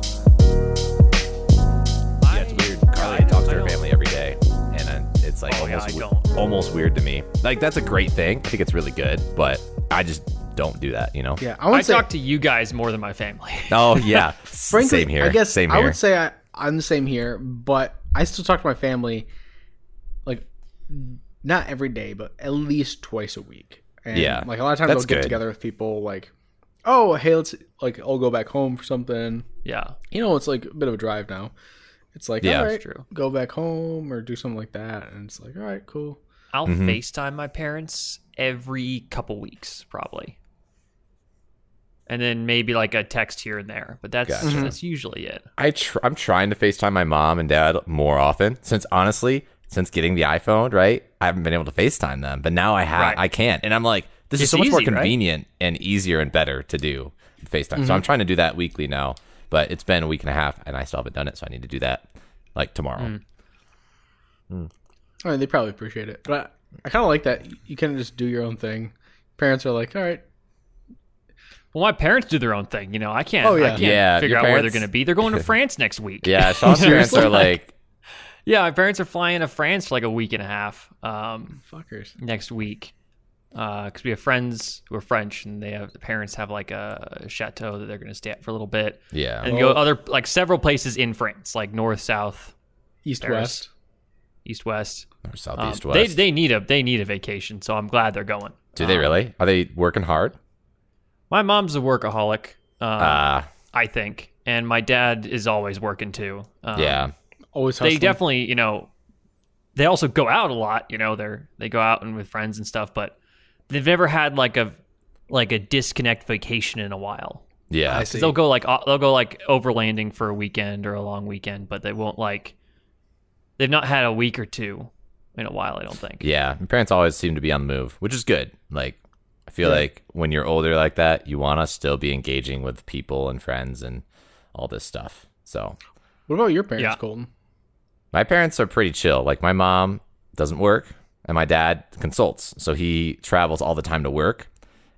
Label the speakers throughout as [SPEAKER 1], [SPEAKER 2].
[SPEAKER 1] uh, Oh, Like that's a great thing. I think it's really good, but I just don't do that, you know.
[SPEAKER 2] Yeah,
[SPEAKER 3] I,
[SPEAKER 2] would say.
[SPEAKER 3] talk to you guys more than my family.
[SPEAKER 1] Oh yeah.
[SPEAKER 2] frankly,
[SPEAKER 1] same here.
[SPEAKER 2] I guess
[SPEAKER 1] same
[SPEAKER 2] I
[SPEAKER 1] here.
[SPEAKER 2] would say I, I'm the same here, but I still talk to my family, like not every day, but at least twice a week. And,
[SPEAKER 1] Yeah.
[SPEAKER 2] like a lot of times
[SPEAKER 1] That's
[SPEAKER 2] I'll get
[SPEAKER 1] good.
[SPEAKER 2] together with people, like, oh hey, let's like I'll go back home for something.
[SPEAKER 3] Yeah,
[SPEAKER 2] You know, it's like a bit of a drive now. It's like
[SPEAKER 1] Yeah.
[SPEAKER 2] all
[SPEAKER 1] That's
[SPEAKER 2] right,
[SPEAKER 3] true.
[SPEAKER 2] go back home or do something like that, and it's like all right, cool.
[SPEAKER 3] I'll
[SPEAKER 1] Mhm.
[SPEAKER 3] FaceTime my parents every couple weeks, probably, and then maybe like a text here and there. But that's
[SPEAKER 1] Gotcha. Mm-hmm.
[SPEAKER 3] that's usually it.
[SPEAKER 1] I tr- I'm trying to FaceTime my mom and dad more often since honestly, since getting the iPhone, right? I haven't been able to FaceTime them, but now I have.
[SPEAKER 3] Right.
[SPEAKER 1] I can, and I'm like, this is
[SPEAKER 3] It's
[SPEAKER 1] so much more
[SPEAKER 3] easy, right?
[SPEAKER 1] convenient and easier and better to do FaceTime. So I'm trying to do that weekly now, but it's been a week and a half, and I still haven't done it, so I need to do that like tomorrow.
[SPEAKER 2] I mean, they probably appreciate it, but I, I kind of like that. You kind of just do your own thing. Parents are like, all right,
[SPEAKER 3] Well, my parents do their own thing. You know, I can't.
[SPEAKER 2] Oh, yeah.
[SPEAKER 3] I can't
[SPEAKER 1] Yeah,
[SPEAKER 3] figure
[SPEAKER 1] your
[SPEAKER 3] out where they're
[SPEAKER 1] parents-
[SPEAKER 3] going to be. They're going to France next week.
[SPEAKER 1] Yeah, Sean's parents are like,
[SPEAKER 3] Yeah, my parents are flying to France for like a week and a half um,
[SPEAKER 2] fuckers.
[SPEAKER 3] next week because we have friends who are French and they have the parents have like a chateau that they're going to stay at for a little bit
[SPEAKER 1] yeah,
[SPEAKER 3] and go other like several places in France, like north, south,
[SPEAKER 2] East
[SPEAKER 3] Paris.
[SPEAKER 2] west.
[SPEAKER 3] east, west. Um,
[SPEAKER 1] southeast,
[SPEAKER 3] They
[SPEAKER 1] west.
[SPEAKER 3] they need a they need a vacation, so I'm glad they're going.
[SPEAKER 1] do they
[SPEAKER 3] Um,
[SPEAKER 1] really? Are they working hard?
[SPEAKER 3] My mom's a workaholic, um,
[SPEAKER 1] Uh,
[SPEAKER 3] I think, and my dad is always working too. Um,
[SPEAKER 1] yeah,
[SPEAKER 2] Always
[SPEAKER 3] they
[SPEAKER 2] hustling.
[SPEAKER 3] definitely you know they also go out a lot you know they're they go out and with friends and stuff but they've never had like a like a disconnect vacation in a while
[SPEAKER 1] yeah.
[SPEAKER 2] I
[SPEAKER 3] because
[SPEAKER 2] see.
[SPEAKER 3] they'll Uh, go like o- they'll go like overlanding for a weekend or a long weekend but they won't like they've not had a week or two in a while i don't think
[SPEAKER 1] Yeah, my parents always seem to be on the move, which is good. Like, I feel like when you're older like that, you want to still be engaging with people and friends and all this stuff. So,
[SPEAKER 2] What about your parents,
[SPEAKER 3] Yeah.
[SPEAKER 2] Colton?
[SPEAKER 1] my parents are pretty chill. Like, my mom doesn't work, and my dad consults, so he travels all the time to work.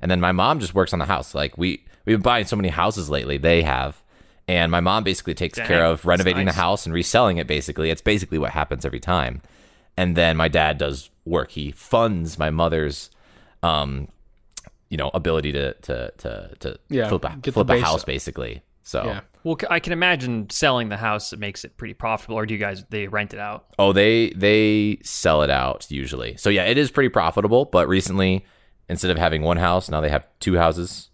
[SPEAKER 1] And then my mom just works on the house. Like, we we've been buying so many houses lately. They have. And my mom basically takes
[SPEAKER 3] Dang,
[SPEAKER 1] care of
[SPEAKER 3] that's
[SPEAKER 1] renovating
[SPEAKER 3] nice.
[SPEAKER 1] the house and reselling it basically. It's basically what happens every time. And then my dad does work. He funds my mother's um you know ability to to to to
[SPEAKER 2] Yeah,
[SPEAKER 1] flip a,
[SPEAKER 2] get the
[SPEAKER 1] flip a
[SPEAKER 2] base
[SPEAKER 1] house
[SPEAKER 2] up.
[SPEAKER 1] basically.
[SPEAKER 3] Oh,
[SPEAKER 1] So
[SPEAKER 2] Yeah.
[SPEAKER 3] well c- i can imagine selling the house makes it pretty profitable or do you guys they rent it out
[SPEAKER 1] Oh, they they sell it out usually. So yeah, it is pretty profitable. But recently, instead of having one house, now they have two houses.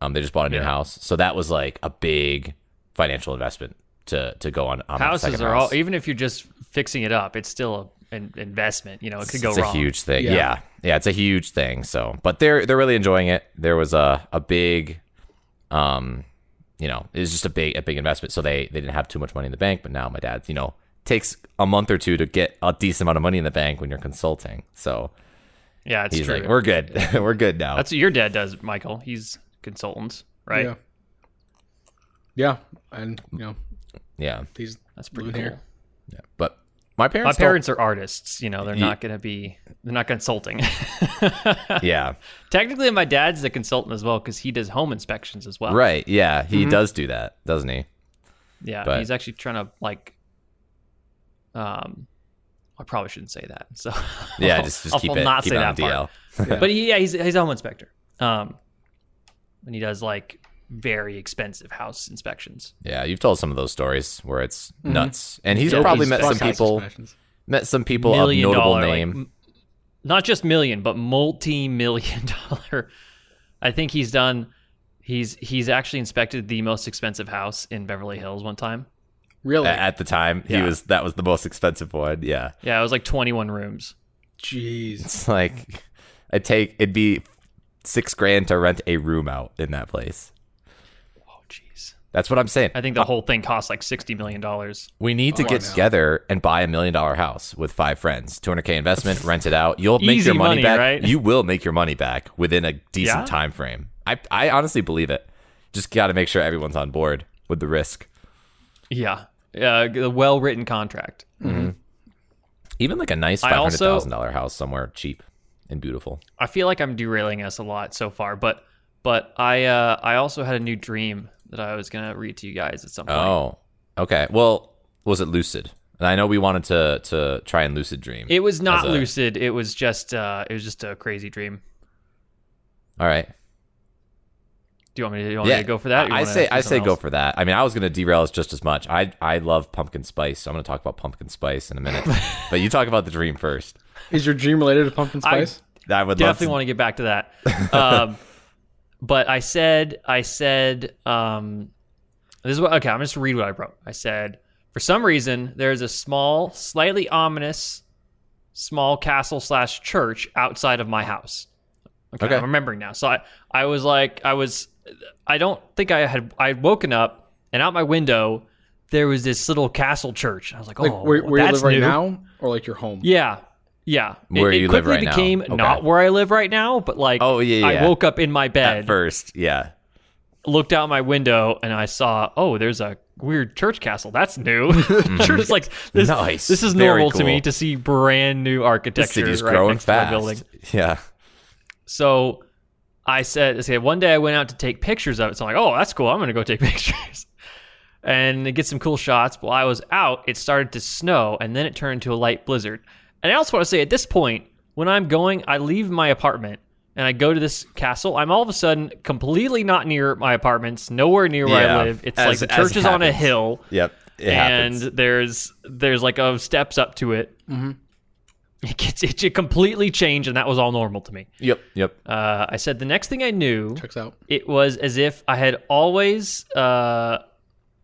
[SPEAKER 1] Um, they just bought a new
[SPEAKER 3] Yeah.
[SPEAKER 1] house, so that was like a big financial investment to to go on. on my
[SPEAKER 3] houses
[SPEAKER 1] second
[SPEAKER 3] are
[SPEAKER 1] house.
[SPEAKER 3] all even if you're just fixing it up it's still a, an investment you know it could go
[SPEAKER 1] it's
[SPEAKER 3] wrong
[SPEAKER 1] a huge thing.
[SPEAKER 2] Yeah.
[SPEAKER 1] Yeah. yeah, it's a huge thing. So, but they're they're really enjoying it. There was a a big, um, you know, it was just a big a big investment. So they they didn't have too much money in the bank, but now my dad, you know, takes a month or two to get a decent amount of money in the bank when you're consulting. So
[SPEAKER 3] yeah it's
[SPEAKER 1] he's
[SPEAKER 3] true
[SPEAKER 1] like, we're good, we're good now.
[SPEAKER 3] That's what your dad does, Michael. He's consultant, right?
[SPEAKER 2] Yeah. Yeah, and you know
[SPEAKER 1] yeah,
[SPEAKER 2] these.
[SPEAKER 3] That's pretty
[SPEAKER 2] Blue hair.
[SPEAKER 3] cool.
[SPEAKER 1] yeah. But my
[SPEAKER 3] My
[SPEAKER 1] parents, don't-
[SPEAKER 3] parents are artists, you know, they're not gonna be they're not consulting.
[SPEAKER 1] yeah,
[SPEAKER 3] Technically my dad's a consultant as well because he does home inspections as well.
[SPEAKER 1] right, yeah,
[SPEAKER 3] Mm-hmm.
[SPEAKER 1] he does do that, doesn't he?
[SPEAKER 3] Yeah.
[SPEAKER 1] But-
[SPEAKER 3] He's actually trying to like um I probably shouldn't say that. So
[SPEAKER 1] Yeah, just just
[SPEAKER 3] I'll-
[SPEAKER 1] keep
[SPEAKER 3] I'll
[SPEAKER 1] it,
[SPEAKER 3] not
[SPEAKER 1] keep
[SPEAKER 3] say
[SPEAKER 1] it on
[SPEAKER 3] that part.
[SPEAKER 1] DL.
[SPEAKER 2] Yeah.
[SPEAKER 3] But he, yeah, he's he's a home inspector. Um and he does like very expensive house inspections.
[SPEAKER 1] Yeah, you've told some of those stories where it's
[SPEAKER 3] Mm-hmm.
[SPEAKER 1] nuts, and he's
[SPEAKER 3] Yeah,
[SPEAKER 1] probably
[SPEAKER 3] these
[SPEAKER 1] met
[SPEAKER 2] fuck
[SPEAKER 1] some
[SPEAKER 2] house
[SPEAKER 1] people.
[SPEAKER 2] expansions.
[SPEAKER 1] met some people of
[SPEAKER 3] million
[SPEAKER 1] notable
[SPEAKER 3] dollar, like,
[SPEAKER 1] name.
[SPEAKER 3] m- not just million, but multi-million dollar. I think he's done. He's he's actually inspected the most expensive house in Beverly Hills one time.
[SPEAKER 2] Really?
[SPEAKER 1] A- at the time, he
[SPEAKER 3] Yeah.
[SPEAKER 1] was that was the most expensive one. Yeah,
[SPEAKER 3] Yeah, it was like 21 rooms.
[SPEAKER 2] Jeez.
[SPEAKER 1] it's like I take it'd be six grand to rent a room out in that place.
[SPEAKER 3] Oh, jeez.
[SPEAKER 1] That's what I'm saying.
[SPEAKER 3] I think the whole thing cost like 60 million dollars.
[SPEAKER 1] we need to
[SPEAKER 2] Oh,
[SPEAKER 1] get
[SPEAKER 2] no.
[SPEAKER 1] together and buy a million dollar house with five friends, 200k investment, rent it out. You'll make
[SPEAKER 3] Easy
[SPEAKER 1] your
[SPEAKER 3] money,
[SPEAKER 1] money, back.
[SPEAKER 3] right?
[SPEAKER 1] You will make your money back within a decent
[SPEAKER 3] Yeah.
[SPEAKER 1] time frame. I I honestly believe it. Just got to make sure everyone's on board with the risk.
[SPEAKER 3] Yeah, uh, a well-written contract.
[SPEAKER 1] Even like a nice
[SPEAKER 3] I
[SPEAKER 1] five hundred
[SPEAKER 3] also-
[SPEAKER 1] thousand dollar house somewhere cheap and beautiful.
[SPEAKER 3] I feel like I'm derailing us a lot so far, but but I uh, I also had a new dream that I was gonna read to you guys at some point.
[SPEAKER 1] Oh, okay. Well, Oh, was it lucid? And I know we wanted to to try and lucid dream.
[SPEAKER 3] It was not
[SPEAKER 1] As a-
[SPEAKER 3] lucid. It was just uh, it was just a crazy dream.
[SPEAKER 1] All right.
[SPEAKER 3] Do you want me to, Oh, you want me
[SPEAKER 1] Yeah.
[SPEAKER 3] to go for that? or you
[SPEAKER 1] I
[SPEAKER 3] wanna
[SPEAKER 1] say
[SPEAKER 3] do
[SPEAKER 1] I say
[SPEAKER 3] something
[SPEAKER 1] go
[SPEAKER 3] else?
[SPEAKER 1] for that. I mean, I was going to derail us just as much. I I love pumpkin spice, so I'm going to talk about pumpkin spice in a minute. but you talk about the dream first.
[SPEAKER 2] Is your dream related to pumpkin
[SPEAKER 3] I-
[SPEAKER 2] spice?
[SPEAKER 1] I would
[SPEAKER 3] Definitely
[SPEAKER 1] love
[SPEAKER 3] want to get back to that. Um, but I said I said um, this is what okay. I'm just read what I wrote. I said for some reason there is a small, slightly ominous, small castle slash church outside of my house. Okay,
[SPEAKER 1] Okay.
[SPEAKER 3] I'm remembering now. So I I was like I was I don't think I had I had woken up and out my window there was this little castle church. I was like, oh,
[SPEAKER 2] Like where, where you
[SPEAKER 3] that's
[SPEAKER 2] live right
[SPEAKER 3] new.
[SPEAKER 2] now, or like your home?
[SPEAKER 3] Yeah. Yeah. It-
[SPEAKER 1] Where
[SPEAKER 3] it,
[SPEAKER 1] you live
[SPEAKER 3] quickly
[SPEAKER 1] right now.
[SPEAKER 3] became
[SPEAKER 1] Okay.
[SPEAKER 3] not where I live right now, but like
[SPEAKER 1] Oh, yeah, yeah.
[SPEAKER 3] I woke up in my
[SPEAKER 1] to
[SPEAKER 3] bed,
[SPEAKER 1] at first. Yeah.
[SPEAKER 3] looked out my window, and I saw, oh, there's a weird church castle. That's new. church is like this,
[SPEAKER 1] Mm-hmm. Nice.
[SPEAKER 3] this is
[SPEAKER 1] Very
[SPEAKER 3] normal to
[SPEAKER 1] cool.
[SPEAKER 3] me to see brand new
[SPEAKER 1] The
[SPEAKER 3] architecture
[SPEAKER 1] city's
[SPEAKER 3] right
[SPEAKER 1] growing
[SPEAKER 3] next to my
[SPEAKER 1] fast.
[SPEAKER 3] building.
[SPEAKER 1] Yeah.
[SPEAKER 3] So I said, I said, one day I went out to take pictures of it. So I'm like, oh, that's cool. I'm going to go take pictures and get some cool shots. While I was out, it started to snow and then it turned into a light blizzard. And I also want to say at this point, when I'm going, I leave my apartment and I go to this castle. I'm all of a sudden completely not near my apartments, nowhere near where
[SPEAKER 1] Yeah.
[SPEAKER 3] I live. It's
[SPEAKER 1] As-
[SPEAKER 3] like the
[SPEAKER 1] as
[SPEAKER 3] church is on a
[SPEAKER 1] happens.
[SPEAKER 3] hill
[SPEAKER 1] Yep. It
[SPEAKER 3] and
[SPEAKER 1] happens. Mm-hmm.
[SPEAKER 3] there's there's like a steps up to it.
[SPEAKER 2] Mhm.
[SPEAKER 3] It gets it, it completely changed and that was all normal to me.
[SPEAKER 1] Yep. Yep.
[SPEAKER 3] Uh, I said the next thing I knew,
[SPEAKER 2] Checks out.
[SPEAKER 3] it was as if I had always uh,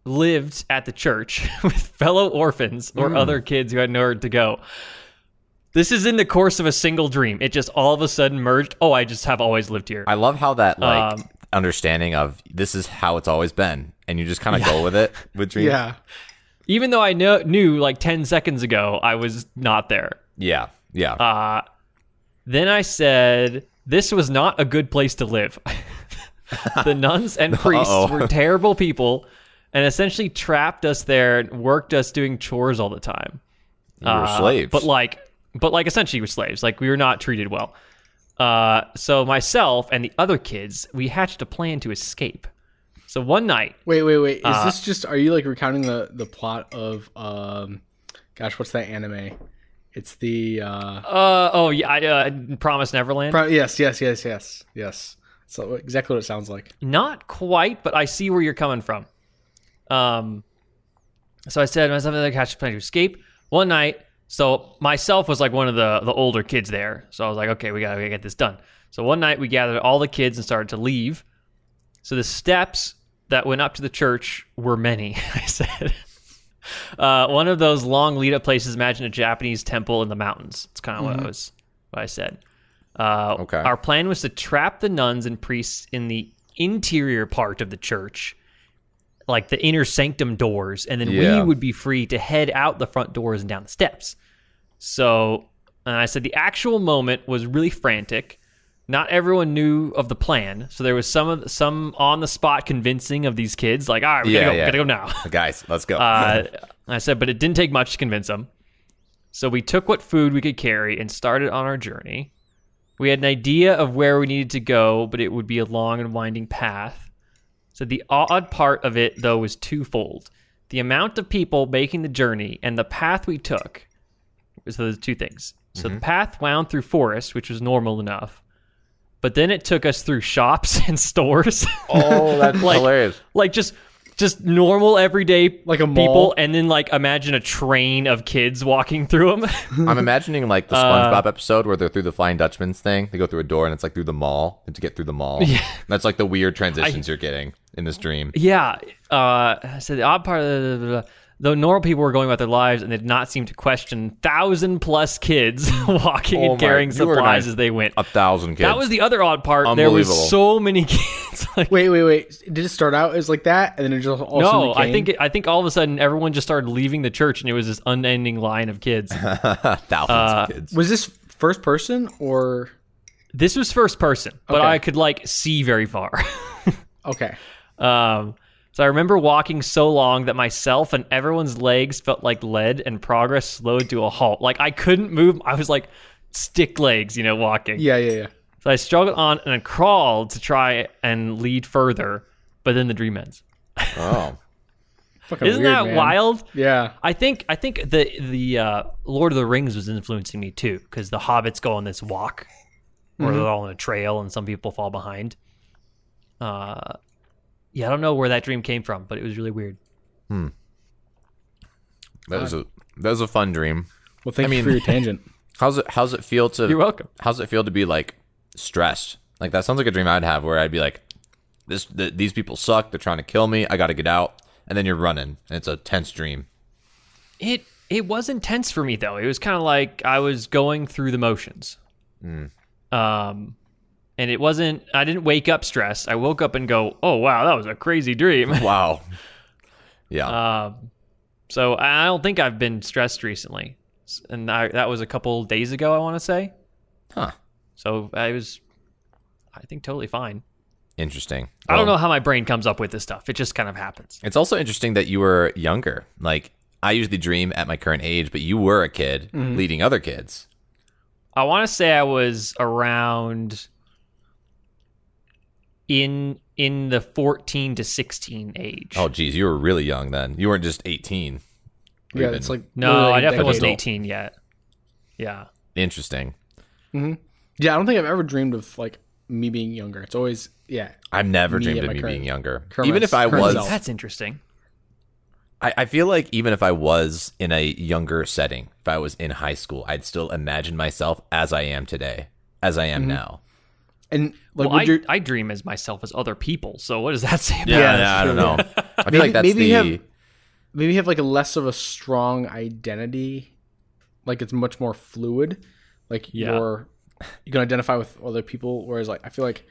[SPEAKER 3] lived at the church with fellow orphans or other kids who had nowhere to go. This is in the course of a single dream. It just all of a sudden merged. Oh, I just have always lived here.
[SPEAKER 1] I love how that like
[SPEAKER 3] Um,
[SPEAKER 1] understanding of this is how it's always been, and you just kind of go with it with dreams.
[SPEAKER 2] Yeah.
[SPEAKER 3] Even though I know, knew like 10 seconds ago I was not there.
[SPEAKER 1] Yeah. Yeah.
[SPEAKER 3] Uh, then I said, This was not a good place to live. the nuns and priests
[SPEAKER 1] Uh-oh.
[SPEAKER 3] were terrible people and essentially trapped us there and worked us doing chores all the time.
[SPEAKER 1] you were
[SPEAKER 3] Uh,
[SPEAKER 1] slaves.
[SPEAKER 3] But like, but like, essentially, we were slaves. Like, we were not treated well. Uh, so myself and the other kids, we hatched a plan to escape. So one night,
[SPEAKER 2] Wait, wait, wait. Is
[SPEAKER 3] Uh,
[SPEAKER 2] this just? Are you like recounting the the plot of um? Gosh, what's that anime? It's the uh.
[SPEAKER 3] uh, oh yeah, I, uh, Promise Neverland.
[SPEAKER 2] pro- yes, yes, yes, yes, yes. So exactly what it sounds like.
[SPEAKER 3] Not quite, but I see where you're coming from. Um, so I said myself and the catch plan to escape one night. So myself was like one of the the older kids there. So I was like, okay, we gotta, we gotta get this done. So one night we gathered all the kids and started to leave. So the steps that went up to the church were many. I said. Uh, one of those long lead up places. Imagine a Japanese temple in the mountains. It's kind of what I was, what I said. Uh,
[SPEAKER 1] Okay.
[SPEAKER 3] Our plan was to trap the nuns and priests in the interior part of the church, like the inner sanctum doors, and then
[SPEAKER 1] Yeah.
[SPEAKER 3] we would be free to head out the front doors and down the steps. So, and I said the actual moment was really frantic. Not everyone knew of the plan, so there was some of some on the spot convincing of these kids, like, all right, we
[SPEAKER 1] Yeah,
[SPEAKER 3] gotta go,
[SPEAKER 1] yeah.
[SPEAKER 3] gotta go now.
[SPEAKER 1] Guys, let's go.
[SPEAKER 3] Uh, I said, but it didn't take much to convince them. So we took what food we could carry and started on our journey. We had an idea of where we needed to go, but it would be a long and winding path. So the odd part of it, though, was twofold the amount of people making the journey and the path we took. So there's two things. So the path wound through forest, which was normal enough, but then it took us through shops and stores.
[SPEAKER 1] oh, that's
[SPEAKER 3] like-
[SPEAKER 1] hilarious.
[SPEAKER 3] like just just normal everyday
[SPEAKER 2] Like a
[SPEAKER 3] people
[SPEAKER 2] mall?
[SPEAKER 3] and then like imagine a train of kids walking through them
[SPEAKER 1] I'm imagining like the
[SPEAKER 3] Uh,
[SPEAKER 1] SpongeBob episode where they're through the Flying Dutchman's thing. They go through a door and it's like through the mall. And to get through the mall, yeah. that's like the weird transitions you're getting in this dream.
[SPEAKER 3] yeah uh so the odd part of the Though normal people were going about their lives and they did not seem to question thousand plus kids walking
[SPEAKER 1] Oh
[SPEAKER 3] and
[SPEAKER 1] my-
[SPEAKER 3] carrying
[SPEAKER 1] you organized
[SPEAKER 3] supplies as they went.
[SPEAKER 1] A thousand kids.
[SPEAKER 3] That was the other odd part. There was
[SPEAKER 1] Unbelievable.
[SPEAKER 3] so many kids. like,
[SPEAKER 2] Wait, wait, wait. Did it start out as like that, and then it just also
[SPEAKER 3] no, I
[SPEAKER 2] became-
[SPEAKER 3] think it, I think all of a sudden everyone just started leaving the church and it was this unending line of kids.
[SPEAKER 1] thousands
[SPEAKER 3] Uh,
[SPEAKER 1] of kids.
[SPEAKER 2] was this first person or
[SPEAKER 3] this was first person, but
[SPEAKER 2] Okay.
[SPEAKER 3] I could like see very far.
[SPEAKER 2] okay?
[SPEAKER 3] Um, so I remember walking so long that myself and everyone's legs felt like lead and progress slowed to a halt. Like I couldn't move. I was like stick legs, you know, walking.
[SPEAKER 2] Yeah, yeah, yeah.
[SPEAKER 3] So I struggled on and I crawled to try and lead further, but then the dream ends.
[SPEAKER 1] Oh,
[SPEAKER 2] Fucking
[SPEAKER 3] Isn't
[SPEAKER 2] weird,
[SPEAKER 3] that
[SPEAKER 2] man.
[SPEAKER 3] wild?
[SPEAKER 2] Yeah.
[SPEAKER 3] I think I think the the uh, Lord of the Rings was influencing me too because the hobbits go on this walk where
[SPEAKER 2] Mm-hmm.
[SPEAKER 3] they're all on a trail and some people fall behind. Uh, yeah, I don't know where that dream came from, but it was really weird.
[SPEAKER 1] That was a that was a fun dream.
[SPEAKER 2] Well, thank
[SPEAKER 1] I
[SPEAKER 2] you for
[SPEAKER 1] mean-
[SPEAKER 2] your tangent.
[SPEAKER 1] How's it how's it feel to
[SPEAKER 3] You're welcome.
[SPEAKER 1] How's it feel to be like stressed? Like that sounds like a dream I'd have where I'd be like, this th- these people suck. They're trying to kill me. I got to get out. And then you're running, and it's a tense dream.
[SPEAKER 3] It it was intense for me though. It was kind of like I was going through the motions. Um, and it wasn't. I didn't wake up stressed. I woke up and go, "Oh wow, that was a crazy dream."
[SPEAKER 1] Wow. Yeah.
[SPEAKER 3] Um, so I I don't think I've been stressed recently, S- and I, that was a couple days ago. I want to say.
[SPEAKER 1] Huh.
[SPEAKER 3] So I was, I think, totally fine.
[SPEAKER 1] Interesting. Oh,
[SPEAKER 3] I don't
[SPEAKER 1] Well,
[SPEAKER 3] know how my brain comes up with this stuff. It just kind of happens.
[SPEAKER 1] It's also interesting that you were younger. Like I usually dream at my current age, but you were a kid
[SPEAKER 2] Mm-hmm.
[SPEAKER 1] leading other kids.
[SPEAKER 3] I want to say I was around in in the fourteen to sixteen age.
[SPEAKER 1] Oh, geez, you were really young then. You weren't just 18. Or
[SPEAKER 2] Yeah,
[SPEAKER 1] even-
[SPEAKER 2] it's like
[SPEAKER 3] no, I
[SPEAKER 2] literally a
[SPEAKER 3] definitely
[SPEAKER 2] decade
[SPEAKER 3] wasn't
[SPEAKER 2] old.
[SPEAKER 3] eighteen yet. Yeah.
[SPEAKER 1] interesting.
[SPEAKER 2] Yeah, I don't think I've ever dreamed of like me being younger. It's always yeah.
[SPEAKER 1] I've never
[SPEAKER 2] Me
[SPEAKER 1] dreamed
[SPEAKER 2] at
[SPEAKER 1] of
[SPEAKER 2] my
[SPEAKER 1] me
[SPEAKER 2] current-
[SPEAKER 1] being younger.
[SPEAKER 2] current
[SPEAKER 1] even if I
[SPEAKER 2] current
[SPEAKER 1] was,
[SPEAKER 2] self.
[SPEAKER 3] That's interesting.
[SPEAKER 1] I, I feel like even if I was in a younger setting, if I was in high school, I'd still imagine myself as I am today, as I am
[SPEAKER 2] Mm-hmm.
[SPEAKER 1] now.
[SPEAKER 2] And like
[SPEAKER 3] well, I,
[SPEAKER 2] would your
[SPEAKER 3] I dream as myself as other people. So what does that say about
[SPEAKER 1] Yeah,
[SPEAKER 2] Yeah,
[SPEAKER 1] yeah, I don't know. I feel
[SPEAKER 2] Maybe-
[SPEAKER 1] like that's
[SPEAKER 2] maybe you
[SPEAKER 1] the.
[SPEAKER 2] have- maybe you have like a less of a strong identity, like it's much more fluid. Like
[SPEAKER 3] Yeah.
[SPEAKER 2] you're you can identify with other people, whereas like I feel like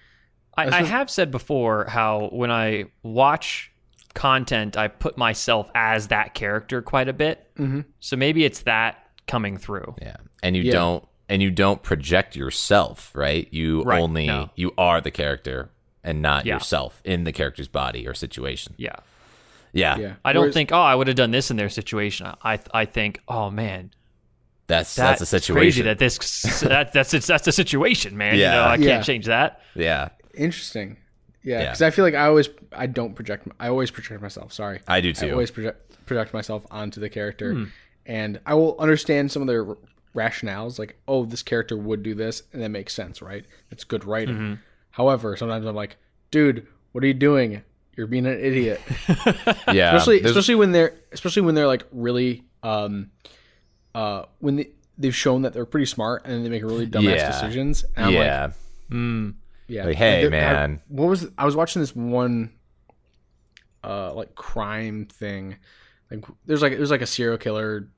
[SPEAKER 3] I, I have said before how when I watch content, I put myself as that character quite a bit. Mm-hmm. So maybe it's that coming through.
[SPEAKER 1] Yeah, and you
[SPEAKER 2] Yeah.
[SPEAKER 1] don't and you don't project yourself, right? You
[SPEAKER 3] Right,
[SPEAKER 1] only
[SPEAKER 3] no.
[SPEAKER 1] you are the character and not
[SPEAKER 3] Yeah.
[SPEAKER 1] yourself in the character's body or situation.
[SPEAKER 3] Yeah.
[SPEAKER 1] Yeah,
[SPEAKER 2] yeah.
[SPEAKER 3] I don't
[SPEAKER 2] Whereas-
[SPEAKER 3] think, oh, I would have done this in their situation. I, I, I think, oh man,
[SPEAKER 1] that's
[SPEAKER 3] that-
[SPEAKER 1] that's a situation.
[SPEAKER 3] Crazy that this that, that's it's that's the situation, man.
[SPEAKER 1] Yeah.
[SPEAKER 3] You know, I
[SPEAKER 2] Yeah.
[SPEAKER 3] can't change that.
[SPEAKER 1] yeah,
[SPEAKER 2] interesting. Yeah,
[SPEAKER 1] Yeah.
[SPEAKER 2] because I feel like I always I don't project I always project myself. Sorry,
[SPEAKER 1] I do too. Hmm.
[SPEAKER 2] I always project, project myself onto the character, and I will understand some of their r- rationales, like oh, this character would do this, and that makes sense, right? That's good writing.
[SPEAKER 1] Mm-hmm.
[SPEAKER 3] Mm-hmm.
[SPEAKER 2] However, sometimes I'm like, dude, what are you doing? You're being an idiot.
[SPEAKER 1] yeah, Um,
[SPEAKER 2] especially
[SPEAKER 1] There's-
[SPEAKER 2] especially when they're especially when they're like really um uh when they, they've shown that they're pretty smart and then they make really dumbass
[SPEAKER 1] Yeah.
[SPEAKER 2] decisions. And I'm like,
[SPEAKER 1] yeah. Mm.
[SPEAKER 2] yeah.
[SPEAKER 1] Like, hey,
[SPEAKER 2] there- I-
[SPEAKER 1] man.
[SPEAKER 2] what was I was watching this one uh like crime thing. Like there's like there's like a serial killer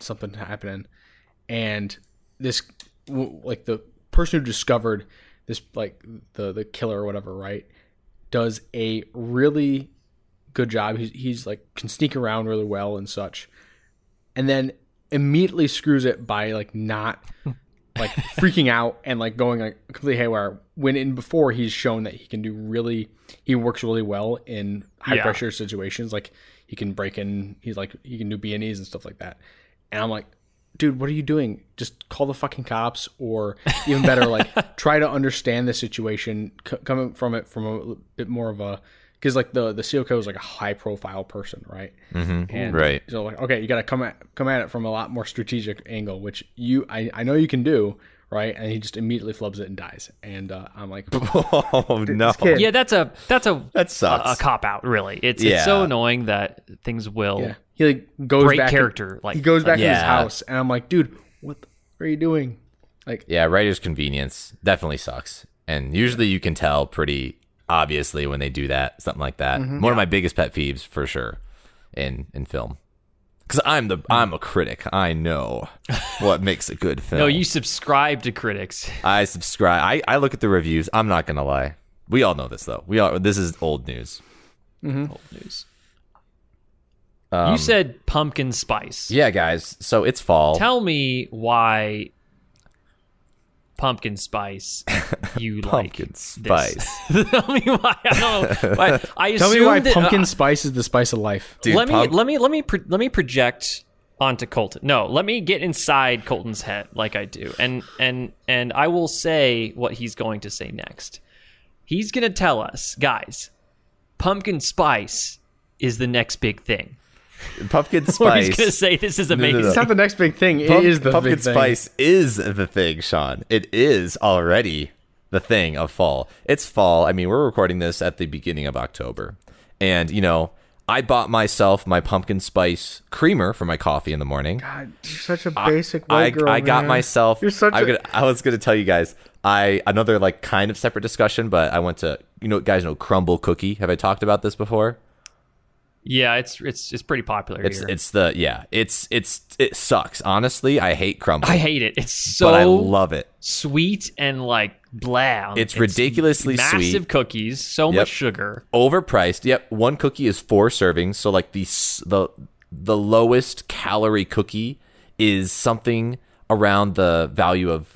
[SPEAKER 2] something happening and this w- like the person who discovered this like the the killer or whatever, right? Does a really good job. He's, he's like can sneak around really well and such, and then immediately screws it by like not like freaking out and like going like completely haywire. When in before he's shown that he can do really, he works really well in high
[SPEAKER 3] Yeah.
[SPEAKER 2] pressure situations. Like he can break in. He's like he can do B and E's and stuff like that. And I'm like. Dude, what are you doing? Just call the fucking cops, or even better, like try to understand the situation, c- coming from it from a bit more of a because like the the CEO co is like a high profile person, right? Mm-hmm. And
[SPEAKER 1] Right.
[SPEAKER 2] So like, okay, you got to come at come at it from a lot more strategic angle, which you I, I know you can do, right? And he just immediately flubs it and dies, and uh, I'm like,
[SPEAKER 1] oh no,
[SPEAKER 2] kid-
[SPEAKER 3] Yeah, that's a that's a
[SPEAKER 1] that
[SPEAKER 3] a,
[SPEAKER 1] sucks.
[SPEAKER 3] cop out, really. It's it's
[SPEAKER 1] Yeah.
[SPEAKER 3] so annoying that things will
[SPEAKER 2] yeah. He like goes
[SPEAKER 3] break
[SPEAKER 2] back
[SPEAKER 3] character. like
[SPEAKER 2] he goes back to his
[SPEAKER 1] Yeah.
[SPEAKER 2] house, and I'm like, dude, what the, what are you doing? Like,
[SPEAKER 1] yeah, writer's convenience definitely sucks. And usually you can tell pretty obviously when they do that, something like that. One of my biggest pet peeves for sure in in film. Cuz I'm the I'm a critic. I know what makes a good film.
[SPEAKER 3] No, you subscribe to critics.
[SPEAKER 1] I subscribe. I, I look at the reviews. I'm not going to lie. We all know this though. We all this is old news.
[SPEAKER 3] Old news. you said pumpkin spice.
[SPEAKER 1] Um, Yeah, guys. So it's fall.
[SPEAKER 3] Tell me why pumpkin spice you
[SPEAKER 1] Pumpkin
[SPEAKER 3] like.
[SPEAKER 1] spice.
[SPEAKER 3] This. Tell me why. I don't know. Why, I
[SPEAKER 2] tell me why
[SPEAKER 3] assumed that-
[SPEAKER 2] pumpkin
[SPEAKER 3] uh,
[SPEAKER 2] spice is the spice of life.
[SPEAKER 1] Dude,
[SPEAKER 3] let me
[SPEAKER 1] pump-
[SPEAKER 3] let me let me pro- let me project onto Colton. No, let me get inside Colton's head like I do, and and and I will say what he's going to say next. He's gonna tell us, guys, pumpkin spice is the next big thing.
[SPEAKER 1] Pumpkin
[SPEAKER 3] Or he's
[SPEAKER 1] spice.
[SPEAKER 3] gonna say this is
[SPEAKER 1] no,
[SPEAKER 3] amazing.
[SPEAKER 1] no.
[SPEAKER 2] It's not the next big thing. It is
[SPEAKER 1] Pump-
[SPEAKER 2] the
[SPEAKER 1] pumpkin
[SPEAKER 2] big thing.
[SPEAKER 1] spice is the thing, Sean. It is already the thing of fall. It's fall. I mean, we're recording this at the beginning of October. And, you know, I bought myself my pumpkin spice creamer for my coffee in the morning.
[SPEAKER 2] God, Ah, you're such a
[SPEAKER 1] I-
[SPEAKER 2] basic
[SPEAKER 1] I,
[SPEAKER 2] white girl.
[SPEAKER 1] I got
[SPEAKER 2] man.
[SPEAKER 1] myself.
[SPEAKER 2] You're such
[SPEAKER 1] I'm
[SPEAKER 2] a-
[SPEAKER 1] gonna, I was gonna tell you guys. I another like kind of separate discussion, but I went to you know guys know crumble cookie. Have I talked about this before?
[SPEAKER 3] Yeah, it's it's it's pretty popular
[SPEAKER 1] It's
[SPEAKER 3] here.
[SPEAKER 1] it's the yeah. It's it's it sucks. Honestly, I hate crumble,
[SPEAKER 3] I hate it. It's so
[SPEAKER 1] but I love it.
[SPEAKER 3] sweet and like blah.
[SPEAKER 1] It's ridiculously
[SPEAKER 3] massive
[SPEAKER 1] sweet.
[SPEAKER 3] cookies, so
[SPEAKER 1] Yep.
[SPEAKER 3] much sugar.
[SPEAKER 1] Overpriced. Yep. One cookie is four servings, so like the s- the the lowest calorie cookie is something around the value of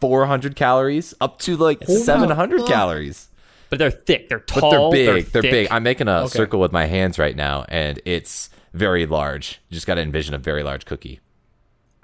[SPEAKER 1] 400 calories up to like 700 calories.
[SPEAKER 3] But they're thick. They're
[SPEAKER 1] but they're
[SPEAKER 3] tall.
[SPEAKER 1] big. They're,
[SPEAKER 3] thick.
[SPEAKER 1] big. I'm making a circle with my hands right now, and it's very large. You just got to envision a very large cookie.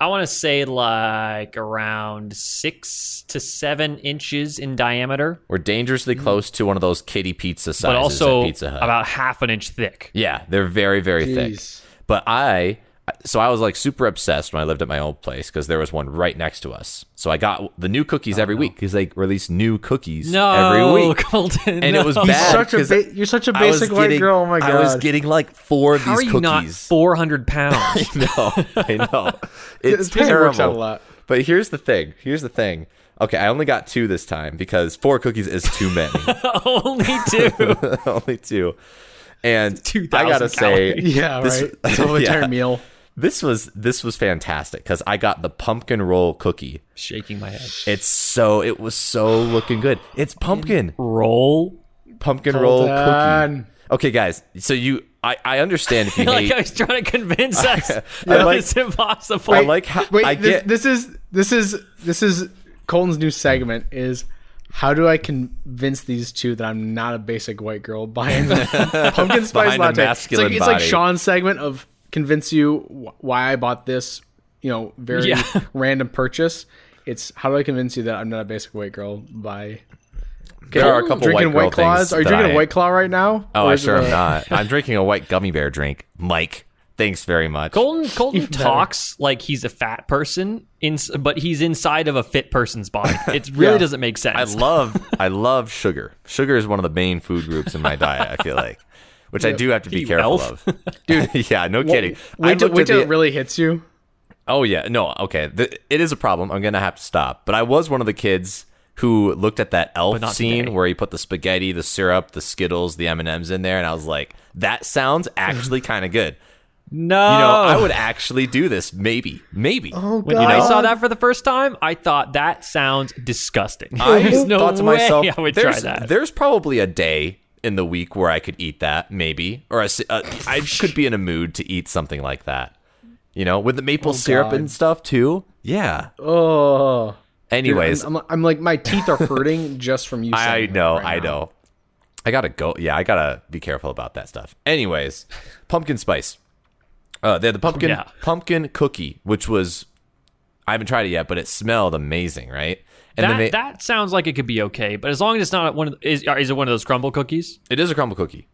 [SPEAKER 3] I want to say like around six to seven inches in diameter,
[SPEAKER 1] We're dangerously close to one of those kitty pizza sizes
[SPEAKER 3] Mm. but also
[SPEAKER 1] at Pizza Hut.
[SPEAKER 3] about half an inch thick.
[SPEAKER 1] yeah, they're very very
[SPEAKER 2] Jeez.
[SPEAKER 1] thick. But I, so I was like super obsessed when I lived at my old place because there was one right next to us. So I got the new cookies
[SPEAKER 2] Oh,
[SPEAKER 1] every week because they release new cookies
[SPEAKER 3] No,
[SPEAKER 1] every week.
[SPEAKER 3] Colton,
[SPEAKER 1] And it was
[SPEAKER 3] no.
[SPEAKER 1] bad.
[SPEAKER 2] Such a
[SPEAKER 1] 'cause
[SPEAKER 2] ba- you're such a
[SPEAKER 1] I was
[SPEAKER 2] basic white
[SPEAKER 1] getting-
[SPEAKER 2] girl. Oh my god.
[SPEAKER 1] I was getting like four of
[SPEAKER 3] How
[SPEAKER 1] these
[SPEAKER 3] are you
[SPEAKER 1] cookies.
[SPEAKER 3] not 400 pounds?
[SPEAKER 1] no, I know. It's
[SPEAKER 2] This probably
[SPEAKER 1] terrible.
[SPEAKER 2] works out a lot.
[SPEAKER 1] But here's the thing. Here's the thing. Okay, I only got two this time because four cookies is too many.
[SPEAKER 3] Only two.
[SPEAKER 1] only two. And I
[SPEAKER 3] 2,000
[SPEAKER 1] gotta say,
[SPEAKER 3] calories.
[SPEAKER 2] yeah,
[SPEAKER 1] this-
[SPEAKER 2] right. This whole entire
[SPEAKER 1] yeah.
[SPEAKER 2] meal.
[SPEAKER 1] this was this was fantastic because I got the pumpkin roll cookie.
[SPEAKER 3] Shaking my head.
[SPEAKER 1] It's so it was so looking good. It's pumpkin
[SPEAKER 3] Roll.
[SPEAKER 1] pumpkin roll cookie.
[SPEAKER 2] Done.
[SPEAKER 1] Okay, guys. So you, I, I understand if you
[SPEAKER 3] like uh,
[SPEAKER 1] hate.
[SPEAKER 3] I was trying to convince us that
[SPEAKER 1] like-
[SPEAKER 3] it's impossible.
[SPEAKER 1] I like how
[SPEAKER 2] Wait,
[SPEAKER 1] I
[SPEAKER 2] this,
[SPEAKER 1] get.
[SPEAKER 2] this is this is this is Colton's new segment is how do I convince these two that I'm not a basic white girl buying the pumpkin spice
[SPEAKER 1] Behind a
[SPEAKER 2] latte?
[SPEAKER 1] masculine
[SPEAKER 2] it's like, It's
[SPEAKER 1] body.
[SPEAKER 2] like Sean's segment of convince you wh- why I bought this, you know, very
[SPEAKER 3] Yeah.
[SPEAKER 2] random purchase. It's how do I convince you that I'm not a basic white girl by
[SPEAKER 1] there are a couple
[SPEAKER 2] drinking
[SPEAKER 1] white girl
[SPEAKER 2] claws?
[SPEAKER 1] things
[SPEAKER 2] Are you
[SPEAKER 1] that
[SPEAKER 2] drinking
[SPEAKER 1] I-
[SPEAKER 2] a white claw right now?
[SPEAKER 1] Oh,
[SPEAKER 2] Or
[SPEAKER 1] I
[SPEAKER 2] is it
[SPEAKER 1] sure
[SPEAKER 2] a-
[SPEAKER 1] am not. I'm drinking a white gummy bear drink, Mike. Thanks very much.
[SPEAKER 3] Colton Colton
[SPEAKER 2] better.
[SPEAKER 3] talks like he's a fat person, in, but he's inside of a fit person's body. It really
[SPEAKER 2] Yeah.
[SPEAKER 3] doesn't make sense.
[SPEAKER 1] I love I love sugar. Sugar is one of the main food groups in my diet. I feel like, which I do have to be
[SPEAKER 3] you
[SPEAKER 1] careful
[SPEAKER 3] elf.
[SPEAKER 1] of, dude. yeah, no kidding. I
[SPEAKER 2] Wait till,
[SPEAKER 1] looked
[SPEAKER 2] wait
[SPEAKER 1] at
[SPEAKER 2] till
[SPEAKER 1] the-
[SPEAKER 2] it really hits you.
[SPEAKER 1] Oh yeah, no, okay. The, it is a problem. I'm gonna have to stop. But I was one of the kids who looked at that elf
[SPEAKER 3] not
[SPEAKER 1] scene
[SPEAKER 3] today.
[SPEAKER 1] where he put the spaghetti, the syrup, the Skittles, the M and M's in there, and I was like, that sounds actually kind of good.
[SPEAKER 3] no,
[SPEAKER 1] You know, I
[SPEAKER 3] Oh.
[SPEAKER 1] would actually do this. Maybe, maybe. Oh
[SPEAKER 3] When I saw that for the first time, I thought that sounds disgusting.
[SPEAKER 1] I
[SPEAKER 3] There's no
[SPEAKER 1] thought to myself,
[SPEAKER 3] way I would try
[SPEAKER 1] there's,
[SPEAKER 3] that.
[SPEAKER 1] there's probably a day in the week where I could eat that, maybe, or a si- uh, I could be in a mood to eat something like that. You know, with the maple
[SPEAKER 3] Oh,
[SPEAKER 1] syrup
[SPEAKER 2] God.
[SPEAKER 1] and stuff too. Yeah.
[SPEAKER 2] Oh. Dude,
[SPEAKER 1] Anyways,
[SPEAKER 2] I'm, I'm, I'm like my teeth are hurting just from you.
[SPEAKER 1] I
[SPEAKER 2] saying it
[SPEAKER 1] know,
[SPEAKER 2] right
[SPEAKER 1] I
[SPEAKER 2] now.
[SPEAKER 1] know. I gotta go. Yeah, I gotta be careful about that stuff. Anyways, pumpkin spice. Uh, they had the pumpkin
[SPEAKER 3] Yeah.
[SPEAKER 1] pumpkin cookie, which was I haven't tried it yet, but it smelled amazing, right? And
[SPEAKER 3] that,
[SPEAKER 1] then they,
[SPEAKER 3] that sounds like it could be okay, but as long as it's not one of the, is, is it one of those crumble cookies?
[SPEAKER 1] it is a crumble cookie.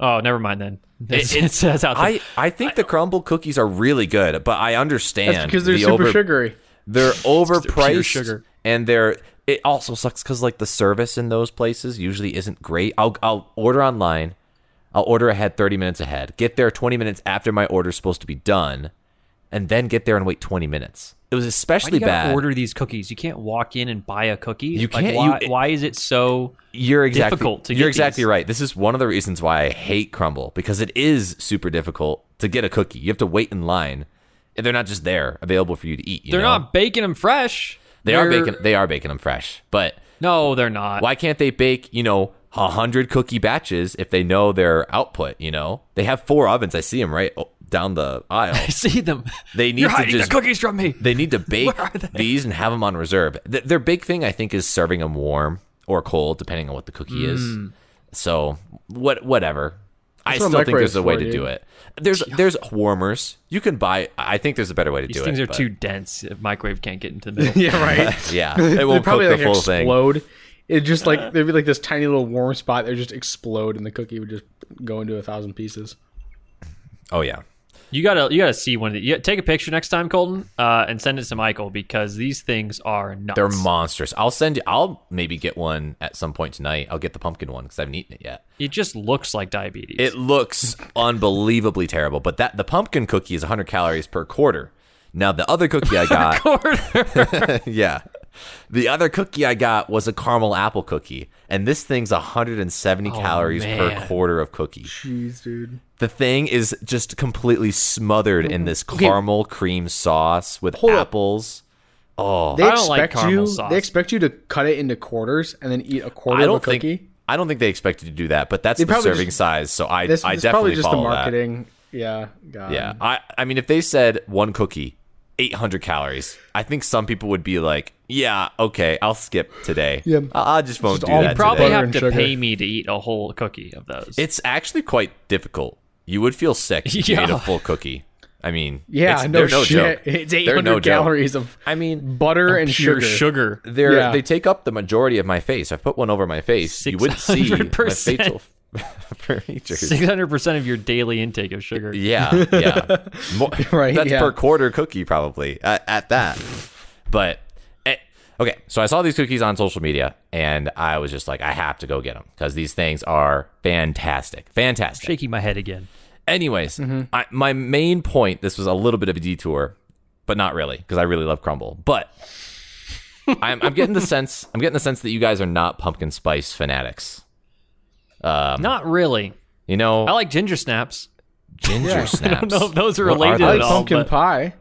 [SPEAKER 3] Oh, never mind then. It,
[SPEAKER 1] it-
[SPEAKER 3] says out there.
[SPEAKER 1] I, I think the crumble cookies are really good, but I understand
[SPEAKER 2] That's because they're
[SPEAKER 1] the
[SPEAKER 2] super
[SPEAKER 1] over-
[SPEAKER 2] sugary.
[SPEAKER 1] They're overpriced,
[SPEAKER 3] sugar.
[SPEAKER 1] and they're. It also sucks because like the service in those places usually isn't great. I'll I'll order online, I'll order ahead thirty minutes ahead, get there twenty minutes after my order's supposed to be done, and then get there and wait twenty minutes. It was
[SPEAKER 3] why do
[SPEAKER 1] especially
[SPEAKER 3] you gotta
[SPEAKER 1] bad.
[SPEAKER 3] order these cookies? You can't walk in and buy a cookie.
[SPEAKER 1] You
[SPEAKER 3] Like,
[SPEAKER 1] can't-
[SPEAKER 3] why,
[SPEAKER 1] you-
[SPEAKER 3] why is it so?
[SPEAKER 1] you're exactly
[SPEAKER 3] difficult to
[SPEAKER 1] you're
[SPEAKER 3] get
[SPEAKER 1] exactly
[SPEAKER 3] these.
[SPEAKER 1] right. This is one of the reasons why I hate Crumble because it is super difficult to get a cookie. You have to wait in line. and They're not just there available for you to eat. you
[SPEAKER 3] They're
[SPEAKER 1] know?
[SPEAKER 3] not baking them fresh.
[SPEAKER 1] They are
[SPEAKER 3] They're-
[SPEAKER 1] baking. They are baking them fresh, but
[SPEAKER 3] No, they're not.
[SPEAKER 1] why can't they bake? You know, a hundred cookie batches if they know their output. You know, they have four ovens. I see them right o- down the aisle.
[SPEAKER 3] I see them.
[SPEAKER 1] They need
[SPEAKER 3] You're
[SPEAKER 1] to
[SPEAKER 3] hiding
[SPEAKER 1] just-
[SPEAKER 3] the cookies from me.
[SPEAKER 1] They need to bake
[SPEAKER 3] Where are they?
[SPEAKER 1] these and have them on reserve. Th- their big thing, I think, is serving them warm or cold, depending on what the cookie
[SPEAKER 3] Mm.
[SPEAKER 1] is. So what, whatever. I
[SPEAKER 2] what
[SPEAKER 1] still think there's
[SPEAKER 2] microwave's
[SPEAKER 1] a way
[SPEAKER 2] for,
[SPEAKER 1] to do
[SPEAKER 2] dude.
[SPEAKER 1] it. There's there's warmers. You can buy. I think there's a better way to
[SPEAKER 3] These
[SPEAKER 1] do
[SPEAKER 3] things
[SPEAKER 1] it.
[SPEAKER 3] are
[SPEAKER 1] but-
[SPEAKER 3] too dense. If microwave can't get into the middle.
[SPEAKER 2] Yeah, right.
[SPEAKER 1] Yeah, it won't cook
[SPEAKER 2] probably
[SPEAKER 1] the
[SPEAKER 2] like
[SPEAKER 1] full thing.
[SPEAKER 2] explode It just like there'd be like this tiny little warm spot that would just explode, and the cookie would just go into a thousand pieces.
[SPEAKER 1] Oh yeah.
[SPEAKER 3] You gotta you gotta see one of the. You gotta- take a picture next time, Colton, uh, and send it to Michael because these things are nuts.
[SPEAKER 1] They're monstrous. I'll send you. I'll maybe get one at some point tonight. I'll get the pumpkin one because I haven't eaten it yet.
[SPEAKER 3] it just looks like diabetes.
[SPEAKER 1] It looks unbelievably terrible. But that the pumpkin cookie is 100 calories per quarter. Now the other cookie I got, yeah, the other cookie I got was a caramel apple cookie, and this thing's 170
[SPEAKER 2] Oh,
[SPEAKER 1] calories per
[SPEAKER 3] man.
[SPEAKER 1] quarter of cookie.
[SPEAKER 2] Jeez, dude.
[SPEAKER 1] The thing is just completely smothered in this caramel cream sauce with
[SPEAKER 2] Hold up.
[SPEAKER 1] apples. Oh,
[SPEAKER 2] They
[SPEAKER 3] I don't
[SPEAKER 2] expect
[SPEAKER 3] like caramel
[SPEAKER 2] you.
[SPEAKER 3] sauce.
[SPEAKER 2] They expect you to cut it into quarters and then eat a quarter
[SPEAKER 1] I don't
[SPEAKER 2] of a
[SPEAKER 1] think
[SPEAKER 2] cookie.
[SPEAKER 1] I don't think they expected to do that, but that's
[SPEAKER 2] They
[SPEAKER 1] the
[SPEAKER 2] probably
[SPEAKER 1] serving
[SPEAKER 2] just-
[SPEAKER 1] size. So I
[SPEAKER 2] This,
[SPEAKER 1] I
[SPEAKER 2] this is
[SPEAKER 1] definitely
[SPEAKER 2] probably just the
[SPEAKER 1] follow
[SPEAKER 2] marketing. Yeah. God.
[SPEAKER 1] that. Yeah, I I mean if they said one cookie, 800 calories, I think some people would be like, yeah, okay, I'll skip today.
[SPEAKER 2] Yeah.
[SPEAKER 1] I, I just won't
[SPEAKER 2] Just
[SPEAKER 1] do
[SPEAKER 2] all
[SPEAKER 1] that.
[SPEAKER 3] probably
[SPEAKER 1] today.
[SPEAKER 2] butter
[SPEAKER 3] have
[SPEAKER 2] and
[SPEAKER 3] to
[SPEAKER 2] sugar.
[SPEAKER 3] pay me to eat a whole cookie of those.
[SPEAKER 1] It's actually quite difficult. You would feel sick if you
[SPEAKER 3] Yeah.
[SPEAKER 1] ate a full cookie. I mean,
[SPEAKER 2] Yeah.
[SPEAKER 1] it's,
[SPEAKER 2] no,
[SPEAKER 1] they're no
[SPEAKER 2] shit.
[SPEAKER 1] joke.
[SPEAKER 2] It's
[SPEAKER 1] They're
[SPEAKER 2] 800
[SPEAKER 1] no joke.
[SPEAKER 2] calories of
[SPEAKER 1] I mean,
[SPEAKER 2] butter and
[SPEAKER 3] pure
[SPEAKER 2] sugar.
[SPEAKER 3] sugar.
[SPEAKER 1] they're
[SPEAKER 2] Yeah.
[SPEAKER 1] they take up the majority of my face. I've put one over my face. You would see my
[SPEAKER 3] 600%.
[SPEAKER 1] facial features.
[SPEAKER 3] Six hundred percent of your daily intake of sugar.
[SPEAKER 1] Yeah, yeah. Mo-
[SPEAKER 2] Right,
[SPEAKER 1] That's
[SPEAKER 2] yeah.
[SPEAKER 1] per quarter cookie probably at, at that. But eh, okay, so I saw these cookies on social media, and I was just like, I have to go get them because these things are fantastic, fantastic.
[SPEAKER 3] Shaking my head again.
[SPEAKER 1] Anyways,
[SPEAKER 3] Mm-hmm.
[SPEAKER 1] I, my main point. This was a little bit of a detour, but not really because I really love crumble. But I'm, I'm getting the sense. I'm getting the sense that you guys are not pumpkin spice fanatics. Um,
[SPEAKER 3] Not really.
[SPEAKER 1] you know,
[SPEAKER 3] I like ginger snaps.
[SPEAKER 1] ginger snaps.
[SPEAKER 3] I don't know if those are
[SPEAKER 1] What
[SPEAKER 3] related
[SPEAKER 2] I
[SPEAKER 1] those?
[SPEAKER 2] like
[SPEAKER 3] at all.
[SPEAKER 2] pumpkin
[SPEAKER 3] but
[SPEAKER 2] pie.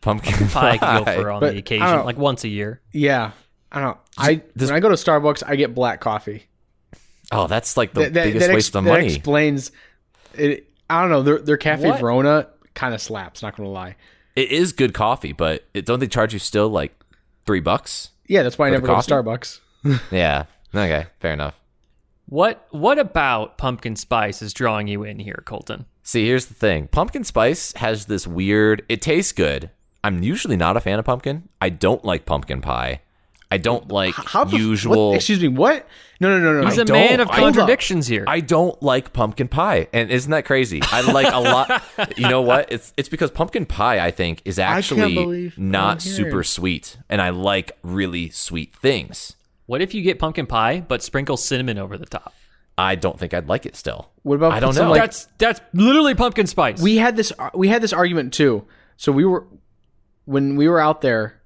[SPEAKER 1] Pumpkin
[SPEAKER 3] pie I can go for on
[SPEAKER 2] But I
[SPEAKER 3] the
[SPEAKER 2] don't
[SPEAKER 3] occasion,
[SPEAKER 2] know.
[SPEAKER 3] like once a year.
[SPEAKER 2] Yeah. I don't. I
[SPEAKER 1] Does-
[SPEAKER 2] when I go to Starbucks, I get black coffee.
[SPEAKER 1] Oh, that's like the
[SPEAKER 2] That, that,
[SPEAKER 1] biggest
[SPEAKER 2] that, ex-
[SPEAKER 1] waste of
[SPEAKER 2] that
[SPEAKER 1] money.
[SPEAKER 2] explains. It. I don't know. Their their cafe
[SPEAKER 3] What?
[SPEAKER 2] Verona kind of slaps. Not gonna lie.
[SPEAKER 1] it is good coffee, but it, don't they charge you still like three bucks?
[SPEAKER 2] Yeah, that's why I
[SPEAKER 1] For the
[SPEAKER 2] never go to
[SPEAKER 1] coffee?
[SPEAKER 2] Starbucks.
[SPEAKER 1] Yeah. Okay. Fair enough.
[SPEAKER 3] What What about pumpkin spice is drawing you in here, Colton?
[SPEAKER 1] See, here's the thing. Pumpkin spice has this weird. It tastes good. I'm usually not a fan of pumpkin. I don't like pumpkin pie. I don't like
[SPEAKER 2] How the f- what-
[SPEAKER 1] usual.
[SPEAKER 2] excuse me. What? No, no, no, no.
[SPEAKER 3] He's
[SPEAKER 2] no.
[SPEAKER 3] a man
[SPEAKER 1] don't.
[SPEAKER 3] of
[SPEAKER 1] I- Hold
[SPEAKER 2] up.
[SPEAKER 3] contradictions here.
[SPEAKER 1] I don't like pumpkin pie, and isn't that crazy? I like a lot. You know what? It's it's because pumpkin pie, I think, is actually
[SPEAKER 2] believe
[SPEAKER 1] not
[SPEAKER 2] I'm here.
[SPEAKER 1] super sweet, and I like really sweet things.
[SPEAKER 3] what if you get pumpkin pie but sprinkle cinnamon over the top?
[SPEAKER 1] I don't think I'd like it still.
[SPEAKER 2] What about
[SPEAKER 1] I don't
[SPEAKER 2] put some,
[SPEAKER 1] know.
[SPEAKER 2] like-
[SPEAKER 3] that's that's literally pumpkin spice.
[SPEAKER 2] we had this we had this argument too. So we were when we were out there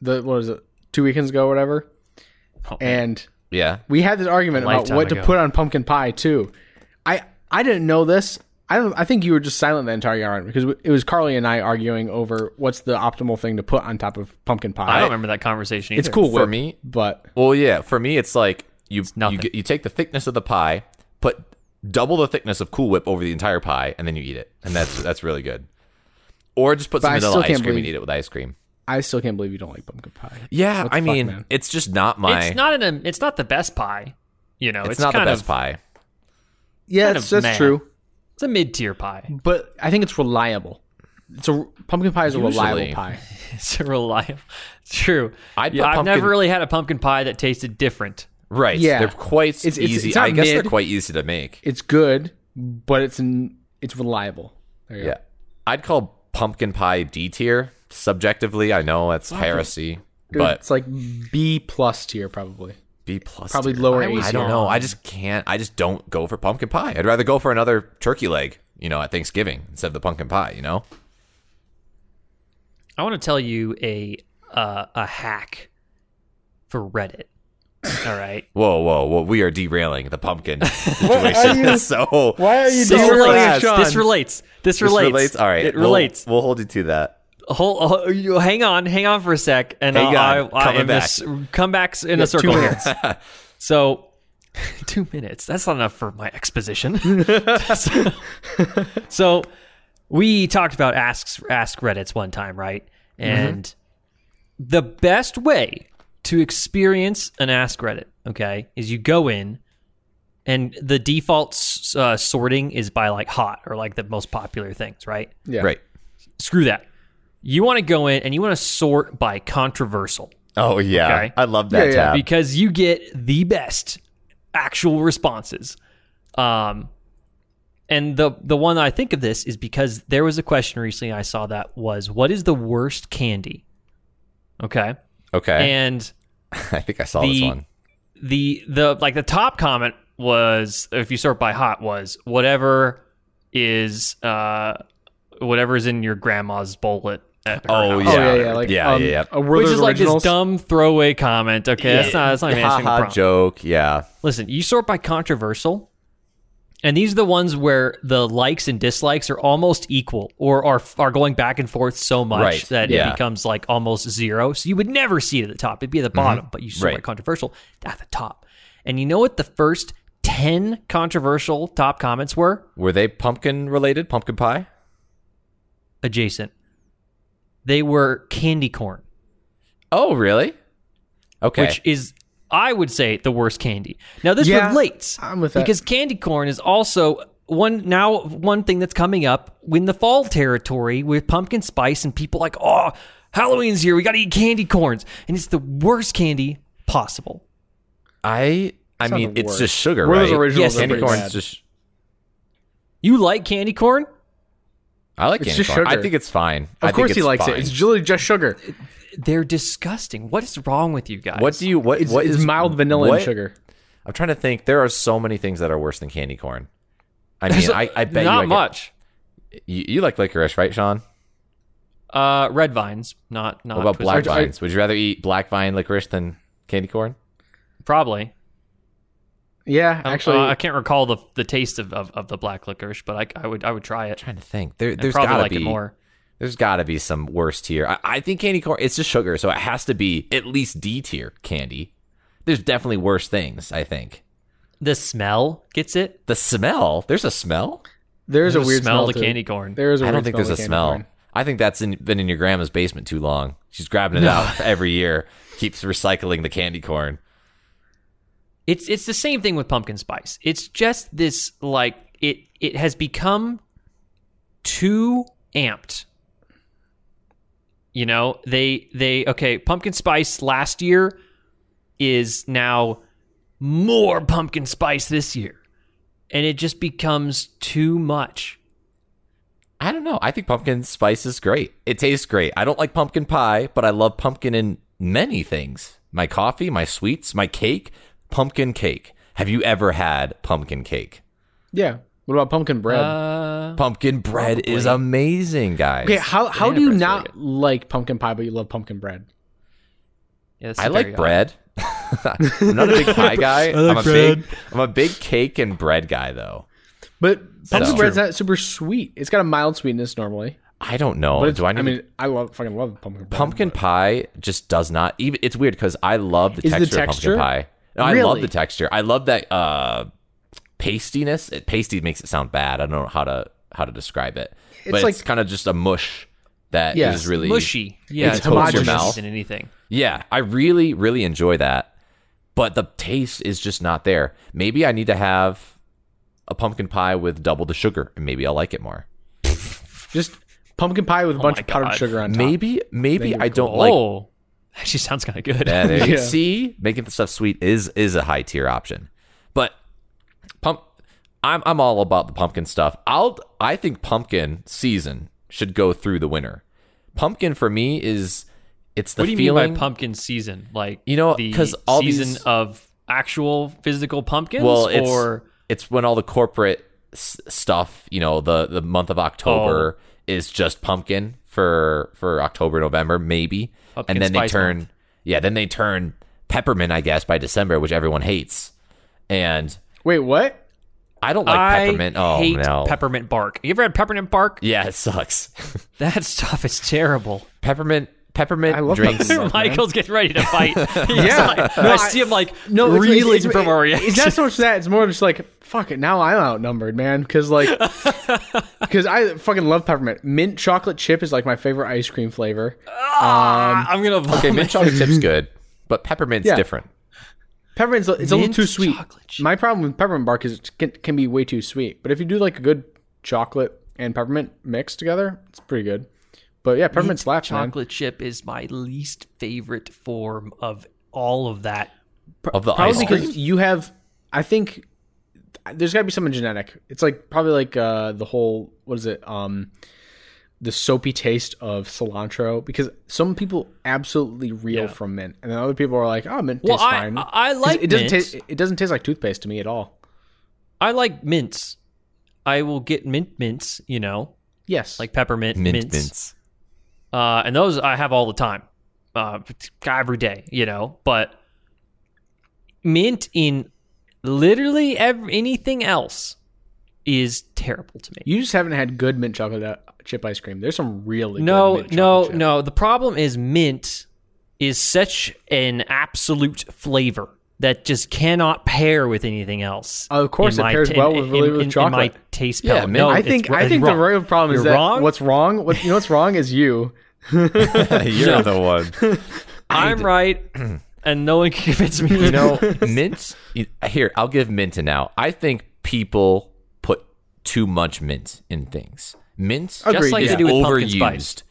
[SPEAKER 2] the what was it two weekends ago, whatever,
[SPEAKER 3] Oh, man.
[SPEAKER 2] and
[SPEAKER 1] yeah.
[SPEAKER 2] we had this argument about
[SPEAKER 3] lifetime
[SPEAKER 2] what
[SPEAKER 3] ago.
[SPEAKER 2] to put on pumpkin pie too. I I didn't know this. I don't. I think you were just silent the entire argument because it was Carly and I arguing over what's the optimal thing to put on top of pumpkin pie.
[SPEAKER 3] I don't remember that conversation. Either.
[SPEAKER 2] it's cool
[SPEAKER 1] For
[SPEAKER 2] whip,
[SPEAKER 1] me-
[SPEAKER 2] but
[SPEAKER 1] Well, yeah. For me, it's like you you
[SPEAKER 3] nothing.
[SPEAKER 1] get, you take the thickness of the pie, put double the thickness of Cool Whip over the entire pie, and then you eat it, and that's that's really good. Or just put
[SPEAKER 2] But
[SPEAKER 1] some
[SPEAKER 2] I
[SPEAKER 1] vanilla
[SPEAKER 2] still
[SPEAKER 1] ice
[SPEAKER 2] can't
[SPEAKER 1] cream and
[SPEAKER 2] believe-
[SPEAKER 1] eat it with ice cream.
[SPEAKER 2] I still can't believe you don't like pumpkin pie.
[SPEAKER 1] Yeah,
[SPEAKER 2] What the
[SPEAKER 1] I
[SPEAKER 2] fuck,
[SPEAKER 1] mean,
[SPEAKER 2] man?
[SPEAKER 1] it's just not my.
[SPEAKER 3] It's not an. It's not the best pie. You know,
[SPEAKER 1] it's
[SPEAKER 3] it's,
[SPEAKER 1] not the
[SPEAKER 3] kind
[SPEAKER 1] best
[SPEAKER 3] of,
[SPEAKER 1] pie.
[SPEAKER 2] Yeah,
[SPEAKER 3] Kind
[SPEAKER 2] that's,
[SPEAKER 3] of
[SPEAKER 2] that's
[SPEAKER 3] meh.
[SPEAKER 2] true.
[SPEAKER 3] It's a mid tier pie.
[SPEAKER 2] But I think it's reliable. It's a pumpkin pie is a
[SPEAKER 1] Usually.
[SPEAKER 2] reliable pie.
[SPEAKER 3] It's a reliable. It's true.
[SPEAKER 1] I'd
[SPEAKER 3] yeah,
[SPEAKER 1] put
[SPEAKER 3] I've
[SPEAKER 1] pumpkin-
[SPEAKER 3] never really had a pumpkin pie that tasted different.
[SPEAKER 1] Right.
[SPEAKER 2] Yeah.
[SPEAKER 1] They're quite
[SPEAKER 2] It's- it's-
[SPEAKER 1] easy.
[SPEAKER 2] it's not
[SPEAKER 1] I guess they're
[SPEAKER 2] mid.
[SPEAKER 1] quite easy to make.
[SPEAKER 2] It's good, but it's n- it's reliable. There you
[SPEAKER 1] Yeah. I'd call pumpkin pie D tier. Subjectively, I know that's heresy,
[SPEAKER 2] go.
[SPEAKER 1] but
[SPEAKER 2] it's like B plus tier probably.
[SPEAKER 1] B plus.
[SPEAKER 2] Probably
[SPEAKER 1] tier.
[SPEAKER 2] lower
[SPEAKER 1] I,
[SPEAKER 2] A
[SPEAKER 1] I don't
[SPEAKER 2] tier.
[SPEAKER 1] know. I just can't. I just don't go for pumpkin pie. I'd rather go for another turkey leg, you know, at Thanksgiving instead of the pumpkin pie. You know,
[SPEAKER 3] I want to tell you a uh, a hack for Reddit. All right.
[SPEAKER 1] whoa, whoa, whoa. We are derailing the pumpkin situation.
[SPEAKER 2] you-
[SPEAKER 1] so
[SPEAKER 2] Why are you
[SPEAKER 1] so
[SPEAKER 2] derailing it,
[SPEAKER 1] fast.
[SPEAKER 2] Sean?
[SPEAKER 3] This relates. This
[SPEAKER 1] This
[SPEAKER 3] relates.
[SPEAKER 1] relates. All right,
[SPEAKER 3] It
[SPEAKER 1] we'll-
[SPEAKER 3] relates.
[SPEAKER 1] We'll, hold you to that.
[SPEAKER 3] Hold, oh, you- hang on, hang on for a sec, and
[SPEAKER 1] Hang
[SPEAKER 3] I,
[SPEAKER 1] on.
[SPEAKER 3] I, I
[SPEAKER 1] Coming
[SPEAKER 3] am this come back in a
[SPEAKER 2] two
[SPEAKER 3] circle. here.
[SPEAKER 2] minutes.
[SPEAKER 3] So, two minutes. That's not enough for my exposition. so, so we talked about asks ask Reddit's one time, right? And the best way to experience an ask Reddit, okay, is you go in, and the default s- uh, sorting is by like hot or like the most popular things, right?
[SPEAKER 2] Yeah.
[SPEAKER 1] Right.
[SPEAKER 3] screw that. You want to go in and you want to sort by controversial.
[SPEAKER 4] Oh yeah,
[SPEAKER 3] Okay.
[SPEAKER 4] I love that
[SPEAKER 2] Yeah, yeah.
[SPEAKER 4] tab.
[SPEAKER 3] because you get the best actual responses. Um, and the the one I think of this is because there was a question recently I saw that was what is the worst candy? Okay,
[SPEAKER 1] Okay.
[SPEAKER 3] and
[SPEAKER 1] I think I saw this
[SPEAKER 3] the-
[SPEAKER 1] one.
[SPEAKER 3] the the like the top comment was if you sort by hot was whatever is uh whatever is in your grandma's bullet at her
[SPEAKER 4] Oh,
[SPEAKER 3] house.
[SPEAKER 2] Oh
[SPEAKER 4] Yeah.
[SPEAKER 2] yeah, yeah, like
[SPEAKER 4] Yeah,
[SPEAKER 2] um,
[SPEAKER 4] yeah, yeah.
[SPEAKER 2] A
[SPEAKER 3] Which
[SPEAKER 2] Werther's
[SPEAKER 3] is like
[SPEAKER 2] originals.
[SPEAKER 3] this dumb throwaway comment. Okay, that's not that's not even
[SPEAKER 1] Ha
[SPEAKER 3] answering the
[SPEAKER 1] ha
[SPEAKER 3] prompt.
[SPEAKER 1] joke. Yeah.
[SPEAKER 3] Listen, you sort by controversial, and these are the ones where the likes and dislikes are almost equal, or are are going back and forth so much
[SPEAKER 1] Right,
[SPEAKER 3] that
[SPEAKER 1] yeah.
[SPEAKER 3] it becomes like almost zero. So you would never see it at the top; it'd be at the bottom. But you sort by
[SPEAKER 1] Mm-hmm. Right.
[SPEAKER 3] controversial at the top, and you know what the first ten controversial top comments were
[SPEAKER 1] Were they pumpkin related? Pumpkin pie?
[SPEAKER 3] adjacent. They were candy corn,
[SPEAKER 1] Oh, really? Okay.
[SPEAKER 3] which is. I would say the worst candy. Now this
[SPEAKER 2] Yeah,
[SPEAKER 3] relates
[SPEAKER 2] I'm with that.
[SPEAKER 3] because candy corn is also one now one thing that's coming up in the fall territory with pumpkin spice and people like oh Halloween's here we got to eat candy corns and it's the worst candy possible.
[SPEAKER 1] I I
[SPEAKER 2] It's not
[SPEAKER 1] mean,
[SPEAKER 2] the
[SPEAKER 1] it's
[SPEAKER 2] worst.
[SPEAKER 1] just sugar,
[SPEAKER 2] Werther's
[SPEAKER 1] right?
[SPEAKER 2] originals
[SPEAKER 3] Yes,
[SPEAKER 2] are
[SPEAKER 1] Candy
[SPEAKER 2] pretty
[SPEAKER 1] corn's
[SPEAKER 2] bad.
[SPEAKER 1] just.
[SPEAKER 3] You like candy corn?
[SPEAKER 1] I like
[SPEAKER 2] It's
[SPEAKER 1] candy
[SPEAKER 2] just
[SPEAKER 1] corn. I
[SPEAKER 2] sugar.
[SPEAKER 1] think it's fine. I
[SPEAKER 2] Of
[SPEAKER 1] think
[SPEAKER 2] course he
[SPEAKER 1] it's
[SPEAKER 2] likes
[SPEAKER 1] fine.
[SPEAKER 2] it. It's really just sugar.
[SPEAKER 3] They're disgusting. What is wrong with you guys?
[SPEAKER 1] What do you what
[SPEAKER 2] It's,
[SPEAKER 1] what
[SPEAKER 2] it's
[SPEAKER 1] is
[SPEAKER 2] mild vanilla
[SPEAKER 1] what-
[SPEAKER 2] and sugar.
[SPEAKER 1] I'm trying to think. There are so many things that are worse than candy corn. I mean,
[SPEAKER 3] There's
[SPEAKER 1] I I bet
[SPEAKER 3] not
[SPEAKER 1] you I could-
[SPEAKER 3] much.
[SPEAKER 1] you, you like licorice, right, Sean?
[SPEAKER 3] Uh, red vines, not not
[SPEAKER 1] What about
[SPEAKER 3] twisted-
[SPEAKER 1] black
[SPEAKER 2] I- I-
[SPEAKER 1] vines? Would you rather eat black vine licorice than candy corn?
[SPEAKER 3] Probably.
[SPEAKER 2] Yeah,
[SPEAKER 3] I'm-
[SPEAKER 2] actually,
[SPEAKER 3] uh, I can't recall the the taste of, of, of the black licorice, but I, I would I would try it.
[SPEAKER 1] trying to think. There,
[SPEAKER 3] I
[SPEAKER 1] there's
[SPEAKER 3] probably
[SPEAKER 1] gotta
[SPEAKER 3] like
[SPEAKER 1] be
[SPEAKER 3] it more.
[SPEAKER 1] There's gotta be some worse tier. I, I think candy corn. It's just sugar, so it has to be at least D tier candy. There's definitely worse things. I think
[SPEAKER 3] The smell gets it.
[SPEAKER 1] the smell. There's a smell.
[SPEAKER 2] there's, a weird
[SPEAKER 3] smell to
[SPEAKER 2] smell, too.
[SPEAKER 3] candy corn.
[SPEAKER 2] There is a
[SPEAKER 1] I
[SPEAKER 2] weird
[SPEAKER 1] don't think there's
[SPEAKER 2] to
[SPEAKER 1] a
[SPEAKER 2] candy
[SPEAKER 1] smell.
[SPEAKER 2] corn.
[SPEAKER 1] I think that's in, been in your grandma's basement too long. She's grabbing it out every year. Keeps recycling the candy corn.
[SPEAKER 3] It's it's the same thing with pumpkin spice. It's just this like it it has become too amped. You know, they they okay, pumpkin spice last year is now more pumpkin spice this year. And it just becomes too much.
[SPEAKER 1] I don't know. I think pumpkin spice is great. It tastes great. I don't like pumpkin pie, but I love pumpkin in many things. My coffee, my sweets, my cake, pumpkin cake. Have you ever had pumpkin cake?
[SPEAKER 2] Yeah. What about pumpkin bread?
[SPEAKER 3] Uh
[SPEAKER 1] Pumpkin bread is amazing, guys.
[SPEAKER 2] okay, how how do you
[SPEAKER 1] bread's
[SPEAKER 2] not
[SPEAKER 1] really
[SPEAKER 2] like pumpkin pie but you love pumpkin bread?
[SPEAKER 3] yeah, that's
[SPEAKER 1] I
[SPEAKER 3] very
[SPEAKER 1] like
[SPEAKER 3] odd.
[SPEAKER 1] bread. I'm not a big pie guy. I'm a big I'm a big cake and bread guy though.
[SPEAKER 2] But pumpkin
[SPEAKER 1] true.
[SPEAKER 2] bread's not super sweet. It's got a mild sweetness normally.
[SPEAKER 1] I don't know.
[SPEAKER 2] But it's,
[SPEAKER 1] Uh, Do I need
[SPEAKER 2] I
[SPEAKER 1] to-
[SPEAKER 2] mean, I love fucking love pumpkin bread.
[SPEAKER 1] pumpkin pie just does not even it's weird because i love the
[SPEAKER 2] Is the
[SPEAKER 1] texture,
[SPEAKER 2] texture?
[SPEAKER 1] of pumpkin pie No, i love
[SPEAKER 2] Really?
[SPEAKER 1] the texture i love that uh pastiness it, pasty makes it sound bad i don't know how to how to describe it but
[SPEAKER 2] It's
[SPEAKER 1] it's
[SPEAKER 2] like-
[SPEAKER 1] kind of just a mush that is
[SPEAKER 2] Yeah.
[SPEAKER 1] really
[SPEAKER 3] mushy. Yeah,
[SPEAKER 2] It's
[SPEAKER 3] it's more
[SPEAKER 2] homogenous.
[SPEAKER 3] mushy than anything.
[SPEAKER 1] yeah i really really enjoy that but the taste is just not there maybe i need to have a pumpkin pie with double the sugar and maybe i'll like it more
[SPEAKER 2] Just pumpkin pie
[SPEAKER 1] Oh
[SPEAKER 2] with a bunch
[SPEAKER 3] my
[SPEAKER 2] of powdered
[SPEAKER 3] God.
[SPEAKER 2] sugar on top.
[SPEAKER 1] maybe maybe
[SPEAKER 2] Then
[SPEAKER 1] i
[SPEAKER 2] you're
[SPEAKER 1] don't like
[SPEAKER 3] Oh. Actually sounds kind of good.
[SPEAKER 1] Yeah, there you
[SPEAKER 2] Yeah.
[SPEAKER 1] see, making the stuff sweet is is a high tier option, but pump. I'm I'm all about the pumpkin stuff. I'll I think pumpkin season should go through the winter. Pumpkin for me is it's the
[SPEAKER 3] what do you
[SPEAKER 1] feeling.
[SPEAKER 3] mean by pumpkin season? Like
[SPEAKER 1] You know,
[SPEAKER 3] the
[SPEAKER 1] 'cause all
[SPEAKER 3] season
[SPEAKER 1] these-
[SPEAKER 3] of actual physical pumpkins,
[SPEAKER 1] well, it's
[SPEAKER 3] or
[SPEAKER 1] it's when all the corporate s- stuff, you know, the the month of
[SPEAKER 3] Oh.
[SPEAKER 1] October is just pumpkin for for October November maybe,
[SPEAKER 3] Pumpkin
[SPEAKER 1] and then they
[SPEAKER 3] spice
[SPEAKER 1] turn
[SPEAKER 3] month.
[SPEAKER 1] yeah then they turn peppermint I guess by December, which everyone hates, and
[SPEAKER 2] Wait, what?
[SPEAKER 1] I don't like
[SPEAKER 3] I
[SPEAKER 1] peppermint. Oh
[SPEAKER 3] hate
[SPEAKER 1] no.
[SPEAKER 3] peppermint bark. You ever had peppermint bark?
[SPEAKER 1] yeah, it sucks.
[SPEAKER 3] That stuff is terrible.
[SPEAKER 1] peppermint peppermint
[SPEAKER 2] I love
[SPEAKER 1] drinks.
[SPEAKER 2] peppermint. man.
[SPEAKER 3] Michael's getting ready to fight. yeah,
[SPEAKER 2] Yeah.
[SPEAKER 3] like,
[SPEAKER 2] No,
[SPEAKER 3] I
[SPEAKER 2] I-
[SPEAKER 3] see him like
[SPEAKER 2] No, it's-
[SPEAKER 3] reeling
[SPEAKER 2] it's-
[SPEAKER 3] from our
[SPEAKER 2] it's-
[SPEAKER 3] reaction.
[SPEAKER 2] It's not so much that. It's more just like fuck it. Now I'm outnumbered, man. Because like, because I fucking love peppermint. Mint chocolate chip is like my favorite ice cream flavor.
[SPEAKER 3] Ah, I'm gonna vomit.
[SPEAKER 1] okay, mint chocolate chip's good, but peppermint's
[SPEAKER 2] Yeah.
[SPEAKER 1] different.
[SPEAKER 2] Peppermint's it's a little
[SPEAKER 3] Mint
[SPEAKER 2] too sweet.
[SPEAKER 3] chocolate chip.
[SPEAKER 2] My problem with peppermint bark is it can, can be way too sweet. But if you do like a good chocolate and peppermint mix together, it's pretty good. But yeah, peppermint slaps, man.
[SPEAKER 3] Chocolate chip is my least favorite form of all of that.
[SPEAKER 1] Of the ice
[SPEAKER 2] probably
[SPEAKER 1] cream.
[SPEAKER 2] because you have i think there's got to be something genetic it's like probably like uh the whole what is it um the soapy taste of cilantro because some people absolutely reel
[SPEAKER 3] Yeah.
[SPEAKER 2] from mint and then other people are like oh mint
[SPEAKER 3] Well,
[SPEAKER 2] tastes
[SPEAKER 3] I-
[SPEAKER 2] fine
[SPEAKER 3] I- I
[SPEAKER 2] 'Cause
[SPEAKER 3] like
[SPEAKER 2] it
[SPEAKER 3] mint.
[SPEAKER 2] doesn't taste it doesn't taste like toothpaste to me at all
[SPEAKER 3] I like mints. I will get mint mints, you know,
[SPEAKER 2] yes
[SPEAKER 3] like peppermint
[SPEAKER 1] mint
[SPEAKER 3] mints.
[SPEAKER 1] mints.
[SPEAKER 3] Uh, and those I have all the time, uh, every day, you know. But mint in literally ev anything else is terrible to me.
[SPEAKER 2] you just haven't had good mint chocolate uh, chip ice cream there's some really
[SPEAKER 3] no,
[SPEAKER 2] good mint
[SPEAKER 3] no,
[SPEAKER 2] chocolate chip.
[SPEAKER 3] no. The problem is mint is such an absolute flavor that just cannot pair with anything else.
[SPEAKER 2] Of course
[SPEAKER 3] in
[SPEAKER 2] it
[SPEAKER 3] my
[SPEAKER 2] pairs
[SPEAKER 3] ta-
[SPEAKER 2] well
[SPEAKER 3] in-
[SPEAKER 2] with-
[SPEAKER 3] in-
[SPEAKER 2] really with
[SPEAKER 3] in- in my
[SPEAKER 2] chocolate.
[SPEAKER 3] taste
[SPEAKER 1] Yeah,
[SPEAKER 3] palette.
[SPEAKER 1] mint-
[SPEAKER 3] No,
[SPEAKER 2] I
[SPEAKER 3] it's-
[SPEAKER 2] think I
[SPEAKER 3] it's
[SPEAKER 2] think
[SPEAKER 3] wrong.
[SPEAKER 2] the real problem is
[SPEAKER 3] You're
[SPEAKER 2] that
[SPEAKER 3] wrong.
[SPEAKER 2] what's wrong. What you know what's wrong is you.
[SPEAKER 1] You're the one.
[SPEAKER 3] I'm right, and no one can convince me.
[SPEAKER 1] You know, mint. Here, I'll give mint an out. I think people put too much mint in things. Mint
[SPEAKER 2] Agreed,
[SPEAKER 3] just like
[SPEAKER 1] is
[SPEAKER 2] yeah.
[SPEAKER 3] they do with pumpkin spice.
[SPEAKER 1] overused.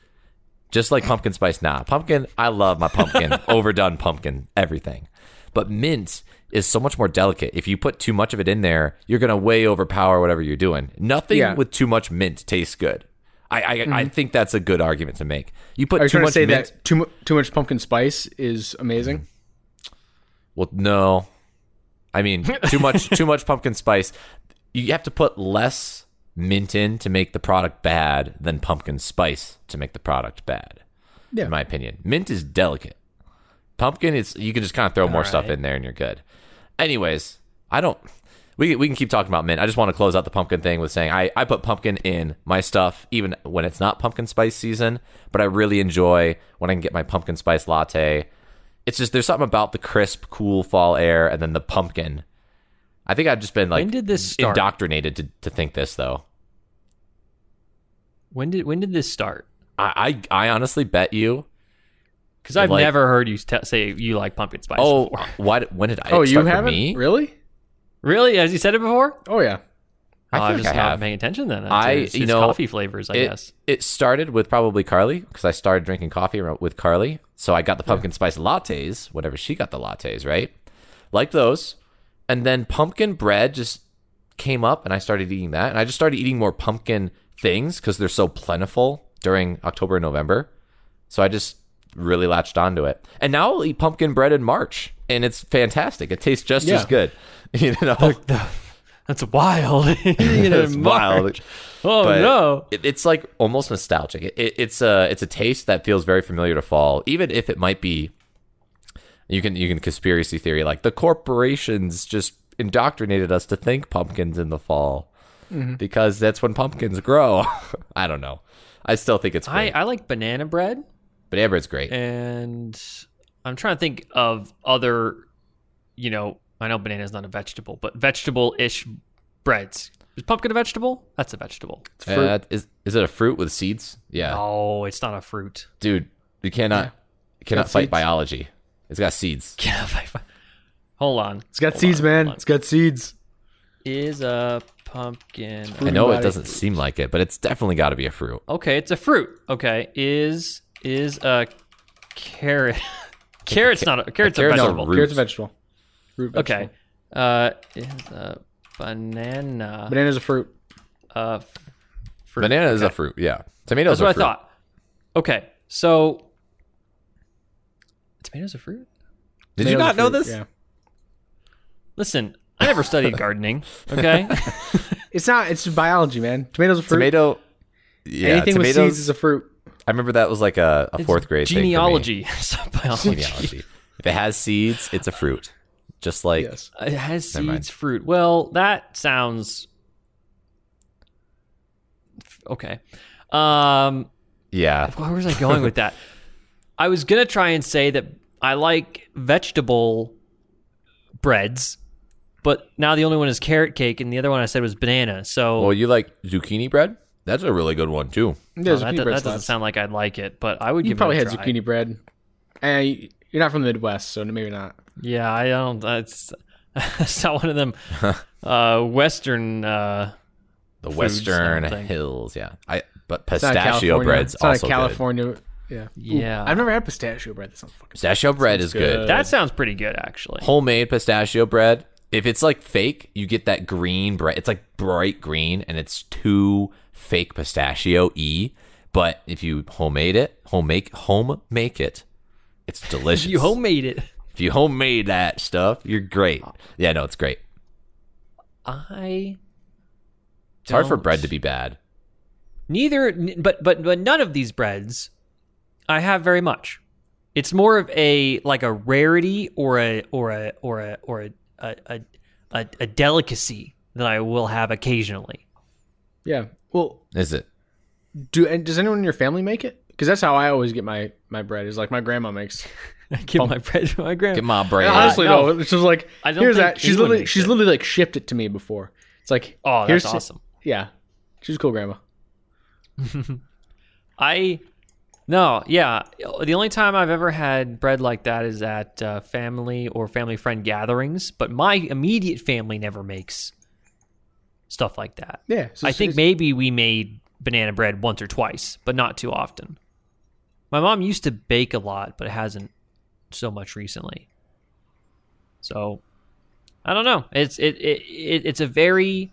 [SPEAKER 1] Just like pumpkin spice now. Pumpkin, I love my pumpkin. Overdone pumpkin, everything. But mint is so much more delicate. If you put too much of it in there, you're going to way overpower whatever you're doing. Nothing
[SPEAKER 2] Yeah. Mm-hmm.
[SPEAKER 1] with too much mint tastes good. I, I, I think that's a good argument to make. You put
[SPEAKER 2] Are you
[SPEAKER 1] too
[SPEAKER 2] trying to
[SPEAKER 1] much
[SPEAKER 2] say
[SPEAKER 1] mint. Mm-hmm.
[SPEAKER 2] that too, mu- too much pumpkin spice is amazing?
[SPEAKER 1] Well, no. I mean, too much too much pumpkin spice. You have to put less mint in to make the product bad than pumpkin spice to make the product bad.
[SPEAKER 2] Yeah.
[SPEAKER 1] In my opinion, mint is delicate. Pumpkin is you can just kind of throw more stuff in there and you're good. Anyways, I don't we, we can keep talking about mint. I just want to close out the pumpkin thing with saying I, I put pumpkin in my stuff even when it's not pumpkin spice season, but I really enjoy when I can get my pumpkin spice latte it's just there's something about the crisp, cool fall air and then the pumpkin. I think I've just been like
[SPEAKER 3] When did this start?
[SPEAKER 1] indoctrinated to, to think this though.
[SPEAKER 3] When did when did this start?
[SPEAKER 1] I I, I honestly bet you.
[SPEAKER 3] Because I've
[SPEAKER 1] Like-
[SPEAKER 3] never heard you t- say you like pumpkin spice.
[SPEAKER 1] Oh,
[SPEAKER 3] before.
[SPEAKER 1] why? did- When did I?
[SPEAKER 2] Oh,
[SPEAKER 1] it
[SPEAKER 2] you
[SPEAKER 1] start for
[SPEAKER 2] haven't
[SPEAKER 1] me?
[SPEAKER 2] really?
[SPEAKER 3] really? Has you said it before?
[SPEAKER 2] Oh yeah.
[SPEAKER 1] I
[SPEAKER 3] Oh, I'm
[SPEAKER 1] feel like
[SPEAKER 3] just
[SPEAKER 1] I
[SPEAKER 3] not
[SPEAKER 1] have.
[SPEAKER 3] paying attention then.
[SPEAKER 1] I-
[SPEAKER 3] It's
[SPEAKER 1] you
[SPEAKER 3] just
[SPEAKER 1] know,
[SPEAKER 3] coffee flavors, I
[SPEAKER 1] it,
[SPEAKER 3] guess.
[SPEAKER 1] It started with probably Carly because I started drinking coffee ro- with Carly. So I got the pumpkin spice lattes, whatever she got the lattes, right? Like those. And then pumpkin bread just came up and I started eating that. And I just started eating more pumpkin things because they're so plentiful during October and November. So I just really latched onto it. And now I'll eat pumpkin bread in March and it's fantastic. It tastes just as
[SPEAKER 2] Yeah.
[SPEAKER 1] good. You know,
[SPEAKER 3] That's wild. you know,
[SPEAKER 1] it's wild.
[SPEAKER 3] Oh
[SPEAKER 1] but
[SPEAKER 3] no.
[SPEAKER 1] it- it's like almost nostalgic. It, it- it's a it's a taste that feels very familiar to fall, even if it might be. You can you can conspiracy theory like the corporations just indoctrinated us to think pumpkins in the fall
[SPEAKER 3] Mm-hmm.
[SPEAKER 1] because that's when pumpkins grow. I don't know. I still think it's
[SPEAKER 3] I,
[SPEAKER 1] great,
[SPEAKER 3] I like banana bread,
[SPEAKER 1] but Amber, it's great.
[SPEAKER 3] and I'm trying to think of other. You know, I know banana is not a vegetable, but vegetable-ish breads. Is pumpkin a vegetable? That's a vegetable.
[SPEAKER 2] It's fruit.
[SPEAKER 1] Uh, is is it a fruit with seeds? Yeah,
[SPEAKER 3] Oh, it's not a fruit.
[SPEAKER 1] dude, you cannot you cannot
[SPEAKER 2] Got
[SPEAKER 1] fight
[SPEAKER 2] seeds.
[SPEAKER 1] biology. It's got seeds.
[SPEAKER 3] Hold on.
[SPEAKER 2] it's got
[SPEAKER 3] Hold
[SPEAKER 2] seeds,
[SPEAKER 3] on,
[SPEAKER 2] man.
[SPEAKER 3] hold on.
[SPEAKER 2] It's got seeds.
[SPEAKER 3] Is a pumpkin.
[SPEAKER 1] I
[SPEAKER 2] Fruit
[SPEAKER 1] know it
[SPEAKER 2] body.
[SPEAKER 1] doesn't seem like it, but it's definitely got to be a fruit.
[SPEAKER 3] Okay, it's a fruit. Okay, is is a carrot? Carrot's not a carrot's a
[SPEAKER 1] carrot's a
[SPEAKER 3] vegetable.
[SPEAKER 1] root.
[SPEAKER 2] Here's a vegetable. Root vegetable.
[SPEAKER 3] Okay, uh, is a banana
[SPEAKER 2] Banana's a fruit.
[SPEAKER 3] uh, f- fruit?
[SPEAKER 1] Banana is a fruit. Yeah, tomatoes
[SPEAKER 3] That's
[SPEAKER 1] are
[SPEAKER 3] what I
[SPEAKER 1] fruit.
[SPEAKER 3] thought. Okay, so tomatoes a fruit?
[SPEAKER 1] Did you
[SPEAKER 2] Banana's
[SPEAKER 1] not
[SPEAKER 2] a
[SPEAKER 1] know
[SPEAKER 2] fruit,
[SPEAKER 1] this?
[SPEAKER 2] Yeah.
[SPEAKER 3] Listen, I never studied gardening. Okay,
[SPEAKER 2] It's not. It's just biology, man. Tomatoes a fruit.
[SPEAKER 1] Tomato. Yeah,
[SPEAKER 2] Anything
[SPEAKER 1] tomatoes.
[SPEAKER 2] with seeds is a fruit.
[SPEAKER 1] I remember that was like a, a
[SPEAKER 3] It's
[SPEAKER 1] fourth grade thing for me.
[SPEAKER 3] genealogy, It's not biology.
[SPEAKER 1] Genealogy. if it has seeds, it's a fruit. Just like
[SPEAKER 2] Yes.
[SPEAKER 3] It has
[SPEAKER 1] Never mind.
[SPEAKER 3] seeds, fruit. Well, that sounds okay. Um,
[SPEAKER 1] yeah,
[SPEAKER 3] where was I going with that? I was gonna try and say that I like vegetable breads, but now the only one is carrot cake, and the other one I said was banana. So
[SPEAKER 1] Well, you like zucchini bread? That's a really good one too.
[SPEAKER 3] oh,
[SPEAKER 2] There's
[SPEAKER 3] that,
[SPEAKER 2] zucchini
[SPEAKER 3] that
[SPEAKER 2] bread
[SPEAKER 3] doesn't
[SPEAKER 2] slaps.
[SPEAKER 3] sound like I'd like it, but I would
[SPEAKER 2] You
[SPEAKER 3] give
[SPEAKER 2] probably
[SPEAKER 3] it a
[SPEAKER 2] had
[SPEAKER 3] try.
[SPEAKER 2] zucchini bread. And you're not from the Midwest, so maybe not.
[SPEAKER 3] Yeah, I don't. That's that's not one of them uh, Western. Uh,
[SPEAKER 1] The
[SPEAKER 3] Foods, I
[SPEAKER 1] Western
[SPEAKER 3] don't think.
[SPEAKER 1] Hills. Yeah, I But
[SPEAKER 2] It's not
[SPEAKER 1] pistachio
[SPEAKER 2] California.
[SPEAKER 1] bread's
[SPEAKER 2] it's not a
[SPEAKER 1] also good.
[SPEAKER 2] California. Yeah.
[SPEAKER 3] Yeah.
[SPEAKER 2] I've never had pistachio bread. That sounds fucking.
[SPEAKER 1] Pistachio bread is good.
[SPEAKER 2] good.
[SPEAKER 3] That sounds pretty good, actually.
[SPEAKER 1] Homemade pistachio bread. If it's like fake, you get that green bread. It's like bright green, and it's too fake pistachio e. But if you homemade it, home make home make it, it's delicious.
[SPEAKER 3] you homemade it.
[SPEAKER 1] if you homemade that stuff, you're great.
[SPEAKER 2] Oh.
[SPEAKER 1] Yeah, no, it's great.
[SPEAKER 3] I.
[SPEAKER 1] It's hard for
[SPEAKER 3] don't-
[SPEAKER 1] bread to be bad.
[SPEAKER 3] Neither, n- but but but none of these breads, I have very much. It's more of a like a rarity or a or a or a or a a, a, a, a delicacy that I will have occasionally.
[SPEAKER 2] Yeah. Well,
[SPEAKER 1] Is it?
[SPEAKER 2] do and does anyone in your family make it? Because that's how I always get my my bread. Is like my grandma makes.
[SPEAKER 3] I give my bread to my grandma.
[SPEAKER 1] Get my bread.
[SPEAKER 2] And honestly,
[SPEAKER 3] no.
[SPEAKER 2] though, it's just like
[SPEAKER 3] I don't
[SPEAKER 2] here's
[SPEAKER 3] think
[SPEAKER 2] that. She's
[SPEAKER 3] anyone
[SPEAKER 2] literally
[SPEAKER 3] makes
[SPEAKER 2] she's
[SPEAKER 3] it.
[SPEAKER 2] literally like shipped it to me before. It's like
[SPEAKER 3] oh,
[SPEAKER 2] here's
[SPEAKER 3] that's awesome.
[SPEAKER 2] Yeah, she's a cool grandma.
[SPEAKER 3] I no, yeah. The only time I've ever had bread like that is at uh, family or family friend gatherings, but my immediate family never makes stuff like that.
[SPEAKER 2] Yeah, so
[SPEAKER 3] I
[SPEAKER 2] it's-
[SPEAKER 3] think
[SPEAKER 2] it's-
[SPEAKER 3] maybe we made banana bread once or twice, but not too often. My mom used to bake a lot, but hasn't so much recently. So I don't know. It's it, it, it it's a very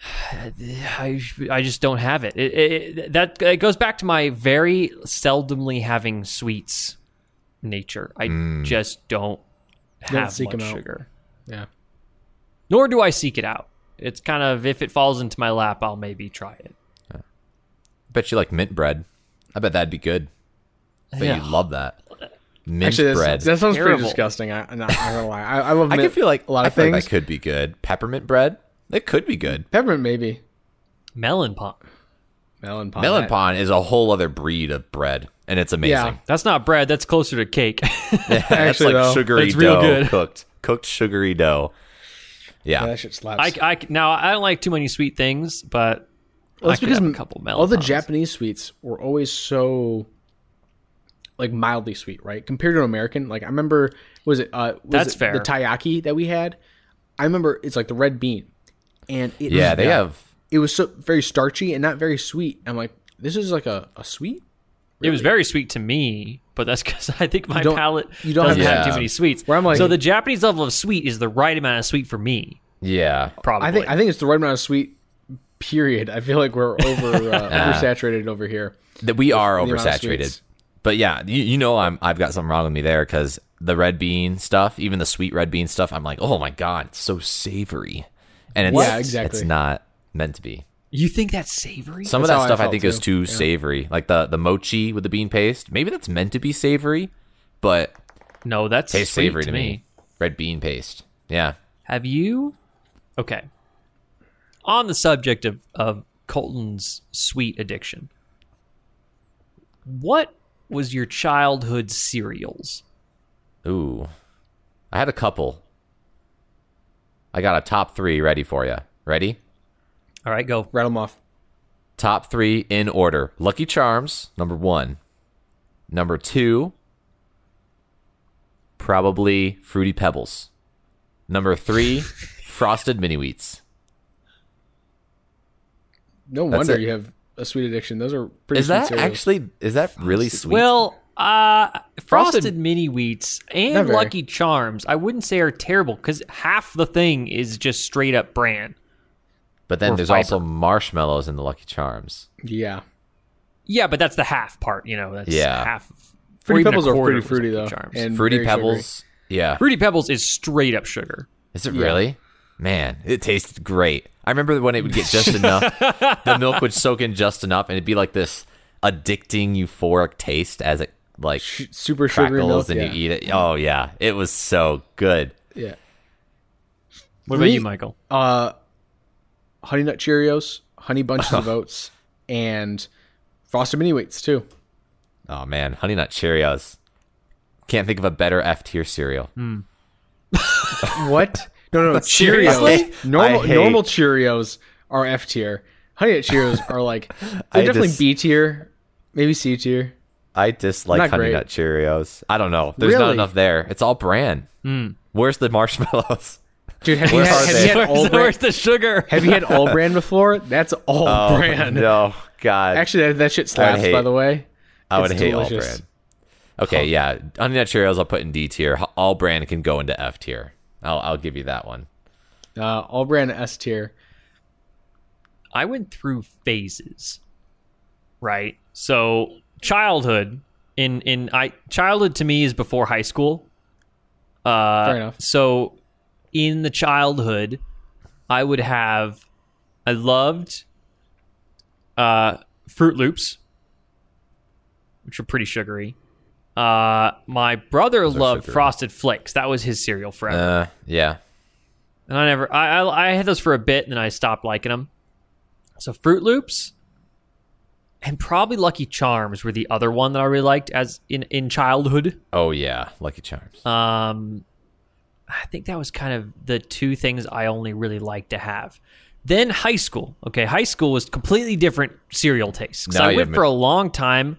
[SPEAKER 3] I, I just don't have it. It, it, it- that it goes back to my very seldomly having sweets nature. I just don't
[SPEAKER 2] Mm. Don't
[SPEAKER 3] have
[SPEAKER 2] seek 'em
[SPEAKER 3] much
[SPEAKER 2] out.
[SPEAKER 3] sugar
[SPEAKER 2] yeah.
[SPEAKER 3] nor do I seek it out. It's kind of if it falls into my lap, I'll maybe try it.
[SPEAKER 1] bet you like mint bread. I bet that'd be good. I bet
[SPEAKER 3] Yeah.
[SPEAKER 1] you'd love that. Mint
[SPEAKER 2] Actually, that's,
[SPEAKER 1] bread.
[SPEAKER 2] that sounds
[SPEAKER 3] Terrible.
[SPEAKER 2] pretty disgusting. I, I'm not I'm not gonna lie. I, I love.
[SPEAKER 1] I
[SPEAKER 2] mint-
[SPEAKER 1] could feel like
[SPEAKER 2] a lot
[SPEAKER 1] I
[SPEAKER 2] of
[SPEAKER 1] feel like
[SPEAKER 2] things.
[SPEAKER 1] that could be good. Peppermint bread. It could be good.
[SPEAKER 2] Peppermint maybe.
[SPEAKER 3] Melon pop.
[SPEAKER 2] Melon pie.
[SPEAKER 1] Melon
[SPEAKER 2] That-
[SPEAKER 1] pond is a whole other breed of bread, and it's
[SPEAKER 2] Yeah.
[SPEAKER 1] amazing.
[SPEAKER 3] That's not bread. That's closer to cake.
[SPEAKER 1] That's
[SPEAKER 2] Actually,
[SPEAKER 1] like
[SPEAKER 2] though,
[SPEAKER 1] sugary
[SPEAKER 3] that's real
[SPEAKER 1] dough
[SPEAKER 3] good.
[SPEAKER 1] cooked, cooked sugary dough. Yeah,
[SPEAKER 2] Yeah, that shit slaps.
[SPEAKER 3] I, I now I don't like too many sweet things, but
[SPEAKER 2] Well,
[SPEAKER 3] I
[SPEAKER 2] it's
[SPEAKER 3] could
[SPEAKER 2] because
[SPEAKER 3] have a
[SPEAKER 2] m-
[SPEAKER 3] couple melon
[SPEAKER 2] all the
[SPEAKER 3] pies.
[SPEAKER 2] Japanese sweets were always so like mildly sweet, right? Compared to an American, like I remember, was it uh, was
[SPEAKER 3] That's
[SPEAKER 2] it
[SPEAKER 3] fair.
[SPEAKER 2] The taiyaki that we had, I remember it's like the red bean, and it
[SPEAKER 1] yeah, they have.
[SPEAKER 2] it was so very starchy and not very sweet. I'm like, this is like a, a sweet.
[SPEAKER 3] it was very sweet to me. But that's because I think my
[SPEAKER 2] don't-
[SPEAKER 3] palate
[SPEAKER 2] you don't
[SPEAKER 3] doesn't
[SPEAKER 1] have-
[SPEAKER 3] have,
[SPEAKER 1] Yeah.
[SPEAKER 3] too many sweets.
[SPEAKER 2] Where I'm like-
[SPEAKER 3] so the Japanese level of sweet is the right amount of sweet for me.
[SPEAKER 1] Yeah,
[SPEAKER 3] Probably.
[SPEAKER 2] I think I think it's the right amount of sweet. Period. I feel like we're over uh, oversaturated over here.
[SPEAKER 1] that we are
[SPEAKER 2] the amount of
[SPEAKER 1] oversaturated.
[SPEAKER 2] sweets.
[SPEAKER 1] But yeah, you, you know I'm I've got something wrong with me there because the red bean stuff, even the sweet red bean stuff, I'm like, oh my god, it's so savory, and it's
[SPEAKER 2] Yeah, exactly.
[SPEAKER 1] it's not meant to be.
[SPEAKER 3] you think that's savory.
[SPEAKER 1] Some of
[SPEAKER 2] That's
[SPEAKER 1] that
[SPEAKER 2] how I
[SPEAKER 1] stuff I,
[SPEAKER 2] felt
[SPEAKER 1] think is too
[SPEAKER 2] too.
[SPEAKER 1] savory, like the the mochi with the bean paste. Maybe that's meant to be savory, but
[SPEAKER 3] no, that's
[SPEAKER 1] tastes
[SPEAKER 3] sweet
[SPEAKER 1] savory to me. Red bean paste. Yeah,
[SPEAKER 3] Have you? Okay. On the subject of, of Colton's sweet addiction, what was your childhood cereals?
[SPEAKER 1] Ooh. I had a couple. I got a top three ready for you. Ready?
[SPEAKER 3] All right, go.
[SPEAKER 2] Rattle 'em off.
[SPEAKER 1] Top three in order Lucky Charms, number one. Number two, probably Fruity Pebbles. Number three, Frosted Mini Wheats.
[SPEAKER 2] No
[SPEAKER 1] That's
[SPEAKER 2] wonder
[SPEAKER 1] it.
[SPEAKER 2] you have a sweet addiction. Those are pretty.
[SPEAKER 1] Is
[SPEAKER 2] sweet
[SPEAKER 1] that
[SPEAKER 2] cereals.
[SPEAKER 1] actually, is that really sweet?
[SPEAKER 3] Well, uh, frosted,
[SPEAKER 1] Frosted-
[SPEAKER 3] mini wheats
[SPEAKER 2] Not
[SPEAKER 3] and
[SPEAKER 2] very.
[SPEAKER 3] Lucky Charms, I wouldn't say are terrible because half the thing is just straight up bran.
[SPEAKER 1] but then
[SPEAKER 3] or
[SPEAKER 1] there's
[SPEAKER 3] fiber.
[SPEAKER 1] also marshmallows in the Lucky Charms.
[SPEAKER 2] Yeah.
[SPEAKER 3] Yeah, but that's the half part. You know, that's
[SPEAKER 1] Yeah.
[SPEAKER 3] half. or
[SPEAKER 2] Fruity
[SPEAKER 3] even a
[SPEAKER 2] Pebbles are
[SPEAKER 3] quarter
[SPEAKER 2] pretty
[SPEAKER 3] was
[SPEAKER 2] fruity though,
[SPEAKER 3] Lucky Charms.
[SPEAKER 2] and
[SPEAKER 1] Fruity
[SPEAKER 2] very sugary.
[SPEAKER 1] Pebbles. Yeah.
[SPEAKER 3] Fruity Pebbles is straight up sugar.
[SPEAKER 1] Is it really? Man, it tasted great. I remember when it would get just enough. The milk would soak in just enough, and it'd be like this addicting, euphoric taste as it like
[SPEAKER 2] super sugary milk.
[SPEAKER 1] crackles and
[SPEAKER 2] Yeah.
[SPEAKER 1] you eat it. Oh yeah, it was so good.
[SPEAKER 2] yeah.
[SPEAKER 3] What
[SPEAKER 2] Me-
[SPEAKER 3] about you, Michael?
[SPEAKER 2] Uh, honey nut Cheerios, honey bunches of oats, and frosted mini wheats too.
[SPEAKER 1] Oh man, Honey Nut Cheerios. Can't think of a better F tier cereal.
[SPEAKER 2] Hmm. What? No, no, no
[SPEAKER 1] Seriously?
[SPEAKER 2] Cheerios. Normal
[SPEAKER 1] I hate-
[SPEAKER 2] normal Cheerios are F tier. Honey nut Cheerios are like
[SPEAKER 1] I
[SPEAKER 2] they're definitely
[SPEAKER 1] just-
[SPEAKER 2] B tier, maybe C tier.
[SPEAKER 1] I dislike
[SPEAKER 2] Not
[SPEAKER 1] Honey
[SPEAKER 2] great.
[SPEAKER 1] Nut Cheerios. I don't know. There's not
[SPEAKER 2] Really? Hmm.
[SPEAKER 1] enough there. It's all bran. Where's the marshmallows?
[SPEAKER 2] Dude, have you
[SPEAKER 1] Where
[SPEAKER 2] had,
[SPEAKER 1] are
[SPEAKER 2] have
[SPEAKER 1] they?
[SPEAKER 2] you had
[SPEAKER 3] Where's,
[SPEAKER 2] all
[SPEAKER 3] the- where's the
[SPEAKER 2] brand?
[SPEAKER 3] sugar?
[SPEAKER 2] Have you had all brand before? That's all
[SPEAKER 1] Oh,
[SPEAKER 2] brand.
[SPEAKER 1] No, God.
[SPEAKER 2] Actually, that, that shit slaps.
[SPEAKER 1] hate-
[SPEAKER 2] by the way,
[SPEAKER 1] I would
[SPEAKER 2] it's
[SPEAKER 1] hate all
[SPEAKER 2] delicious.
[SPEAKER 1] brand. Okay, yeah, Honey Nut Cheerios I'll put in D tier. H- All brand can go into F tier. I'll I'll give you that one.
[SPEAKER 2] uh, all brand S tier.
[SPEAKER 3] I went through phases, right? So childhood in in I childhood to me is before high school. Uh,
[SPEAKER 2] Fair enough.
[SPEAKER 3] So in the childhood, I would have I loved uh, Fruit Loops, which are pretty sugary. Uh, my brother
[SPEAKER 1] are
[SPEAKER 3] loved
[SPEAKER 1] sugary.
[SPEAKER 3] Frosted Flakes. That was his cereal forever.
[SPEAKER 1] Uh, yeah.
[SPEAKER 3] And I never, I, I, I had those for a bit, and then I stopped liking them. So Fruit Loops, and probably Lucky Charms were the other one that I really liked as in in childhood.
[SPEAKER 1] Oh yeah, Lucky Charms.
[SPEAKER 2] Uh,
[SPEAKER 3] Um, I think that was kind of the two things I only really liked to have. Then high school, okay, high school was completely different cereal tastes. 'Cause
[SPEAKER 1] Now
[SPEAKER 3] I
[SPEAKER 1] you
[SPEAKER 3] went
[SPEAKER 1] have
[SPEAKER 3] for
[SPEAKER 1] mi-
[SPEAKER 3] a long time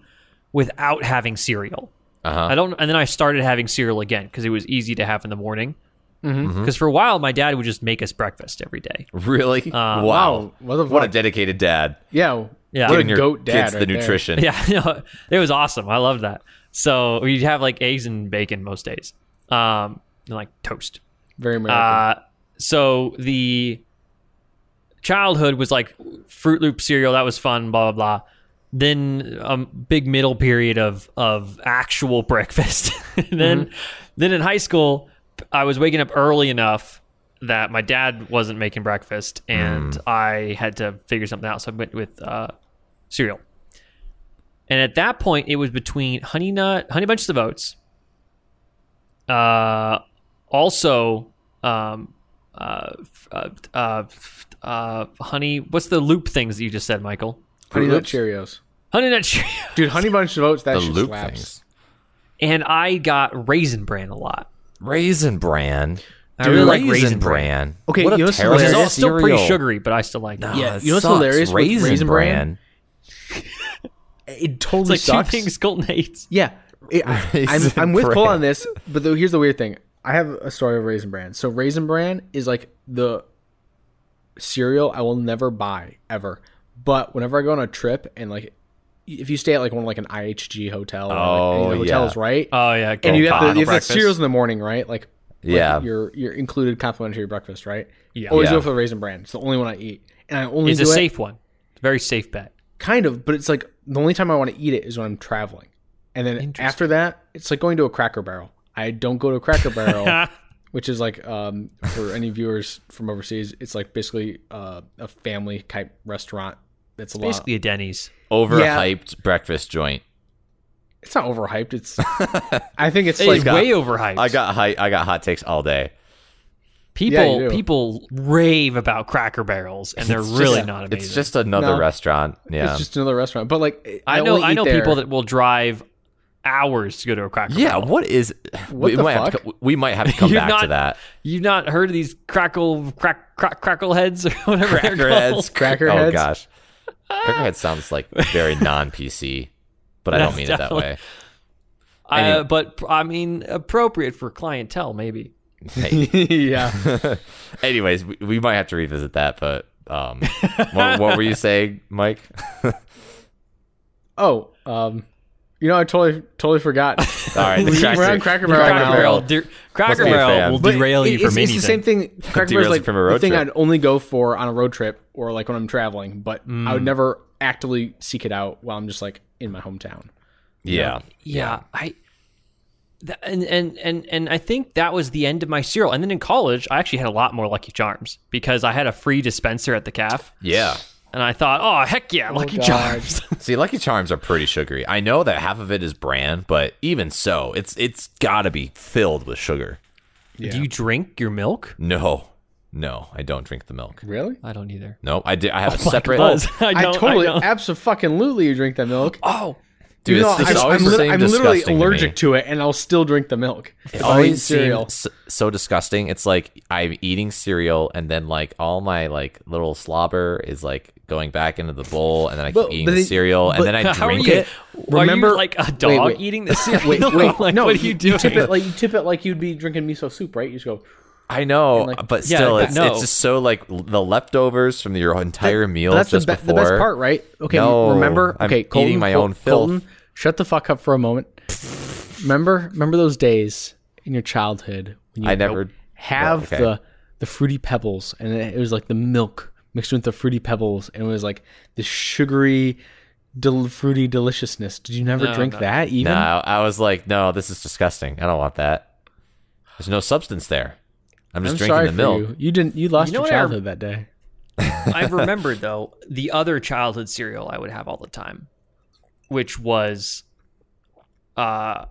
[SPEAKER 3] without having cereal.
[SPEAKER 1] Uh huh.
[SPEAKER 3] I don't, and then I started having cereal again because it was easy to have in the morning.
[SPEAKER 2] Mhm.
[SPEAKER 3] Because for a while, my dad would just make us breakfast every day.
[SPEAKER 1] Really?
[SPEAKER 3] Uh,
[SPEAKER 1] wow.
[SPEAKER 2] wow, what the
[SPEAKER 1] What a
[SPEAKER 2] fuck?
[SPEAKER 1] dedicated dad.
[SPEAKER 2] Yeah,
[SPEAKER 3] Yeah.
[SPEAKER 2] What a
[SPEAKER 1] Giving your
[SPEAKER 2] goat dad
[SPEAKER 1] kids
[SPEAKER 2] right
[SPEAKER 1] the
[SPEAKER 2] there.
[SPEAKER 1] nutrition.
[SPEAKER 3] Yeah, no, it was awesome. I loved that. So we'd have like eggs and bacon most days, um, and like toast.
[SPEAKER 2] very American.
[SPEAKER 3] Uh, so the childhood was like Fruit Loop cereal. That was fun. Blah blah blah. Then a big middle period of of actual breakfast. And then then in high school, I was waking up early enough that my dad wasn't making breakfast, and I had to figure something out. So I went with uh, cereal. And at that point, it was between Honey Nut, Honey Bunches of Oats, uh, also um, uh, f- uh, uh, f- uh, Honey. What's the loop things that you just said, Michael?
[SPEAKER 1] Fruit
[SPEAKER 2] Honey Nut
[SPEAKER 1] Loops?
[SPEAKER 2] Cheerios,
[SPEAKER 3] Honey Nut Cheerios.
[SPEAKER 2] dude. Honey Bunch of Oats. That
[SPEAKER 1] The
[SPEAKER 2] shit
[SPEAKER 1] loop
[SPEAKER 2] slaps.
[SPEAKER 1] things.
[SPEAKER 3] And I got Raisin Bran a lot.
[SPEAKER 1] Raisin bran.
[SPEAKER 3] I really like Raisin
[SPEAKER 1] bran.
[SPEAKER 2] Okay,
[SPEAKER 1] what a
[SPEAKER 2] you know what's
[SPEAKER 1] terrible
[SPEAKER 3] Which is
[SPEAKER 2] Hilarious
[SPEAKER 3] all still pretty
[SPEAKER 1] cereal.
[SPEAKER 3] sugary, but I still like it.
[SPEAKER 1] Ah,
[SPEAKER 2] Yeah,
[SPEAKER 1] it
[SPEAKER 2] you know what's
[SPEAKER 1] sucks.
[SPEAKER 2] hilarious with
[SPEAKER 1] Raisin,
[SPEAKER 2] Raisin
[SPEAKER 1] bran.
[SPEAKER 2] Bran? It
[SPEAKER 3] It's
[SPEAKER 2] totally
[SPEAKER 3] like
[SPEAKER 2] sucks.
[SPEAKER 3] two things Colton hates.
[SPEAKER 2] Yeah, It- I, I'm,
[SPEAKER 1] Raisin
[SPEAKER 2] I'm with Cole
[SPEAKER 1] Bran.
[SPEAKER 2] on this, but though here's the weird thing: I have a story of Raisin Bran. So Raisin Bran is like the cereal I will never buy ever, but whenever I go on a trip and like, if you stay at like one like an IHG hotel or like any of the
[SPEAKER 1] Oh, yeah.
[SPEAKER 2] hotels, right?
[SPEAKER 3] Oh yeah,
[SPEAKER 2] and you have
[SPEAKER 3] Colton.
[SPEAKER 2] the, you have the
[SPEAKER 3] Breakfast.
[SPEAKER 2] cereals in the morning, right? Like, like
[SPEAKER 1] Yeah.
[SPEAKER 2] your your included complimentary breakfast, right?
[SPEAKER 3] Yeah.
[SPEAKER 2] always
[SPEAKER 1] Yeah.
[SPEAKER 2] go for the Raisin Bran. It's the only one I eat, and I only
[SPEAKER 3] It's
[SPEAKER 2] do
[SPEAKER 3] a
[SPEAKER 2] it
[SPEAKER 3] safe one, very safe bet.
[SPEAKER 2] kind of, but it's like the only time I want to eat it is when I'm traveling. And then
[SPEAKER 3] Interesting.
[SPEAKER 2] after that, it's like going to a Cracker Barrel. I don't go to a Cracker Barrel, which is like um, for any viewers from overseas, it's like basically uh, a family type restaurant. That's a lot.
[SPEAKER 3] Basically, a Denny's.
[SPEAKER 1] Overhyped breakfast joint.
[SPEAKER 2] It's not overhyped. It's I think it's
[SPEAKER 3] It's
[SPEAKER 2] like
[SPEAKER 3] way overhyped.
[SPEAKER 1] I got high, I got hot takes all day.
[SPEAKER 2] Yeah,
[SPEAKER 3] people
[SPEAKER 2] you do.
[SPEAKER 3] people rave about Cracker Barrels, and they're really
[SPEAKER 2] just-
[SPEAKER 3] not amazing.
[SPEAKER 1] It's just another
[SPEAKER 2] No.
[SPEAKER 1] restaurant. Yeah.
[SPEAKER 2] it's just another restaurant. But like
[SPEAKER 3] I know
[SPEAKER 2] only
[SPEAKER 3] I
[SPEAKER 2] eat
[SPEAKER 3] know
[SPEAKER 2] there.
[SPEAKER 3] people that will drive hours to go to a Cracker.
[SPEAKER 1] yeah,
[SPEAKER 3] Barrel.
[SPEAKER 1] what is
[SPEAKER 2] What
[SPEAKER 1] we,
[SPEAKER 2] the
[SPEAKER 1] might Have
[SPEAKER 2] fuck?
[SPEAKER 1] to, co- we might have to come
[SPEAKER 3] You're
[SPEAKER 1] back to
[SPEAKER 3] not-
[SPEAKER 1] that.
[SPEAKER 3] you've not heard of these crackle crack, crack crackle heads or whatever they're called?
[SPEAKER 1] Crackerheads.
[SPEAKER 2] Crackerheads?
[SPEAKER 1] Oh gosh. Crackerhead sounds like very non PC, but I
[SPEAKER 3] That's
[SPEAKER 1] don't mean it that
[SPEAKER 3] definitely-
[SPEAKER 1] way.
[SPEAKER 3] Uh,
[SPEAKER 1] Anyway.
[SPEAKER 3] but I mean, appropriate for clientele, maybe.
[SPEAKER 1] Hey.
[SPEAKER 2] yeah.
[SPEAKER 1] Anyways, we, we might have to revisit that, but um, what, what were you saying, Mike?
[SPEAKER 2] Oh, um, you know I totally totally forgot.
[SPEAKER 1] All right, the
[SPEAKER 2] We-
[SPEAKER 1] cracker,
[SPEAKER 2] we're on Cracker Barrel
[SPEAKER 3] Cracker
[SPEAKER 2] now.
[SPEAKER 3] Barrel, de- Cracker
[SPEAKER 1] be a
[SPEAKER 3] Barrel
[SPEAKER 1] fan.
[SPEAKER 3] will
[SPEAKER 2] But
[SPEAKER 3] derail
[SPEAKER 2] it-
[SPEAKER 3] you
[SPEAKER 2] it's,
[SPEAKER 3] from
[SPEAKER 2] it's
[SPEAKER 3] anything.
[SPEAKER 2] the same thing. Cracker
[SPEAKER 1] Derails
[SPEAKER 2] Bar's
[SPEAKER 1] you
[SPEAKER 2] like
[SPEAKER 1] from a road
[SPEAKER 2] the thing
[SPEAKER 1] trip.
[SPEAKER 2] I'd only go for on a road trip or like when I'm traveling, but I would never actively seek it out while I'm just like in my hometown.
[SPEAKER 1] Yeah,
[SPEAKER 3] yeah, I. That, and, and and and I think that was the end of my cereal. And then in college, I actually had a lot more Lucky Charms because I had a free dispenser at the calf,
[SPEAKER 1] yeah.
[SPEAKER 3] and I thought, oh heck yeah, Lucky
[SPEAKER 2] God.
[SPEAKER 3] Charms.
[SPEAKER 1] See, Lucky Charms are pretty sugary. I know that half of it is bran, but even so, it's it's got to be filled with sugar.
[SPEAKER 2] Yeah.
[SPEAKER 3] Do you drink your milk?
[SPEAKER 1] No, no, I don't drink the milk.
[SPEAKER 2] Really?
[SPEAKER 3] I don't either.
[SPEAKER 1] No, I did. I
[SPEAKER 2] Oh
[SPEAKER 1] have a separate.
[SPEAKER 3] Buzz, I,
[SPEAKER 2] I,
[SPEAKER 3] don't,
[SPEAKER 2] totally,
[SPEAKER 3] I don't.
[SPEAKER 2] absolutely you drink that milk.
[SPEAKER 3] oh,
[SPEAKER 1] dude,
[SPEAKER 2] Even
[SPEAKER 1] it's,
[SPEAKER 2] though
[SPEAKER 1] it's
[SPEAKER 2] I'm,
[SPEAKER 1] always
[SPEAKER 2] I'm
[SPEAKER 1] the
[SPEAKER 2] lit-
[SPEAKER 1] same.
[SPEAKER 2] I'm literally
[SPEAKER 1] disgusting to me.
[SPEAKER 2] allergic to, it, and I'll still drink the milk.
[SPEAKER 1] It
[SPEAKER 2] If I eat
[SPEAKER 1] always
[SPEAKER 2] cereal.
[SPEAKER 1] seems so, so disgusting. It's like I'm eating cereal and then like all my like little slobber is like going back into the bowl and then I keep
[SPEAKER 2] But-
[SPEAKER 1] eating
[SPEAKER 2] but
[SPEAKER 1] the
[SPEAKER 2] it-
[SPEAKER 1] cereal and
[SPEAKER 2] but
[SPEAKER 1] then I
[SPEAKER 3] how are
[SPEAKER 1] drink
[SPEAKER 3] you?
[SPEAKER 1] it.
[SPEAKER 3] are
[SPEAKER 2] Remember-
[SPEAKER 3] you like a
[SPEAKER 2] wait,
[SPEAKER 3] dog
[SPEAKER 2] wait.
[SPEAKER 3] eating this cereal?
[SPEAKER 2] Wait, wait,
[SPEAKER 3] like,
[SPEAKER 2] no,
[SPEAKER 3] what are you doing?
[SPEAKER 2] You tip it like you tip it like you'd be drinking miso soup, right? You just go.
[SPEAKER 1] I know,
[SPEAKER 2] And, like-
[SPEAKER 1] but
[SPEAKER 3] Yeah,
[SPEAKER 1] still,
[SPEAKER 3] but
[SPEAKER 1] it's,
[SPEAKER 3] no.
[SPEAKER 1] it's just so like l- the leftovers from your entire meal
[SPEAKER 2] But that's
[SPEAKER 1] just
[SPEAKER 2] the, be- the
[SPEAKER 1] before.
[SPEAKER 2] best part, right? Okay,
[SPEAKER 1] No,
[SPEAKER 2] remember?
[SPEAKER 1] I'm
[SPEAKER 2] Okay,
[SPEAKER 1] eating
[SPEAKER 2] Colton,
[SPEAKER 1] my
[SPEAKER 2] Col-
[SPEAKER 1] own filth.
[SPEAKER 2] Colton, shut the fuck up for a moment. remember, remember those days in your childhood when you
[SPEAKER 1] I never-
[SPEAKER 2] would have
[SPEAKER 1] okay.
[SPEAKER 2] the the fruity pebbles, and it it was like the milk mixed with the fruity pebbles, and it was like this sugary, del- fruity deliciousness. Did you never
[SPEAKER 3] No,
[SPEAKER 2] drink
[SPEAKER 3] no.
[SPEAKER 2] that even?
[SPEAKER 1] No, I was like, no, this is disgusting. I don't want that. There's no substance there. I'm just
[SPEAKER 2] I'm
[SPEAKER 1] drinking
[SPEAKER 2] sorry
[SPEAKER 1] the
[SPEAKER 2] for
[SPEAKER 1] milk.
[SPEAKER 2] you. You didn't. You lost
[SPEAKER 3] You know
[SPEAKER 2] your
[SPEAKER 3] what I-
[SPEAKER 2] childhood that day.
[SPEAKER 3] I've remembered though the other childhood cereal I would have all the time, which was, uh,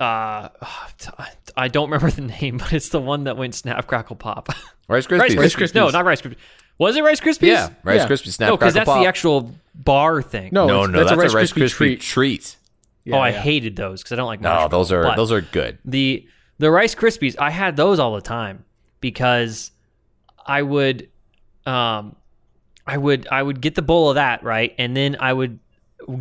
[SPEAKER 3] uh, I don't remember the name, but it's the one that went Snap Crackle Pop.
[SPEAKER 1] Rice Krispies.
[SPEAKER 3] Rice Krispies.
[SPEAKER 2] Rice Krispies.
[SPEAKER 3] No, not Rice Krispies. Was it Rice Krispies?
[SPEAKER 1] Yeah, Rice
[SPEAKER 2] Yeah.
[SPEAKER 1] Krispies. Snap,
[SPEAKER 3] No, because
[SPEAKER 1] Crackle,
[SPEAKER 3] that's
[SPEAKER 1] Pop.
[SPEAKER 3] the actual bar thing.
[SPEAKER 2] No,
[SPEAKER 1] No,
[SPEAKER 2] it's-
[SPEAKER 1] no, that's, a Rice, Krispie, treat.
[SPEAKER 2] Yeah,
[SPEAKER 3] oh, I
[SPEAKER 2] yeah.
[SPEAKER 3] hated those because I don't like.
[SPEAKER 1] No,
[SPEAKER 3] mushrooms.
[SPEAKER 1] those are
[SPEAKER 3] But
[SPEAKER 1] those are good.
[SPEAKER 3] the the Rice Krispies. I had those all the time because I would, um, I would I would get the bowl of that right, and then I would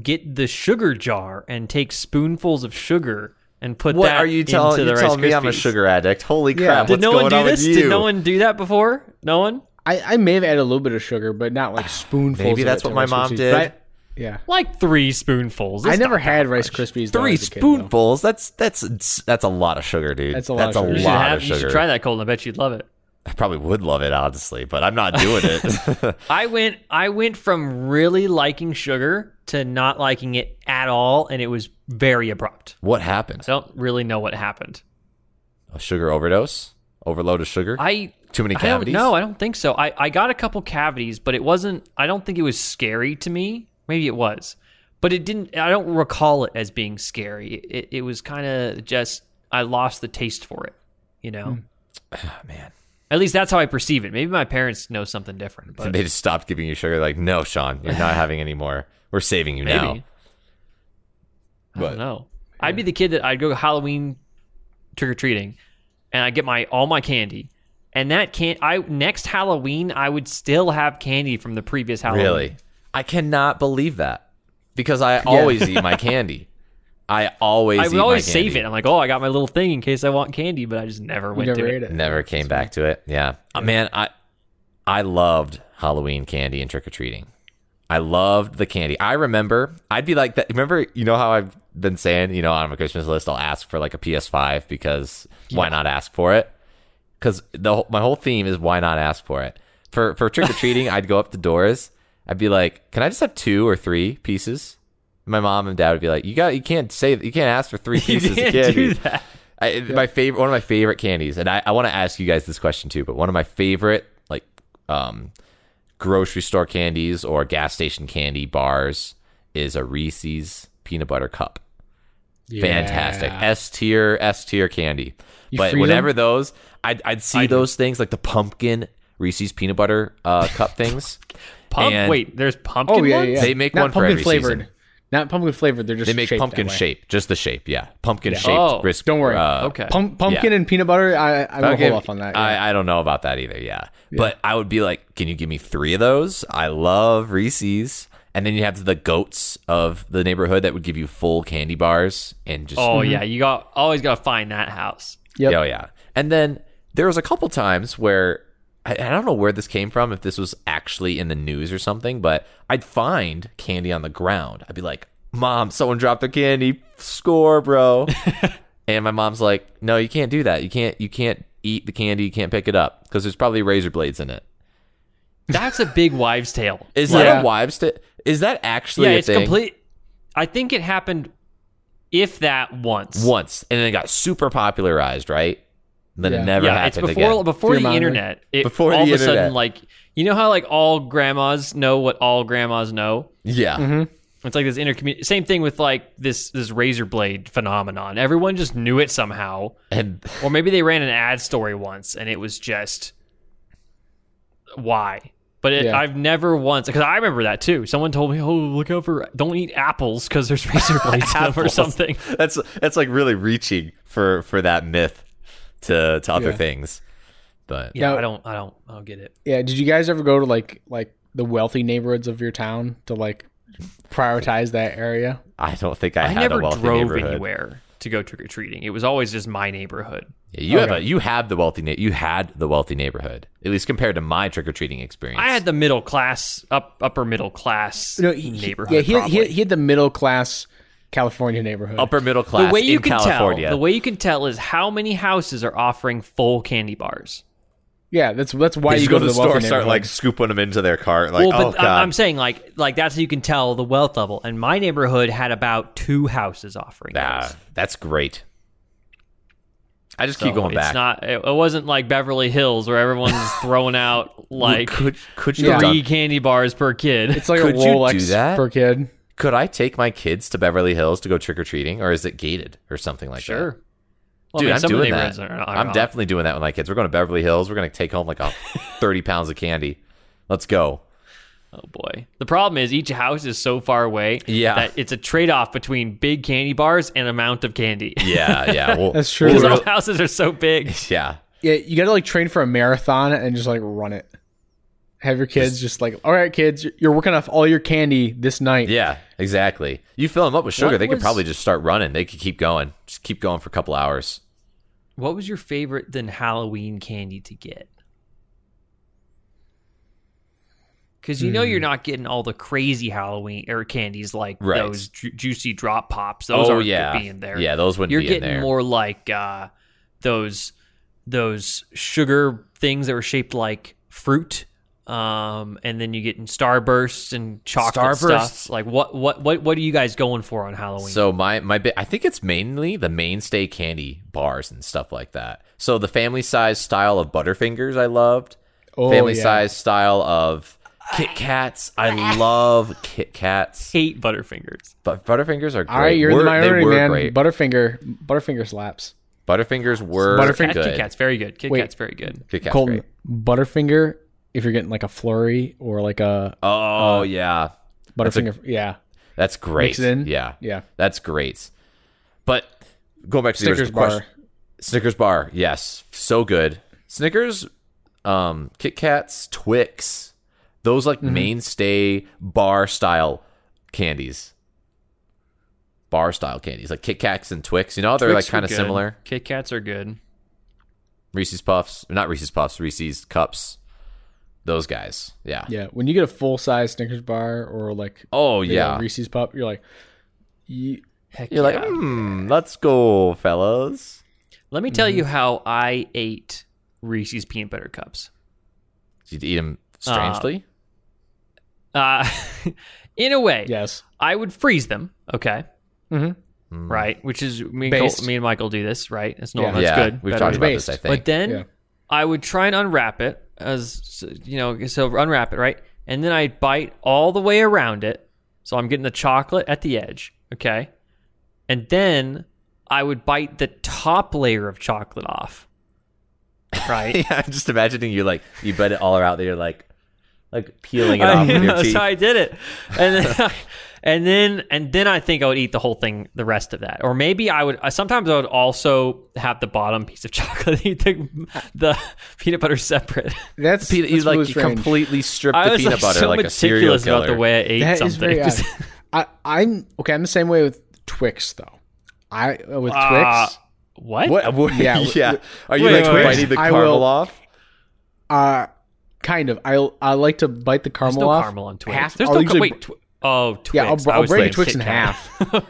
[SPEAKER 3] get the sugar jar and take spoonfuls of sugar and put
[SPEAKER 1] What
[SPEAKER 3] that
[SPEAKER 1] are you telling?
[SPEAKER 3] into
[SPEAKER 1] You
[SPEAKER 3] the Rice
[SPEAKER 1] telling me I'm a
[SPEAKER 3] Krispies.
[SPEAKER 1] sugar addict? Holy
[SPEAKER 2] Yeah.
[SPEAKER 1] crap!
[SPEAKER 2] Did
[SPEAKER 3] Did
[SPEAKER 1] What's
[SPEAKER 3] no
[SPEAKER 1] going
[SPEAKER 3] one do
[SPEAKER 1] on
[SPEAKER 3] this?
[SPEAKER 1] with you?
[SPEAKER 3] Did no one do that before? No one.
[SPEAKER 2] I, I may have added a little bit of sugar, but not like spoonfuls.
[SPEAKER 1] Maybe
[SPEAKER 2] of
[SPEAKER 1] that's
[SPEAKER 2] it to
[SPEAKER 1] what my
[SPEAKER 2] Rice
[SPEAKER 1] mom
[SPEAKER 2] Krispies.
[SPEAKER 1] did.
[SPEAKER 2] But I- yeah.
[SPEAKER 3] Like three spoonfuls.
[SPEAKER 2] I
[SPEAKER 3] It's
[SPEAKER 2] never
[SPEAKER 3] not that
[SPEAKER 2] had Rice
[SPEAKER 3] much.
[SPEAKER 2] Krispies. though,
[SPEAKER 1] Three
[SPEAKER 2] as a kid, though.
[SPEAKER 1] spoonfuls. That's that's that's a lot of sugar, dude.
[SPEAKER 2] That's a lot of sugar.
[SPEAKER 3] You
[SPEAKER 2] You
[SPEAKER 3] should, have, you should try that, Colton. I bet you'd love it.
[SPEAKER 1] I probably would love it honestly, but I'm not doing it.
[SPEAKER 3] I went I went from really liking sugar to not liking it at all, and it was very abrupt.
[SPEAKER 1] what happened?
[SPEAKER 3] I don't really know what happened.
[SPEAKER 1] A sugar overdose? Overload of sugar?
[SPEAKER 3] I
[SPEAKER 1] Too many
[SPEAKER 3] I don't
[SPEAKER 1] cavities?
[SPEAKER 3] know. I don't think so. I, I got a couple cavities, but it wasn't I don't think it was scary to me. Maybe it was. But it didn't I don't recall it as being scary. It it was kinda just I lost the taste for it, you know?
[SPEAKER 1] Oh, man.
[SPEAKER 3] At least that's how I perceive it. Maybe my parents know something different, but
[SPEAKER 1] they just stopped giving you sugar. Like, no, Sean, you're not having any more. We're saving you
[SPEAKER 3] Maybe.
[SPEAKER 1] now.
[SPEAKER 3] I
[SPEAKER 1] But-
[SPEAKER 3] don't know. I'd be the kid that I'd go Halloween trick or treating, and I would get my all my candy, and that can I next Halloween I would still have candy from the previous Halloween.
[SPEAKER 1] Really? I cannot believe that because I always eat my candy. I always
[SPEAKER 3] I
[SPEAKER 1] eat
[SPEAKER 3] would
[SPEAKER 1] my
[SPEAKER 3] always
[SPEAKER 1] candy.
[SPEAKER 3] save it. I'm like, oh, I got my little thing in case I want candy, but I just never
[SPEAKER 2] We
[SPEAKER 3] went
[SPEAKER 2] never
[SPEAKER 3] to
[SPEAKER 2] ate
[SPEAKER 3] it.
[SPEAKER 2] it.
[SPEAKER 1] Never came back to it. Yeah. Uh, man, I I loved Halloween candy and trick or treating. I loved the candy. I remember I'd be like that. Remember, you know how I've been saying, you know, on my Christmas list, I'll ask for like a PS5 because why not ask for it? Because the whole- my whole theme is why not ask for it. For for trick or treating, I'd go up to doors. I'd be like, can I just have two or three pieces? My mom and dad would be like, you got, you can't say, you can't ask for three
[SPEAKER 3] You
[SPEAKER 1] pieces of
[SPEAKER 3] didn't
[SPEAKER 1] candy.
[SPEAKER 3] do that.
[SPEAKER 1] I, My favorite, one of my favorite candies, and I, I want to ask you guys this question too. But one of my favorite, like, um, grocery store candies or gas station candy bars is a Reese's peanut butter cup. Fantastic,
[SPEAKER 2] Yeah.
[SPEAKER 1] S tier, S tier candy.
[SPEAKER 2] You
[SPEAKER 1] but
[SPEAKER 2] freeze
[SPEAKER 1] whenever those, I'd, I'd see those things like the pumpkin Reese's peanut butter uh, cup things.
[SPEAKER 3] Pump,
[SPEAKER 1] And
[SPEAKER 3] wait, there's pumpkin
[SPEAKER 2] Oh yeah,
[SPEAKER 3] ones?
[SPEAKER 2] yeah.
[SPEAKER 1] They make
[SPEAKER 2] Not
[SPEAKER 1] one for
[SPEAKER 2] pumpkin
[SPEAKER 1] every
[SPEAKER 2] flavored.
[SPEAKER 1] season.
[SPEAKER 2] Not pumpkin flavored. They're just
[SPEAKER 1] They make
[SPEAKER 2] shaped
[SPEAKER 1] pumpkin
[SPEAKER 2] that way.
[SPEAKER 1] shape, just the shape. Yeah, pumpkin shaped.
[SPEAKER 3] Oh,
[SPEAKER 1] crisp,
[SPEAKER 2] Don't worry.
[SPEAKER 1] uh,
[SPEAKER 3] Okay.
[SPEAKER 2] Pump, pumpkin and peanut butter. I I will
[SPEAKER 1] Okay,
[SPEAKER 2] hold off on that. yeah.
[SPEAKER 1] I, I don't know about that either. Yeah. But I would be like, can you give me three of those? I love Reese's. And then you have the goats of the neighborhood that would give you full candy bars and just,
[SPEAKER 2] Mm-hmm.
[SPEAKER 3] Oh yeah, you got always gotta find that house.
[SPEAKER 2] Yep.
[SPEAKER 1] yeah, oh, yeah. And then there was a couple times where I, I don't know where this came from, if this was actually in the news or something, but I'd find candy on the ground. I'd be like, Mom, someone dropped their candy. Score, bro. And my mom's like, "No, you can't do that. You can't. You can't eat the candy. You can't pick it up because there's probably razor blades in it."
[SPEAKER 3] That's a big wives' tale.
[SPEAKER 1] Is
[SPEAKER 2] Like-
[SPEAKER 1] that
[SPEAKER 2] Yeah.
[SPEAKER 1] a wives' tale? Is that actually
[SPEAKER 3] yeah,
[SPEAKER 1] a
[SPEAKER 3] it's
[SPEAKER 1] thing?
[SPEAKER 3] complete. I think it happened, if that once.
[SPEAKER 1] Once, and then it got super popularized, right? Then
[SPEAKER 2] Yeah.
[SPEAKER 1] it never
[SPEAKER 3] yeah, it's
[SPEAKER 1] happened
[SPEAKER 3] before
[SPEAKER 1] again.
[SPEAKER 3] before
[SPEAKER 2] Fear
[SPEAKER 3] the
[SPEAKER 2] mongering.
[SPEAKER 3] internet. It,
[SPEAKER 1] Before
[SPEAKER 3] all
[SPEAKER 1] the
[SPEAKER 3] of a
[SPEAKER 1] internet.
[SPEAKER 3] sudden, like you know how like all grandmas know what all grandmas know.
[SPEAKER 1] yeah,
[SPEAKER 3] Mm-hmm. It's like this inner community. Same thing with like this this razor blade phenomenon. Everyone just knew it somehow,
[SPEAKER 1] and
[SPEAKER 3] or maybe they ran an ad story once, and it was just why. But it,
[SPEAKER 2] Yeah.
[SPEAKER 3] I've never once because I remember that too. Someone told me, "Oh, look out for don't eat apples because there's razor blades in them or
[SPEAKER 1] Apples.
[SPEAKER 3] something."
[SPEAKER 1] that's that's like really reaching for for that myth to to other
[SPEAKER 2] Yeah.
[SPEAKER 1] things. But
[SPEAKER 3] Yeah,
[SPEAKER 2] Now-
[SPEAKER 3] I don't, I don't, I don't get it.
[SPEAKER 2] Yeah. Did you guys ever go to like like the wealthy neighborhoods of your town to like prioritize that area?
[SPEAKER 1] I don't think I,
[SPEAKER 3] I
[SPEAKER 1] had
[SPEAKER 3] never
[SPEAKER 1] a wealthy
[SPEAKER 3] drove
[SPEAKER 1] neighborhood.
[SPEAKER 3] anywhere to go trick or treating. It was always just my neighborhood.
[SPEAKER 1] Yeah, you have
[SPEAKER 3] Okay.
[SPEAKER 1] a you have the wealthy na- you had the wealthy neighborhood at least compared to my trick or treating experience.
[SPEAKER 3] I had the middle class, up upper middle class
[SPEAKER 2] No, he,
[SPEAKER 3] neighborhood.
[SPEAKER 2] yeah, he, he,
[SPEAKER 3] probably.
[SPEAKER 2] he had the middle class California neighborhood.
[SPEAKER 1] upper middle class
[SPEAKER 3] the way you
[SPEAKER 1] in
[SPEAKER 3] can
[SPEAKER 1] California.
[SPEAKER 3] tell, the way you can tell is how many houses are offering full candy bars.
[SPEAKER 2] Yeah, that's that's why
[SPEAKER 1] They
[SPEAKER 2] you
[SPEAKER 1] just
[SPEAKER 2] go, to the,
[SPEAKER 1] store,
[SPEAKER 2] wealthy
[SPEAKER 1] start
[SPEAKER 2] neighborhood.
[SPEAKER 1] like scooping them into their cart. Like,
[SPEAKER 3] Well,
[SPEAKER 1] oh
[SPEAKER 3] but
[SPEAKER 1] god,
[SPEAKER 3] I- I'm saying like like that's how you can tell the wealth level. And my neighborhood had about two houses offering.
[SPEAKER 1] nah,
[SPEAKER 3] those.
[SPEAKER 1] that's great. I just
[SPEAKER 3] So
[SPEAKER 1] keep going
[SPEAKER 3] it's
[SPEAKER 1] back.
[SPEAKER 3] Not it, it wasn't like Beverly Hills where everyone's throwing out like
[SPEAKER 1] could could you
[SPEAKER 2] Yeah.
[SPEAKER 1] have
[SPEAKER 3] three
[SPEAKER 1] done-
[SPEAKER 3] candy bars per kid.
[SPEAKER 2] it's like
[SPEAKER 1] Could
[SPEAKER 2] a
[SPEAKER 1] you
[SPEAKER 2] Rolex
[SPEAKER 1] do that?
[SPEAKER 2] per kid.
[SPEAKER 1] could I take my kids to Beverly Hills to go trick or treating, or is it gated or something like that?
[SPEAKER 3] sure. Well,
[SPEAKER 1] Dude,
[SPEAKER 3] I mean,
[SPEAKER 1] I'm
[SPEAKER 3] some of the
[SPEAKER 1] doing
[SPEAKER 3] neighborhoods
[SPEAKER 1] that.
[SPEAKER 3] are not- are
[SPEAKER 1] I'm
[SPEAKER 3] not.
[SPEAKER 1] definitely doing that with my kids. We're going to Beverly Hills. We're going to take home like a 30 pounds of candy. Let's go.
[SPEAKER 3] Oh boy. The problem is each house is so far away
[SPEAKER 1] Yeah.
[SPEAKER 3] that it's a trade off between big candy bars and amount of candy.
[SPEAKER 1] Yeah, yeah. Well,
[SPEAKER 2] That's true.
[SPEAKER 1] we'll
[SPEAKER 3] Because
[SPEAKER 2] Well,
[SPEAKER 3] all houses are so big.
[SPEAKER 1] really- yeah.
[SPEAKER 2] Yeah, you got to like train for a marathon and just like run it. Have your kids just like, all right, kids, you're- you're working off all your candy this night.
[SPEAKER 1] Yeah, exactly. You fill them up with sugar,
[SPEAKER 3] What
[SPEAKER 1] they could
[SPEAKER 3] was-
[SPEAKER 1] probably just start running. They could keep going. Just keep going for a couple hours.
[SPEAKER 3] What was your favorite then Halloween candy to get? Because you know you're not getting all the crazy Halloween or candies like
[SPEAKER 1] Hmm. Right.
[SPEAKER 3] those ju- juicy drop pops. Those
[SPEAKER 1] oh
[SPEAKER 3] aren't
[SPEAKER 1] yeah.
[SPEAKER 3] being there.
[SPEAKER 1] Yeah, those wouldn't
[SPEAKER 3] you're
[SPEAKER 1] be in
[SPEAKER 3] getting
[SPEAKER 1] there.
[SPEAKER 3] more like uh, those those sugar things that were shaped like fruit. Um, and then you getting starbursts and chocolate
[SPEAKER 1] Starbursts?
[SPEAKER 3] stuff. Like what what what what are you guys going for on Halloween?
[SPEAKER 1] So my my bi- I think it's mainly the mainstay candy bars and stuff like that. So the family size style of Butterfingers I loved.
[SPEAKER 2] Oh,
[SPEAKER 1] family
[SPEAKER 2] yeah.
[SPEAKER 1] size style of Kit Kats. I love Kit Kats.
[SPEAKER 3] hate Butterfingers.
[SPEAKER 1] But Butterfingers are great.
[SPEAKER 2] All right, you're in
[SPEAKER 1] Were-
[SPEAKER 2] the
[SPEAKER 1] they
[SPEAKER 2] minority,
[SPEAKER 1] were
[SPEAKER 2] man.
[SPEAKER 1] great.
[SPEAKER 2] Butterfinger, Butterfinger slaps.
[SPEAKER 1] Butterfingers were
[SPEAKER 2] Butterfinger-
[SPEAKER 1] good.
[SPEAKER 3] Kit Kat's very good. Kit
[SPEAKER 2] Wait.
[SPEAKER 3] Kat's very good.
[SPEAKER 1] Kit Kats
[SPEAKER 2] Colton,
[SPEAKER 1] great.
[SPEAKER 2] Butterfinger. If you're getting like a flurry or like a
[SPEAKER 1] Oh yeah,
[SPEAKER 2] Butterfinger, yeah,
[SPEAKER 1] that's great.
[SPEAKER 2] Uh, mix it in.
[SPEAKER 1] Yeah,
[SPEAKER 2] yeah.
[SPEAKER 1] that's great. But going back to the
[SPEAKER 2] Snickers
[SPEAKER 1] original question,
[SPEAKER 2] bar.
[SPEAKER 1] Snickers bar, yes, so good. Snickers, um, Kit Kats, Twix, those
[SPEAKER 2] Mm-hmm.
[SPEAKER 1] like mainstay bar style candies. Bar style candies like Kit Kats and Twix, you know they're
[SPEAKER 3] Twix
[SPEAKER 1] like
[SPEAKER 3] were
[SPEAKER 1] kind of
[SPEAKER 3] good.
[SPEAKER 1] similar.
[SPEAKER 3] Kit Kats are good.
[SPEAKER 1] Reese's Puffs, not Reese's Puffs, Reese's Cups. Those guys, yeah.
[SPEAKER 2] Yeah, when you get a full size Snickers bar or like
[SPEAKER 1] Oh
[SPEAKER 2] you know,
[SPEAKER 1] yeah,
[SPEAKER 2] Reese's Pop, you're like, you,
[SPEAKER 3] Heck
[SPEAKER 1] you're like,
[SPEAKER 3] yeah.
[SPEAKER 1] hmm, let's go, fellas.
[SPEAKER 3] let me tell you
[SPEAKER 1] Mm-hmm.
[SPEAKER 3] how I ate Reese's peanut butter cups.
[SPEAKER 1] Did you eat them strangely?
[SPEAKER 3] Uh, in a way,
[SPEAKER 2] yes,
[SPEAKER 3] I would freeze them. Okay,
[SPEAKER 2] Mhm.
[SPEAKER 1] Uh, Hmm.
[SPEAKER 3] right, which is me and,
[SPEAKER 2] Based.
[SPEAKER 3] Col- me and Michael do this. Right, it's normal.
[SPEAKER 1] Mm. yeah,
[SPEAKER 3] That's good.
[SPEAKER 1] we've
[SPEAKER 3] Better
[SPEAKER 1] talked
[SPEAKER 3] way.
[SPEAKER 1] about
[SPEAKER 2] Based.
[SPEAKER 1] this. I think.
[SPEAKER 3] But then
[SPEAKER 2] Yeah.
[SPEAKER 3] I would try and unwrap it as you know, so unwrap it, right? And then I'd bite all the way around it. So I'm getting the chocolate at the edge, okay? And then I would bite the top layer of chocolate off. Right?
[SPEAKER 1] yeah, I'm just imagining you like you bite it all out there, you're like like peeling it off with your
[SPEAKER 3] so
[SPEAKER 1] teeth.
[SPEAKER 3] I did it. And then I, and then and then I think I would eat the whole thing the rest of that. Or maybe I would uh, sometimes I would also have the bottom piece of chocolate eat the, the peanut butter separate.
[SPEAKER 2] that's
[SPEAKER 1] Peanut, you
[SPEAKER 2] that's
[SPEAKER 1] like
[SPEAKER 2] really
[SPEAKER 1] you
[SPEAKER 2] strange.
[SPEAKER 1] completely strip
[SPEAKER 3] I
[SPEAKER 1] the
[SPEAKER 3] was
[SPEAKER 1] peanut
[SPEAKER 3] like,
[SPEAKER 1] butter
[SPEAKER 3] so
[SPEAKER 1] like a serial
[SPEAKER 3] meticulous
[SPEAKER 1] killer.
[SPEAKER 3] about the way I ate
[SPEAKER 2] That is
[SPEAKER 3] something.
[SPEAKER 2] very
[SPEAKER 3] Just-
[SPEAKER 2] odd. I, I'm okay. I'm the same way with Twix though. I uh, with
[SPEAKER 3] Ah,
[SPEAKER 2] Twix,
[SPEAKER 3] what?
[SPEAKER 1] what? what-
[SPEAKER 2] Yeah,
[SPEAKER 1] Yeah,
[SPEAKER 2] w-
[SPEAKER 1] Are you
[SPEAKER 3] wait, wait,
[SPEAKER 1] like
[SPEAKER 3] wait.
[SPEAKER 1] biting the
[SPEAKER 2] I
[SPEAKER 1] caramel
[SPEAKER 2] will-
[SPEAKER 1] off?
[SPEAKER 2] uh, kind of. I I like to bite the caramel
[SPEAKER 3] There's no
[SPEAKER 2] off.
[SPEAKER 3] caramel on Twix.
[SPEAKER 2] half-
[SPEAKER 3] There's
[SPEAKER 2] I'll
[SPEAKER 3] no
[SPEAKER 2] usually-
[SPEAKER 3] usually, wait. Tw- oh, Twix.
[SPEAKER 2] Yeah, I'll, br-
[SPEAKER 3] I
[SPEAKER 2] I'll
[SPEAKER 3] was
[SPEAKER 2] break a
[SPEAKER 3] thinking
[SPEAKER 2] Twix in
[SPEAKER 3] Kit Kat.
[SPEAKER 2] half.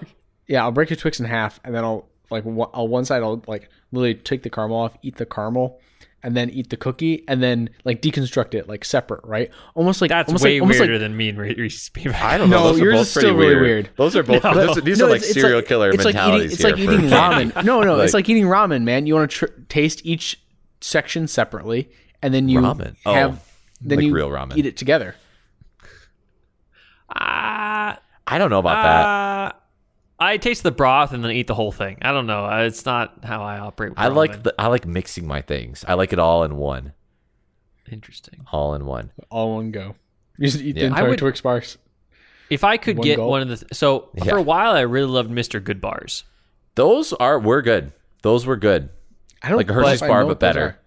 [SPEAKER 2] yeah, I'll break a Twix in half, and then I'll like one, on one side I'll like literally take the caramel off, eat the caramel, and then eat the cookie, and then like deconstruct it like separate, right? Almost like
[SPEAKER 3] That's
[SPEAKER 2] almost
[SPEAKER 3] way
[SPEAKER 2] like, almost
[SPEAKER 3] weirder
[SPEAKER 2] Like,
[SPEAKER 3] than me and Re- Reese's peanut butter.
[SPEAKER 1] I don't know.
[SPEAKER 2] No,
[SPEAKER 1] Those are
[SPEAKER 2] yours
[SPEAKER 1] both
[SPEAKER 2] is
[SPEAKER 1] pretty
[SPEAKER 2] still really
[SPEAKER 1] weird.
[SPEAKER 2] weird.
[SPEAKER 1] Those are both. Those are, these
[SPEAKER 2] No,
[SPEAKER 1] are like
[SPEAKER 2] it's- it's
[SPEAKER 1] serial killer
[SPEAKER 2] it's like eating,
[SPEAKER 1] mentalities
[SPEAKER 2] it's like
[SPEAKER 1] here
[SPEAKER 2] eating
[SPEAKER 1] for-
[SPEAKER 2] ramen. No, no, it's
[SPEAKER 1] Like-
[SPEAKER 2] like eating ramen, man. You want to tr- taste each section separately, and then you
[SPEAKER 1] Ramen. Oh,
[SPEAKER 2] have then
[SPEAKER 1] like
[SPEAKER 2] you
[SPEAKER 1] real ramen.
[SPEAKER 2] eat it together.
[SPEAKER 3] Ah,
[SPEAKER 1] I don't know about that.
[SPEAKER 3] ah, I taste the broth and then eat the whole thing. I don't know. Uh, It's not how I operate. With
[SPEAKER 1] I like
[SPEAKER 3] ramen.
[SPEAKER 1] the, I like mixing my things. I like it all in one.
[SPEAKER 3] interesting.
[SPEAKER 1] All in one.
[SPEAKER 2] all in one go. You just eat
[SPEAKER 1] Yeah.
[SPEAKER 2] the
[SPEAKER 1] I
[SPEAKER 2] entire
[SPEAKER 3] would-
[SPEAKER 2] Twix bars.
[SPEAKER 3] If I could
[SPEAKER 2] One
[SPEAKER 3] get
[SPEAKER 2] gulp?
[SPEAKER 3] one of the th- so
[SPEAKER 1] Yeah.
[SPEAKER 3] for a while I really loved Mr. Good Bars.
[SPEAKER 1] Those are were good. Those were good.
[SPEAKER 2] I don't
[SPEAKER 1] Like a
[SPEAKER 2] know
[SPEAKER 1] Hershey's
[SPEAKER 2] if I
[SPEAKER 1] bar,
[SPEAKER 2] know
[SPEAKER 1] but
[SPEAKER 2] what those
[SPEAKER 1] better.
[SPEAKER 2] are.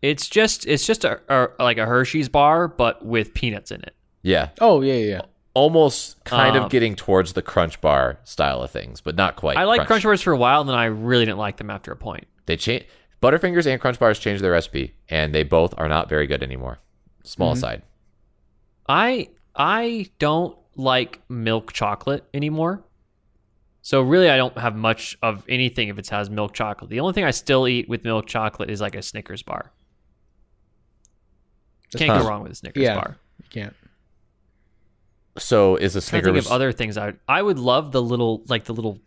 [SPEAKER 3] It's just it's just a, a like a Hershey's bar but with peanuts in it.
[SPEAKER 1] Yeah.
[SPEAKER 2] Oh yeah, yeah, yeah.
[SPEAKER 1] almost kind
[SPEAKER 3] Um,
[SPEAKER 1] of getting towards the crunch bar style of things, but not quite.
[SPEAKER 3] I like Crunch Bars for a while and then I really didn't like them after a point.
[SPEAKER 1] They change. Butterfingers and Crunch Bars changed their recipe, and they both are not very good anymore.
[SPEAKER 3] Mm-hmm.
[SPEAKER 1] Small side.
[SPEAKER 3] I I don't like milk chocolate anymore. So really I don't have much of anything if it has milk chocolate. The only thing I still eat with milk chocolate is like a Snickers bar. Can't
[SPEAKER 1] fine.
[SPEAKER 3] go wrong with a Snickers
[SPEAKER 2] Yeah.
[SPEAKER 3] bar.
[SPEAKER 2] You can't.
[SPEAKER 1] So is a
[SPEAKER 3] I think
[SPEAKER 1] Snickers
[SPEAKER 3] of other things I would, I would love the little like the little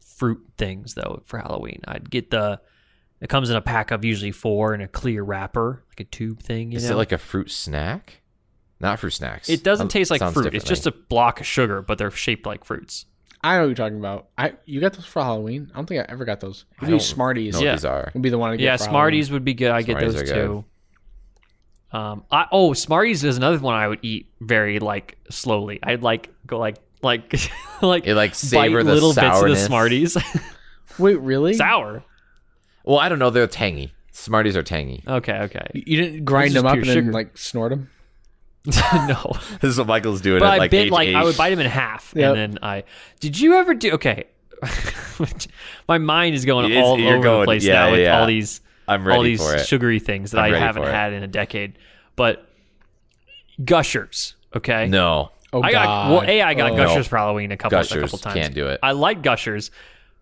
[SPEAKER 3] fruit things though for Halloween. I'd get the it comes in a pack of usually four in a clear wrapper, like a tube thing. You
[SPEAKER 1] is
[SPEAKER 3] know?
[SPEAKER 1] it like a fruit snack? Not fruit snacks.
[SPEAKER 3] It doesn't
[SPEAKER 1] That
[SPEAKER 3] taste like
[SPEAKER 1] sounds
[SPEAKER 3] fruit. It's
[SPEAKER 1] differently.
[SPEAKER 3] just a block of sugar, but they're shaped like fruits.
[SPEAKER 2] I know what you're talking about. I you got those for Halloween? I don't think I ever got those.
[SPEAKER 1] I
[SPEAKER 2] It'd be
[SPEAKER 1] don't
[SPEAKER 2] Smarties.
[SPEAKER 1] know what
[SPEAKER 3] Yeah.
[SPEAKER 1] these are.
[SPEAKER 2] Would be the one. To get
[SPEAKER 3] Yeah,
[SPEAKER 2] for
[SPEAKER 3] Smarties would be good. I get
[SPEAKER 1] Smarties
[SPEAKER 3] those
[SPEAKER 1] are
[SPEAKER 3] too. Um, I, oh, Smarties is another one I would eat very like slowly. I'd like go like like like
[SPEAKER 1] It, like, savor
[SPEAKER 3] bite
[SPEAKER 1] the
[SPEAKER 3] little bits of
[SPEAKER 1] sourness.
[SPEAKER 3] the Smarties.
[SPEAKER 2] Halloween. Wait, really?
[SPEAKER 3] Sour.
[SPEAKER 1] Well, I don't know. They're tangy. Smarties are tangy.
[SPEAKER 3] Okay, okay.
[SPEAKER 2] You you didn't grind
[SPEAKER 3] It's
[SPEAKER 2] them
[SPEAKER 3] just
[SPEAKER 2] up and
[SPEAKER 3] pure
[SPEAKER 2] then
[SPEAKER 3] sugar.
[SPEAKER 2] like snort them?
[SPEAKER 3] no,
[SPEAKER 1] This is what Michael's doing.
[SPEAKER 3] but
[SPEAKER 1] at,
[SPEAKER 3] I
[SPEAKER 1] like,
[SPEAKER 3] bit
[SPEAKER 1] age
[SPEAKER 3] like I
[SPEAKER 1] eight.
[SPEAKER 3] would bite them in half, and
[SPEAKER 2] Yep.
[SPEAKER 3] then I. Did you ever do? Okay, my mind is going
[SPEAKER 1] It is-
[SPEAKER 3] all
[SPEAKER 1] you're
[SPEAKER 3] over
[SPEAKER 1] going-
[SPEAKER 3] the place
[SPEAKER 1] yeah,
[SPEAKER 3] now with
[SPEAKER 1] yeah.
[SPEAKER 3] all these
[SPEAKER 1] I'm ready
[SPEAKER 3] all these
[SPEAKER 1] for it.
[SPEAKER 3] sugary things that
[SPEAKER 1] I'm
[SPEAKER 3] I
[SPEAKER 1] ready
[SPEAKER 3] haven't
[SPEAKER 1] for it.
[SPEAKER 3] had in a decade. But gushers, okay.
[SPEAKER 1] no.
[SPEAKER 2] Oh
[SPEAKER 3] I got
[SPEAKER 2] God.
[SPEAKER 3] well, a I got
[SPEAKER 2] Oh.
[SPEAKER 3] gushers for Halloween a couple a couple
[SPEAKER 1] Gushers,
[SPEAKER 3] times.
[SPEAKER 1] can't do it.
[SPEAKER 3] I like gushers,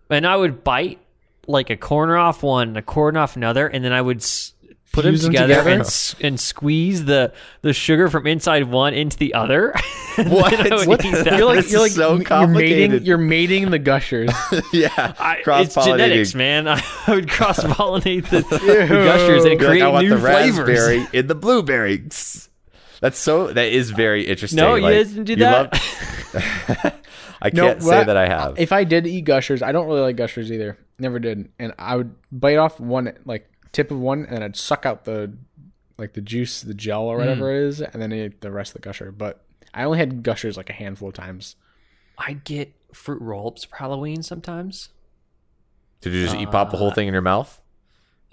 [SPEAKER 3] and I would bite like a corner off one, and a corner off another, and then I would s- put
[SPEAKER 2] Fuse
[SPEAKER 3] them
[SPEAKER 2] 'em
[SPEAKER 3] together,
[SPEAKER 2] together?
[SPEAKER 3] and s- and squeeze the the sugar from inside one into the other. And
[SPEAKER 1] What?
[SPEAKER 3] then I would
[SPEAKER 1] What?
[SPEAKER 3] eat that.
[SPEAKER 1] You're like-
[SPEAKER 2] It's
[SPEAKER 1] You're so
[SPEAKER 2] You're
[SPEAKER 1] complicated.
[SPEAKER 2] mating, you're mating the gushers.
[SPEAKER 1] yeah.
[SPEAKER 3] I, it's
[SPEAKER 1] Cross-pollinating.
[SPEAKER 3] genetics, man. I would cross pollinate the, the gushers and
[SPEAKER 1] You're like,
[SPEAKER 3] create
[SPEAKER 1] I want
[SPEAKER 3] new
[SPEAKER 1] the
[SPEAKER 3] flavors.
[SPEAKER 1] raspberry in the blueberry. That's so. That is very interesting.
[SPEAKER 3] No, you
[SPEAKER 1] like,
[SPEAKER 3] didn't do
[SPEAKER 1] you
[SPEAKER 3] that.
[SPEAKER 1] love- I
[SPEAKER 2] No,
[SPEAKER 1] can't say
[SPEAKER 2] well,
[SPEAKER 1] that I have.
[SPEAKER 2] If I did eat gushers, I don't really like gushers either. Never did. And I would bite off one like tip of one and I'd suck out the like the juice, the gel or whatever it is, and then eat the rest of the gusher. But I only had gushers like a handful of times.
[SPEAKER 3] I get fruit roll-ups for Halloween sometimes.
[SPEAKER 1] Did you just eat pop
[SPEAKER 3] Uh,
[SPEAKER 1] the whole thing in your mouth?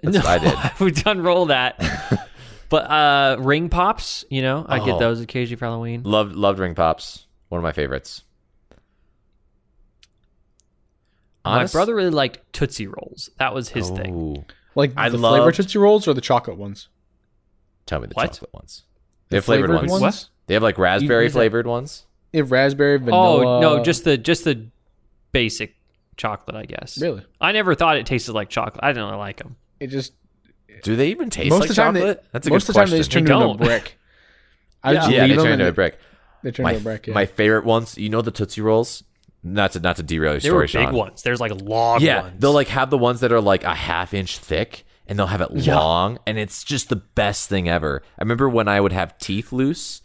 [SPEAKER 1] That's what I did.
[SPEAKER 3] would unroll that. but uh ring pops, you know, I
[SPEAKER 1] Oh.
[SPEAKER 3] get those occasionally for Halloween.
[SPEAKER 1] Loved loved ring pops. One of my favorites.
[SPEAKER 3] My brother really liked Tootsie Rolls. That was his thing.
[SPEAKER 1] Ooh.
[SPEAKER 2] Like
[SPEAKER 1] I
[SPEAKER 2] the flavor
[SPEAKER 1] loved-
[SPEAKER 2] Tootsie Rolls or the chocolate ones?
[SPEAKER 1] Tell me the
[SPEAKER 3] What?
[SPEAKER 1] chocolate ones. They have flavored, ones.
[SPEAKER 3] ones? What?
[SPEAKER 1] They have like raspberry
[SPEAKER 3] what is that?
[SPEAKER 1] flavored ones.
[SPEAKER 2] They have raspberry, vanilla.
[SPEAKER 3] Oh, no, just the just the basic chocolate, I guess.
[SPEAKER 2] really.
[SPEAKER 3] I never thought it tasted like chocolate. I didn't really like them.
[SPEAKER 2] It just
[SPEAKER 1] Do they even taste
[SPEAKER 2] most
[SPEAKER 1] like
[SPEAKER 2] of the time
[SPEAKER 1] chocolate?
[SPEAKER 2] they
[SPEAKER 1] That's a good
[SPEAKER 2] most of the time
[SPEAKER 1] question.
[SPEAKER 2] they just turn into a
[SPEAKER 3] don't.
[SPEAKER 2] brick. I would
[SPEAKER 3] Yeah.
[SPEAKER 2] just
[SPEAKER 1] yeah, they
[SPEAKER 2] leave them
[SPEAKER 1] turn
[SPEAKER 2] and
[SPEAKER 1] into a brick.
[SPEAKER 2] They turn
[SPEAKER 1] My,
[SPEAKER 2] into a brick. Yeah.
[SPEAKER 1] my favorite ones, you know the Tootsie Rolls? Not to not to derail your
[SPEAKER 3] They
[SPEAKER 1] story,
[SPEAKER 3] were big
[SPEAKER 1] Sean.
[SPEAKER 3] ones. There's like long
[SPEAKER 1] Yeah,
[SPEAKER 3] ones.
[SPEAKER 1] they'll like have the ones that are like a half inch thick, and they'll have it long, and it's just the best thing ever. I remember when I would have teeth loose,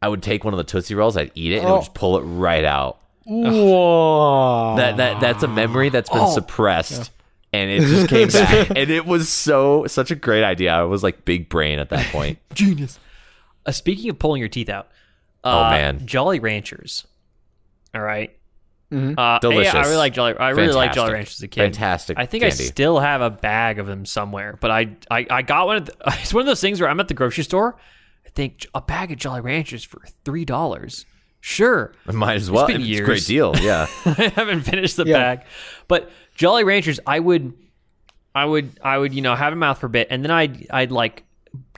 [SPEAKER 1] I would take one of the tootsie rolls, I'd eat it, and it
[SPEAKER 2] Oh.
[SPEAKER 1] would just pull it right out.
[SPEAKER 2] Whoa.
[SPEAKER 1] That that that's a memory that's been suppressed. And it just came back, and it was so such a great idea. I was like big brain at that point.
[SPEAKER 3] genius. Uh, speaking of pulling your teeth out,
[SPEAKER 1] Oh,
[SPEAKER 3] uh,
[SPEAKER 1] man.
[SPEAKER 3] Jolly Ranchers. All right.
[SPEAKER 2] Mhm.
[SPEAKER 3] Uh,
[SPEAKER 1] Delicious.
[SPEAKER 3] Yeah, I really like Jolly. I really like Jolly
[SPEAKER 1] Fantastic.
[SPEAKER 3] Ranchers as a kid.
[SPEAKER 1] Fantastic
[SPEAKER 3] I think
[SPEAKER 1] candy.
[SPEAKER 3] I still have a bag of them somewhere, but I I, I got one. At the, it's one of those things where I'm at the grocery store. I think a bag of Jolly Ranchers for three dollars. Sure,
[SPEAKER 1] Might as well.
[SPEAKER 3] been
[SPEAKER 1] It's a
[SPEAKER 3] years.
[SPEAKER 1] great deal. Yeah.
[SPEAKER 3] I haven't finished the
[SPEAKER 2] Yeah.
[SPEAKER 3] bag, but Jolly Ranchers, I would, I would, I would, you know, have them out for a bit, and then I'd, I'd like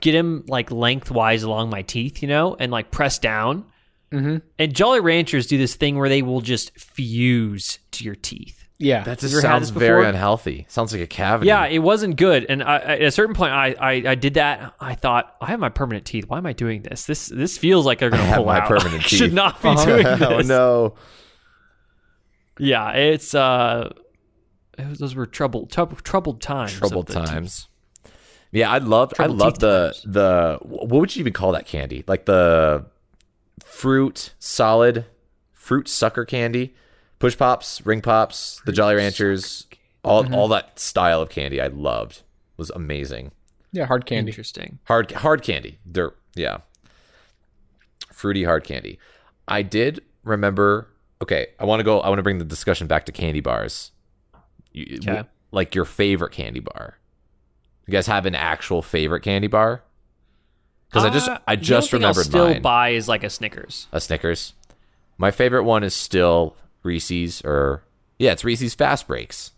[SPEAKER 3] get them like lengthwise along my teeth, you know, and like press down.
[SPEAKER 2] Mhm.
[SPEAKER 3] And Jolly Ranchers do this thing where they will just fuse to your teeth.
[SPEAKER 2] yeah.
[SPEAKER 1] That
[SPEAKER 3] you
[SPEAKER 1] just
[SPEAKER 3] ever had
[SPEAKER 1] sounds
[SPEAKER 3] this
[SPEAKER 1] very
[SPEAKER 3] before?
[SPEAKER 1] unhealthy. Sounds like a cavity.
[SPEAKER 3] Yeah, it wasn't good. And I, I- at a certain point, I, I, I did that. I thought, I have my permanent teeth. Why am I doing this? This this feels like they're going to
[SPEAKER 1] have
[SPEAKER 3] pull
[SPEAKER 1] my
[SPEAKER 3] out.
[SPEAKER 1] permanent
[SPEAKER 3] I
[SPEAKER 1] teeth.
[SPEAKER 3] Should not be doing this.
[SPEAKER 1] oh no.
[SPEAKER 3] Yeah, it's uh, it was- those were troubled troub- troubled times. of
[SPEAKER 1] troubled
[SPEAKER 3] the teeth.
[SPEAKER 1] times. Yeah, I loved
[SPEAKER 3] Troubled
[SPEAKER 1] I loved
[SPEAKER 3] teeth
[SPEAKER 1] the
[SPEAKER 3] times.
[SPEAKER 1] the what would you even call that candy? Like the fruit solid fruit sucker candy, push pops, ring pops, the Jolly Ranchers, all
[SPEAKER 3] Mm-hmm.
[SPEAKER 1] all that style of candy I loved It was amazing.
[SPEAKER 2] yeah, hard candy.
[SPEAKER 3] Interesting.
[SPEAKER 1] Hard hard candy, dirt, yeah, fruity hard candy. I did remember. Okay, I want to go. I want to bring the discussion back to candy bars. You,
[SPEAKER 3] Okay.
[SPEAKER 1] like your favorite candy bar. You guys have an actual favorite candy bar? Because I just
[SPEAKER 3] Uh,
[SPEAKER 1] I
[SPEAKER 3] the
[SPEAKER 1] just
[SPEAKER 3] only thing I'll
[SPEAKER 1] remembered
[SPEAKER 3] still
[SPEAKER 1] mine.
[SPEAKER 3] buy is like a Snickers.
[SPEAKER 1] a Snickers. My favorite one is still Reese's or yeah, it's Reese's Fast Breaks.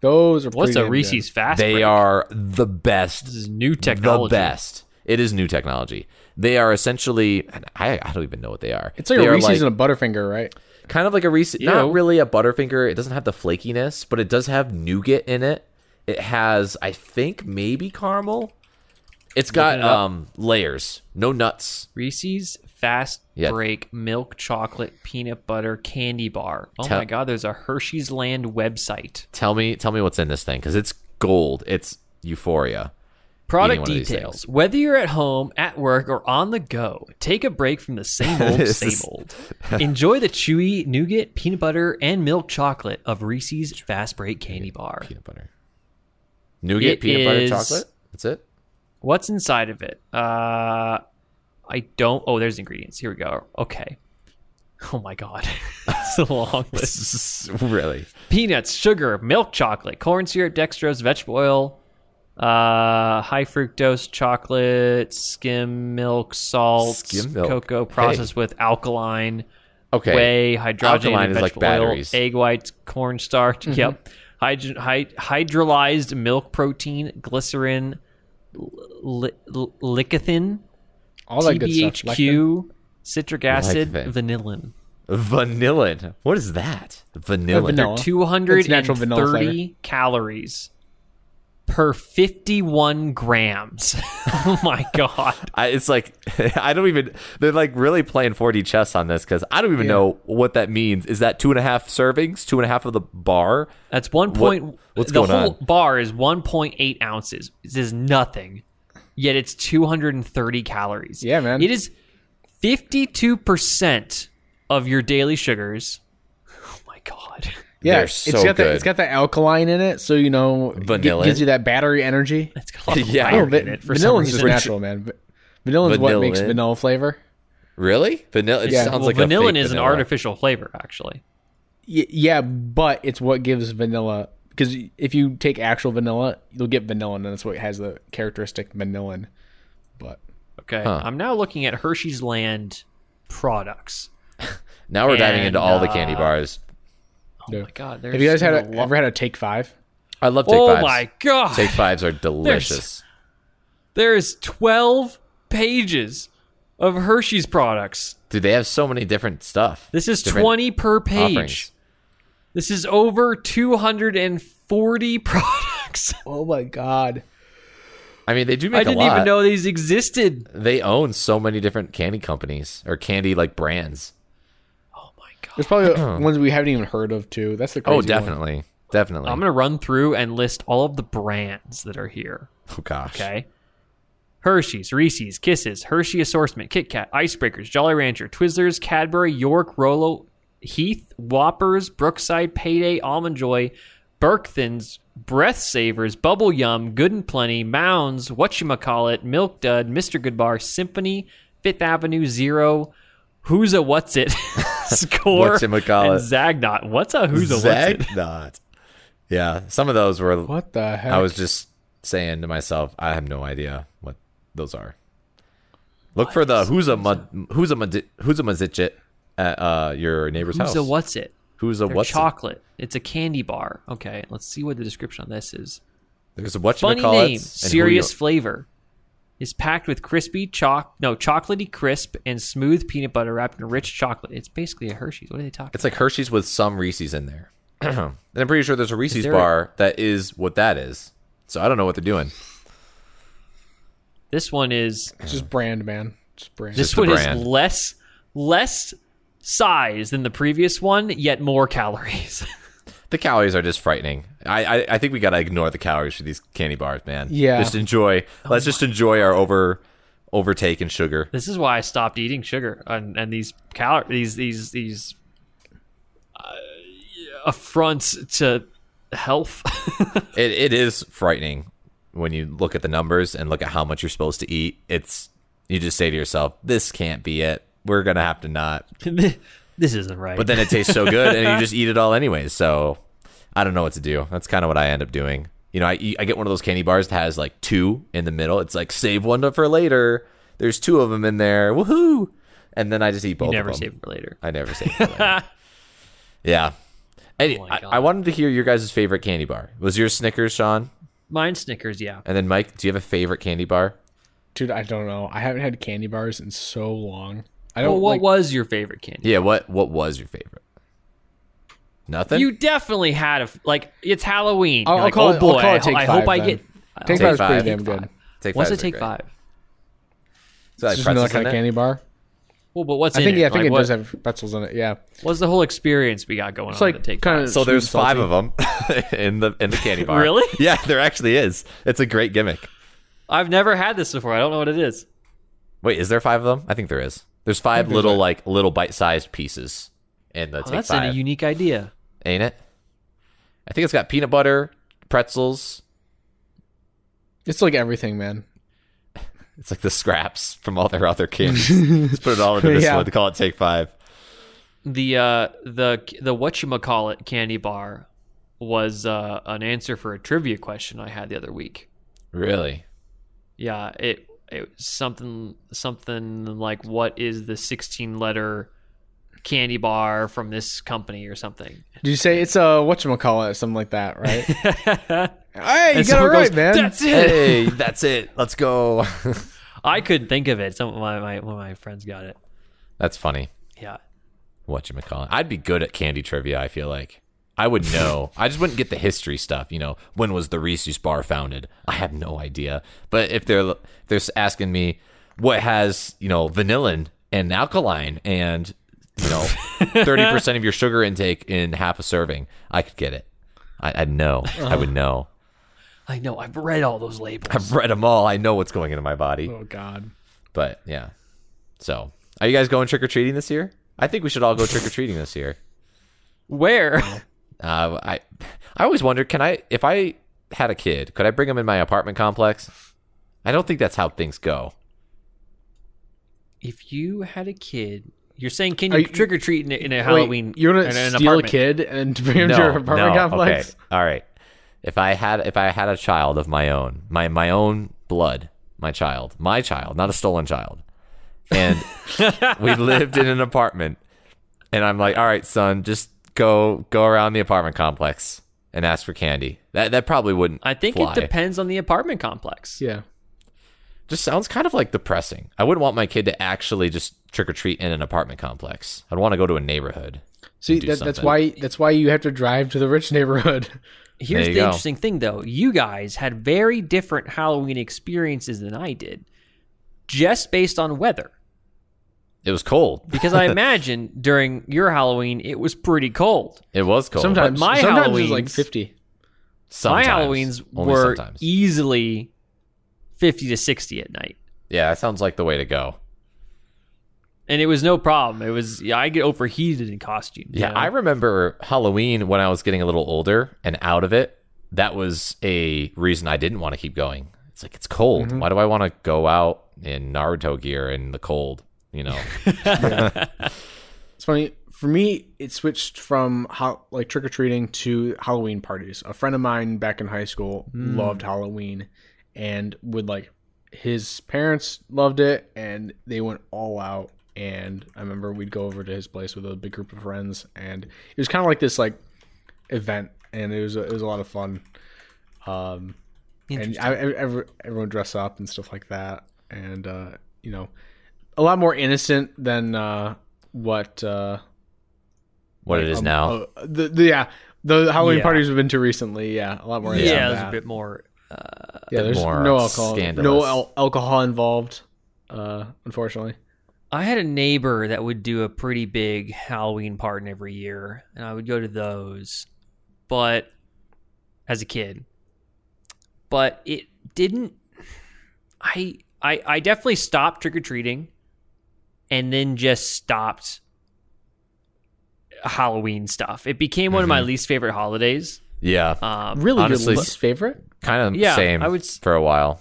[SPEAKER 2] Those are
[SPEAKER 3] What's
[SPEAKER 2] pretty damn
[SPEAKER 3] a
[SPEAKER 2] good.
[SPEAKER 3] Reese's fast?
[SPEAKER 1] They
[SPEAKER 3] break?
[SPEAKER 1] are the best
[SPEAKER 3] This is new technology.
[SPEAKER 1] The best. It is new technology. They are essentially, and I, I don't even know what they are.
[SPEAKER 2] It's like
[SPEAKER 1] they
[SPEAKER 2] a
[SPEAKER 1] are
[SPEAKER 2] Reese's
[SPEAKER 1] like-
[SPEAKER 2] and a Butterfinger, right?
[SPEAKER 1] kind of like a Reese's,
[SPEAKER 3] Ew.
[SPEAKER 1] not really a Butterfinger. It doesn't have the flakiness, but it does have nougat in it. It has, I think, maybe caramel. It's got
[SPEAKER 3] it up.
[SPEAKER 1] um layers, no nuts.
[SPEAKER 3] Reese's Fast
[SPEAKER 1] Yeah.
[SPEAKER 3] Break Milk Chocolate Peanut Butter Candy Bar. Oh
[SPEAKER 1] Tell-
[SPEAKER 3] my God, there's a Hershey's Land website.
[SPEAKER 1] Tell me, tell me what's in this thing because it's gold. It's euphoria.
[SPEAKER 3] Product
[SPEAKER 1] one of these
[SPEAKER 3] details.
[SPEAKER 1] things.
[SPEAKER 3] Whether you're at home, at work, or on the go, take a break from the same old,
[SPEAKER 1] This
[SPEAKER 3] same
[SPEAKER 1] is-
[SPEAKER 3] old. Enjoy the chewy nougat, peanut butter, and milk chocolate of Reese's Fast Break Candy Bar.
[SPEAKER 1] Peanut butter, nougat,
[SPEAKER 3] It
[SPEAKER 1] peanut butter,
[SPEAKER 3] is-
[SPEAKER 1] chocolate. That's it.
[SPEAKER 3] What's inside of it? Uh, I don't. Oh, there's ingredients. Here we go. Okay. Oh my God. it's a long list.
[SPEAKER 1] really?
[SPEAKER 3] peanuts, sugar, milk chocolate, corn syrup, dextrose, vegetable oil, uh, high fructose chocolate, skim milk, salt,
[SPEAKER 1] Skim milk.
[SPEAKER 3] cocoa
[SPEAKER 1] Hey.
[SPEAKER 3] processed with alkaline,
[SPEAKER 1] Okay.
[SPEAKER 3] whey, hydrogenated
[SPEAKER 1] Alkaline is like
[SPEAKER 3] vegetable oil,
[SPEAKER 1] batteries.
[SPEAKER 3] egg whites, cornstarch.
[SPEAKER 2] Mm-hmm.
[SPEAKER 3] Yep. Hydro- hy- hydrolyzed milk protein, glycerin, li- li- licithin,
[SPEAKER 2] All that good stuff. Like them.
[SPEAKER 3] TBHQ, citric acid,
[SPEAKER 1] Lecithin.
[SPEAKER 3] vanillin.
[SPEAKER 1] Vanillin. What is that? Vanillin.
[SPEAKER 2] vanilla. It's natural vanilla
[SPEAKER 3] 230 calories per 51 grams. oh my god.
[SPEAKER 1] I, it's like I don't even. They're like really playing 4D chess on this because I don't even know what that means. Is that two and a half servings? Two and a half of the bar?
[SPEAKER 3] That's one point.
[SPEAKER 1] what's
[SPEAKER 3] the
[SPEAKER 1] going
[SPEAKER 3] whole
[SPEAKER 1] on?
[SPEAKER 3] bar is 1.8 ounces. This is nothing. Yet it's 230 calories.
[SPEAKER 2] Yeah, man.
[SPEAKER 3] It is 52% of your daily sugars. Oh my god.
[SPEAKER 2] Yeah,
[SPEAKER 1] They're
[SPEAKER 2] it's
[SPEAKER 1] so
[SPEAKER 2] got that.
[SPEAKER 1] good.
[SPEAKER 2] It's got that alkaline in it, so you know, it gi-
[SPEAKER 1] Vanilla.
[SPEAKER 2] gives you that battery energy.
[SPEAKER 3] It's got a lot of
[SPEAKER 1] Yeah.
[SPEAKER 3] iron
[SPEAKER 1] Oh,
[SPEAKER 2] va-
[SPEAKER 3] in it for some
[SPEAKER 2] vanilla's just
[SPEAKER 3] reason.
[SPEAKER 2] natural, man. Va- Vanilla's what makes
[SPEAKER 1] Vanillin.
[SPEAKER 2] vanilla flavor.
[SPEAKER 1] Really? Vanilla. It
[SPEAKER 2] Yeah.
[SPEAKER 1] sounds
[SPEAKER 3] well,
[SPEAKER 1] like a
[SPEAKER 3] vanillin
[SPEAKER 1] fake
[SPEAKER 3] is an
[SPEAKER 1] vanilla.
[SPEAKER 3] artificial flavor, actually.
[SPEAKER 2] Y- yeah, but it's what gives vanilla. Because if you take actual vanilla, you'll get vanillin, and that's what has the characteristic vanillin. But
[SPEAKER 3] Okay.
[SPEAKER 1] Huh.
[SPEAKER 3] I'm now looking at Hershey's Land products.
[SPEAKER 1] Now we're diving into
[SPEAKER 3] And,
[SPEAKER 1] all the candy
[SPEAKER 3] uh,
[SPEAKER 1] bars.
[SPEAKER 2] dude,
[SPEAKER 3] Oh my god,
[SPEAKER 2] have you guys had a,
[SPEAKER 3] lot-
[SPEAKER 2] ever had a take five?
[SPEAKER 1] I love take
[SPEAKER 3] Oh
[SPEAKER 1] fives.
[SPEAKER 3] my god.
[SPEAKER 1] Take fives are delicious.
[SPEAKER 3] There's 12 pages of Hershey's products.
[SPEAKER 1] Dude, they have so many different stuff.
[SPEAKER 3] This is
[SPEAKER 1] Different
[SPEAKER 3] 20 per page.
[SPEAKER 1] offerings.
[SPEAKER 3] This is over 240 products.
[SPEAKER 2] Oh my god!
[SPEAKER 1] I mean, they do make
[SPEAKER 3] I didn't
[SPEAKER 1] a lot.
[SPEAKER 3] even know these existed.
[SPEAKER 1] they own so many different candy companies or candy like brands.
[SPEAKER 3] Oh my god.
[SPEAKER 2] There's probably ones we haven't even heard of too. That's the crazy
[SPEAKER 1] Oh,
[SPEAKER 2] one.
[SPEAKER 1] definitely, definitely.
[SPEAKER 3] I'm going to run through and list all of the brands that are here.
[SPEAKER 1] oh gosh.
[SPEAKER 3] Okay. Hershey's, Reese's, Kisses, Hershey Assortment, Kit Kat, Icebreakers, Jolly Rancher, Twizzlers, Cadbury, York, Rolo, Heath, Whoppers, Brookside, Payday, Almond Joy, Birkthins, Breath Savers, Bubble Yum, Good and Plenty, Mounds, Whatchamacallit, Milk Dud, Mr. Goodbar, Symphony, Fifth Avenue, Zero, Who's a What's It, Score, and
[SPEAKER 1] Whatchamacallit.
[SPEAKER 3] Zagnot. What's a Who's a What's It?
[SPEAKER 1] not. Yeah, some of those were.
[SPEAKER 2] What the heck?
[SPEAKER 1] I was just saying to myself, I have no idea what those are. Look for the who's a mu- who's a mu- who's a mazitchit at uh, your neighbor's
[SPEAKER 3] Who's
[SPEAKER 1] house.
[SPEAKER 3] a What's It?
[SPEAKER 1] Who's a
[SPEAKER 3] They're
[SPEAKER 1] what?
[SPEAKER 3] chocolate. It's a candy bar. Okay, let's see what the description on this is.
[SPEAKER 1] There's a what
[SPEAKER 3] Funny name, serious flavor. Is packed with crispy choc no chocolatey crisp and smooth peanut butter wrapped in rich chocolate. It's basically a Hershey's. What are they talking?
[SPEAKER 1] It's like Hershey's with some Reese's in there. and I'm pretty sure there's a Reese's
[SPEAKER 3] there a-
[SPEAKER 1] bar that is what that is. So I don't know what they're doing.
[SPEAKER 3] about? This one is
[SPEAKER 2] It's just brand, man. Just brand.
[SPEAKER 3] this
[SPEAKER 1] Just a
[SPEAKER 3] one is
[SPEAKER 1] brand.
[SPEAKER 3] less less size than the previous one, yet more calories.
[SPEAKER 1] The calories are just frightening. I, I, I think we gotta ignore the calories for these candy bars, man.
[SPEAKER 2] Yeah.
[SPEAKER 1] Just enjoy.
[SPEAKER 3] Oh
[SPEAKER 1] let's just enjoy our over overtake in sugar.
[SPEAKER 3] this is why I stopped eating sugar and, and these cal these these these uh, affronts to health.
[SPEAKER 1] It it is frightening when you look at the numbers and look at how much you're supposed to eat. It's you just say to yourself, this can't be it. We're gonna have to not.
[SPEAKER 3] this isn't right.
[SPEAKER 1] But then it tastes so good, and you just eat it all anyways. So I don't know what to do. That's kind of what I end up doing. You know, I eat, I get one of those candy bars that has like two in the middle. It's like save one for later. There's two of them in there. Woohoo! And then I just eat both.
[SPEAKER 3] you never
[SPEAKER 1] of them.
[SPEAKER 3] save it for later.
[SPEAKER 1] I never say. yeah. Any,
[SPEAKER 3] Oh my
[SPEAKER 1] I,
[SPEAKER 3] God.
[SPEAKER 1] I wanted to hear your guys' favorite candy bar. Was yours Snickers, Sean?
[SPEAKER 3] Mine Snickers, yeah.
[SPEAKER 1] And then Mike, do you have a favorite candy bar?
[SPEAKER 2] Dude, I don't know. I haven't had candy bars in so long. I don't
[SPEAKER 3] Well, what
[SPEAKER 2] like,
[SPEAKER 3] was your favorite candy?
[SPEAKER 1] Yeah. What What was your favorite? Nothing.
[SPEAKER 3] you definitely had a f- like. It's Halloween.
[SPEAKER 2] I'll-
[SPEAKER 3] You're
[SPEAKER 2] I'll
[SPEAKER 3] like,
[SPEAKER 2] call
[SPEAKER 3] oh
[SPEAKER 2] it- I'll
[SPEAKER 3] boy,
[SPEAKER 2] call it
[SPEAKER 3] I ho-
[SPEAKER 2] Take
[SPEAKER 3] I,
[SPEAKER 2] Five
[SPEAKER 3] hope I
[SPEAKER 2] then.
[SPEAKER 3] get.
[SPEAKER 2] Take
[SPEAKER 1] Take
[SPEAKER 2] Five's
[SPEAKER 1] Five.
[SPEAKER 2] pretty
[SPEAKER 1] Take
[SPEAKER 2] damn good.
[SPEAKER 1] take
[SPEAKER 3] What's it
[SPEAKER 1] Five's
[SPEAKER 3] take
[SPEAKER 1] great.
[SPEAKER 3] five?
[SPEAKER 1] It's like
[SPEAKER 2] It's just
[SPEAKER 1] pretzels
[SPEAKER 2] another kind
[SPEAKER 1] in
[SPEAKER 2] of
[SPEAKER 1] it.
[SPEAKER 2] candy bar.
[SPEAKER 3] Well, but what's
[SPEAKER 2] I
[SPEAKER 3] in
[SPEAKER 2] think
[SPEAKER 3] it?
[SPEAKER 2] yeah, I think
[SPEAKER 3] Like,
[SPEAKER 2] it
[SPEAKER 3] what-
[SPEAKER 2] does have pretzels in it. Yeah,
[SPEAKER 3] What's the whole experience we got going
[SPEAKER 2] it's
[SPEAKER 3] on?
[SPEAKER 2] like
[SPEAKER 3] at Take
[SPEAKER 2] kind
[SPEAKER 3] Five?
[SPEAKER 2] of
[SPEAKER 1] So there's five of them in the in the candy bar.
[SPEAKER 3] Really?
[SPEAKER 1] Yeah, there actually is. It's a great gimmick.
[SPEAKER 3] I've never had this before. I don't know what it is.
[SPEAKER 1] Wait, is there five of them? I think there is. There's five little like little bite-sized pieces in the
[SPEAKER 3] Oh,
[SPEAKER 1] take
[SPEAKER 3] that's
[SPEAKER 1] five.
[SPEAKER 3] a unique idea.
[SPEAKER 1] ain't it? I think it's got peanut butter, pretzels.
[SPEAKER 2] It's like everything, man.
[SPEAKER 1] It's like the scraps from all their other kids. Let's put it all into this
[SPEAKER 2] Yeah.
[SPEAKER 1] one to call it Take Five.
[SPEAKER 3] The uh the the whatchamacallit candy bar was uh an answer for a trivia question I had the other week.
[SPEAKER 1] Really?
[SPEAKER 3] Yeah, it it was something something like what is the 16 letter candy bar from this company or something.
[SPEAKER 2] Did you say it's a what you call it, something like that, right? hey, you
[SPEAKER 3] And
[SPEAKER 2] got it
[SPEAKER 3] someone
[SPEAKER 2] right,
[SPEAKER 3] goes,
[SPEAKER 2] man.
[SPEAKER 3] That's it.
[SPEAKER 1] Hey, that's it. Let's go.
[SPEAKER 3] I couldn't think of it. Some of my, my one of my friends got it.
[SPEAKER 1] that's funny.
[SPEAKER 3] Yeah.
[SPEAKER 1] What you call it? I'd be good at candy trivia. I feel like I would know. I just wouldn't get the history stuff. You know, when was the Reese's bar founded? I have no idea. But if they're if they're asking me what has you know vanillin and alkaline and you know thirty percent of your sugar intake in half a serving, I could get it. I, I'd know. I would know.
[SPEAKER 3] I know. I've read all those labels.
[SPEAKER 1] I've read them all. I know what's going into my body.
[SPEAKER 2] oh God.
[SPEAKER 1] But yeah. So, are you guys going trick or treating this year? I think we should all go trick or treating this year.
[SPEAKER 3] Where?
[SPEAKER 1] Uh, I I always wonder, can I if I had a kid, could I bring him in my apartment complex? I don't think that's how things go.
[SPEAKER 3] if you had a kid, you're saying can
[SPEAKER 2] Are
[SPEAKER 3] you
[SPEAKER 2] you-
[SPEAKER 3] trick or treat in a, in a Halloween?
[SPEAKER 2] Wait, you're gonna
[SPEAKER 3] in an
[SPEAKER 2] steal
[SPEAKER 3] apartment?
[SPEAKER 2] a kid and bring him to your apartment complex?
[SPEAKER 1] Okay. All right. If I had if I had a child of my own, my my own blood, my child, my child, not a stolen child, and we lived in an apartment, and I'm like, all right, son, just go go around the apartment complex and ask for candy. That that probably wouldn't.
[SPEAKER 3] I think
[SPEAKER 1] fly.
[SPEAKER 3] it depends on the apartment complex.
[SPEAKER 2] Yeah.
[SPEAKER 1] just sounds kind of like depressing. I wouldn't want my kid to actually just trick or treat in an apartment complex. I'd want to go to a neighborhood.
[SPEAKER 2] See,
[SPEAKER 1] do
[SPEAKER 2] that, that's
[SPEAKER 1] something.
[SPEAKER 2] why that's why you have to drive to the rich neighborhood.
[SPEAKER 3] Here's
[SPEAKER 1] There you
[SPEAKER 3] the
[SPEAKER 1] go.
[SPEAKER 3] interesting thing, though. You guys had very different Halloween experiences than I did, just based on weather.
[SPEAKER 1] It was cold.
[SPEAKER 3] Because I imagine during your Halloween, it was pretty cold.
[SPEAKER 1] It was cold.
[SPEAKER 2] Sometimes,
[SPEAKER 3] my
[SPEAKER 2] sometimes it's like
[SPEAKER 3] Halloweens-
[SPEAKER 2] fifty.
[SPEAKER 1] Sometimes.
[SPEAKER 3] My Halloweens
[SPEAKER 1] Only
[SPEAKER 3] were e-
[SPEAKER 1] sometimes.
[SPEAKER 3] easily fifty to sixty at night,
[SPEAKER 1] yeah, that sounds like the way to go.
[SPEAKER 3] and it was no problem. It was yeah, I get overheated in costume. you
[SPEAKER 1] Yeah,
[SPEAKER 3] know?
[SPEAKER 1] I remember Halloween when I was getting a little older and out of it. That was a reason I didn't want to keep going. It's like it's cold.
[SPEAKER 3] Mm-hmm.
[SPEAKER 1] Why do I want to go out in Naruto gear in the cold? You know,
[SPEAKER 2] It's funny for me. It switched from ho- like trick or treating to Halloween parties. A friend of mine back in high school loved Halloween, and would like his parents loved it, and they went all out. And I remember we'd go over to his place with a big group of friends, and it was kind of like this like event, and it was a, it was a lot of fun. Um, and I, I- every, everyone dress up and stuff like that, and uh, you know, a lot more innocent than uh, what uh,
[SPEAKER 1] what it is
[SPEAKER 2] um,
[SPEAKER 1] now.
[SPEAKER 2] uh, the, the yeah, the Halloween
[SPEAKER 3] Yeah.
[SPEAKER 2] parties we've been to recently. Yeah, a lot more.
[SPEAKER 3] yeah,
[SPEAKER 2] innocent
[SPEAKER 3] it
[SPEAKER 2] than
[SPEAKER 3] was a
[SPEAKER 2] that.
[SPEAKER 3] bit more.
[SPEAKER 2] yeah. There's
[SPEAKER 1] more
[SPEAKER 2] no alcohol, no
[SPEAKER 1] scandalous.
[SPEAKER 2] al- alcohol involved. Uh, unfortunately,
[SPEAKER 3] I had a neighbor that would do a pretty big Halloween party every year, and I would go to those, but as a kid, but it didn't. I I I definitely stopped trick or treating, and then just stopped Halloween stuff. It became one of my least favorite holidays.
[SPEAKER 1] yeah,
[SPEAKER 3] Um,
[SPEAKER 2] really,
[SPEAKER 1] honestly-
[SPEAKER 2] your least favorite?
[SPEAKER 1] kind of
[SPEAKER 3] yeah,
[SPEAKER 1] same.
[SPEAKER 3] I would s-
[SPEAKER 1] for a while.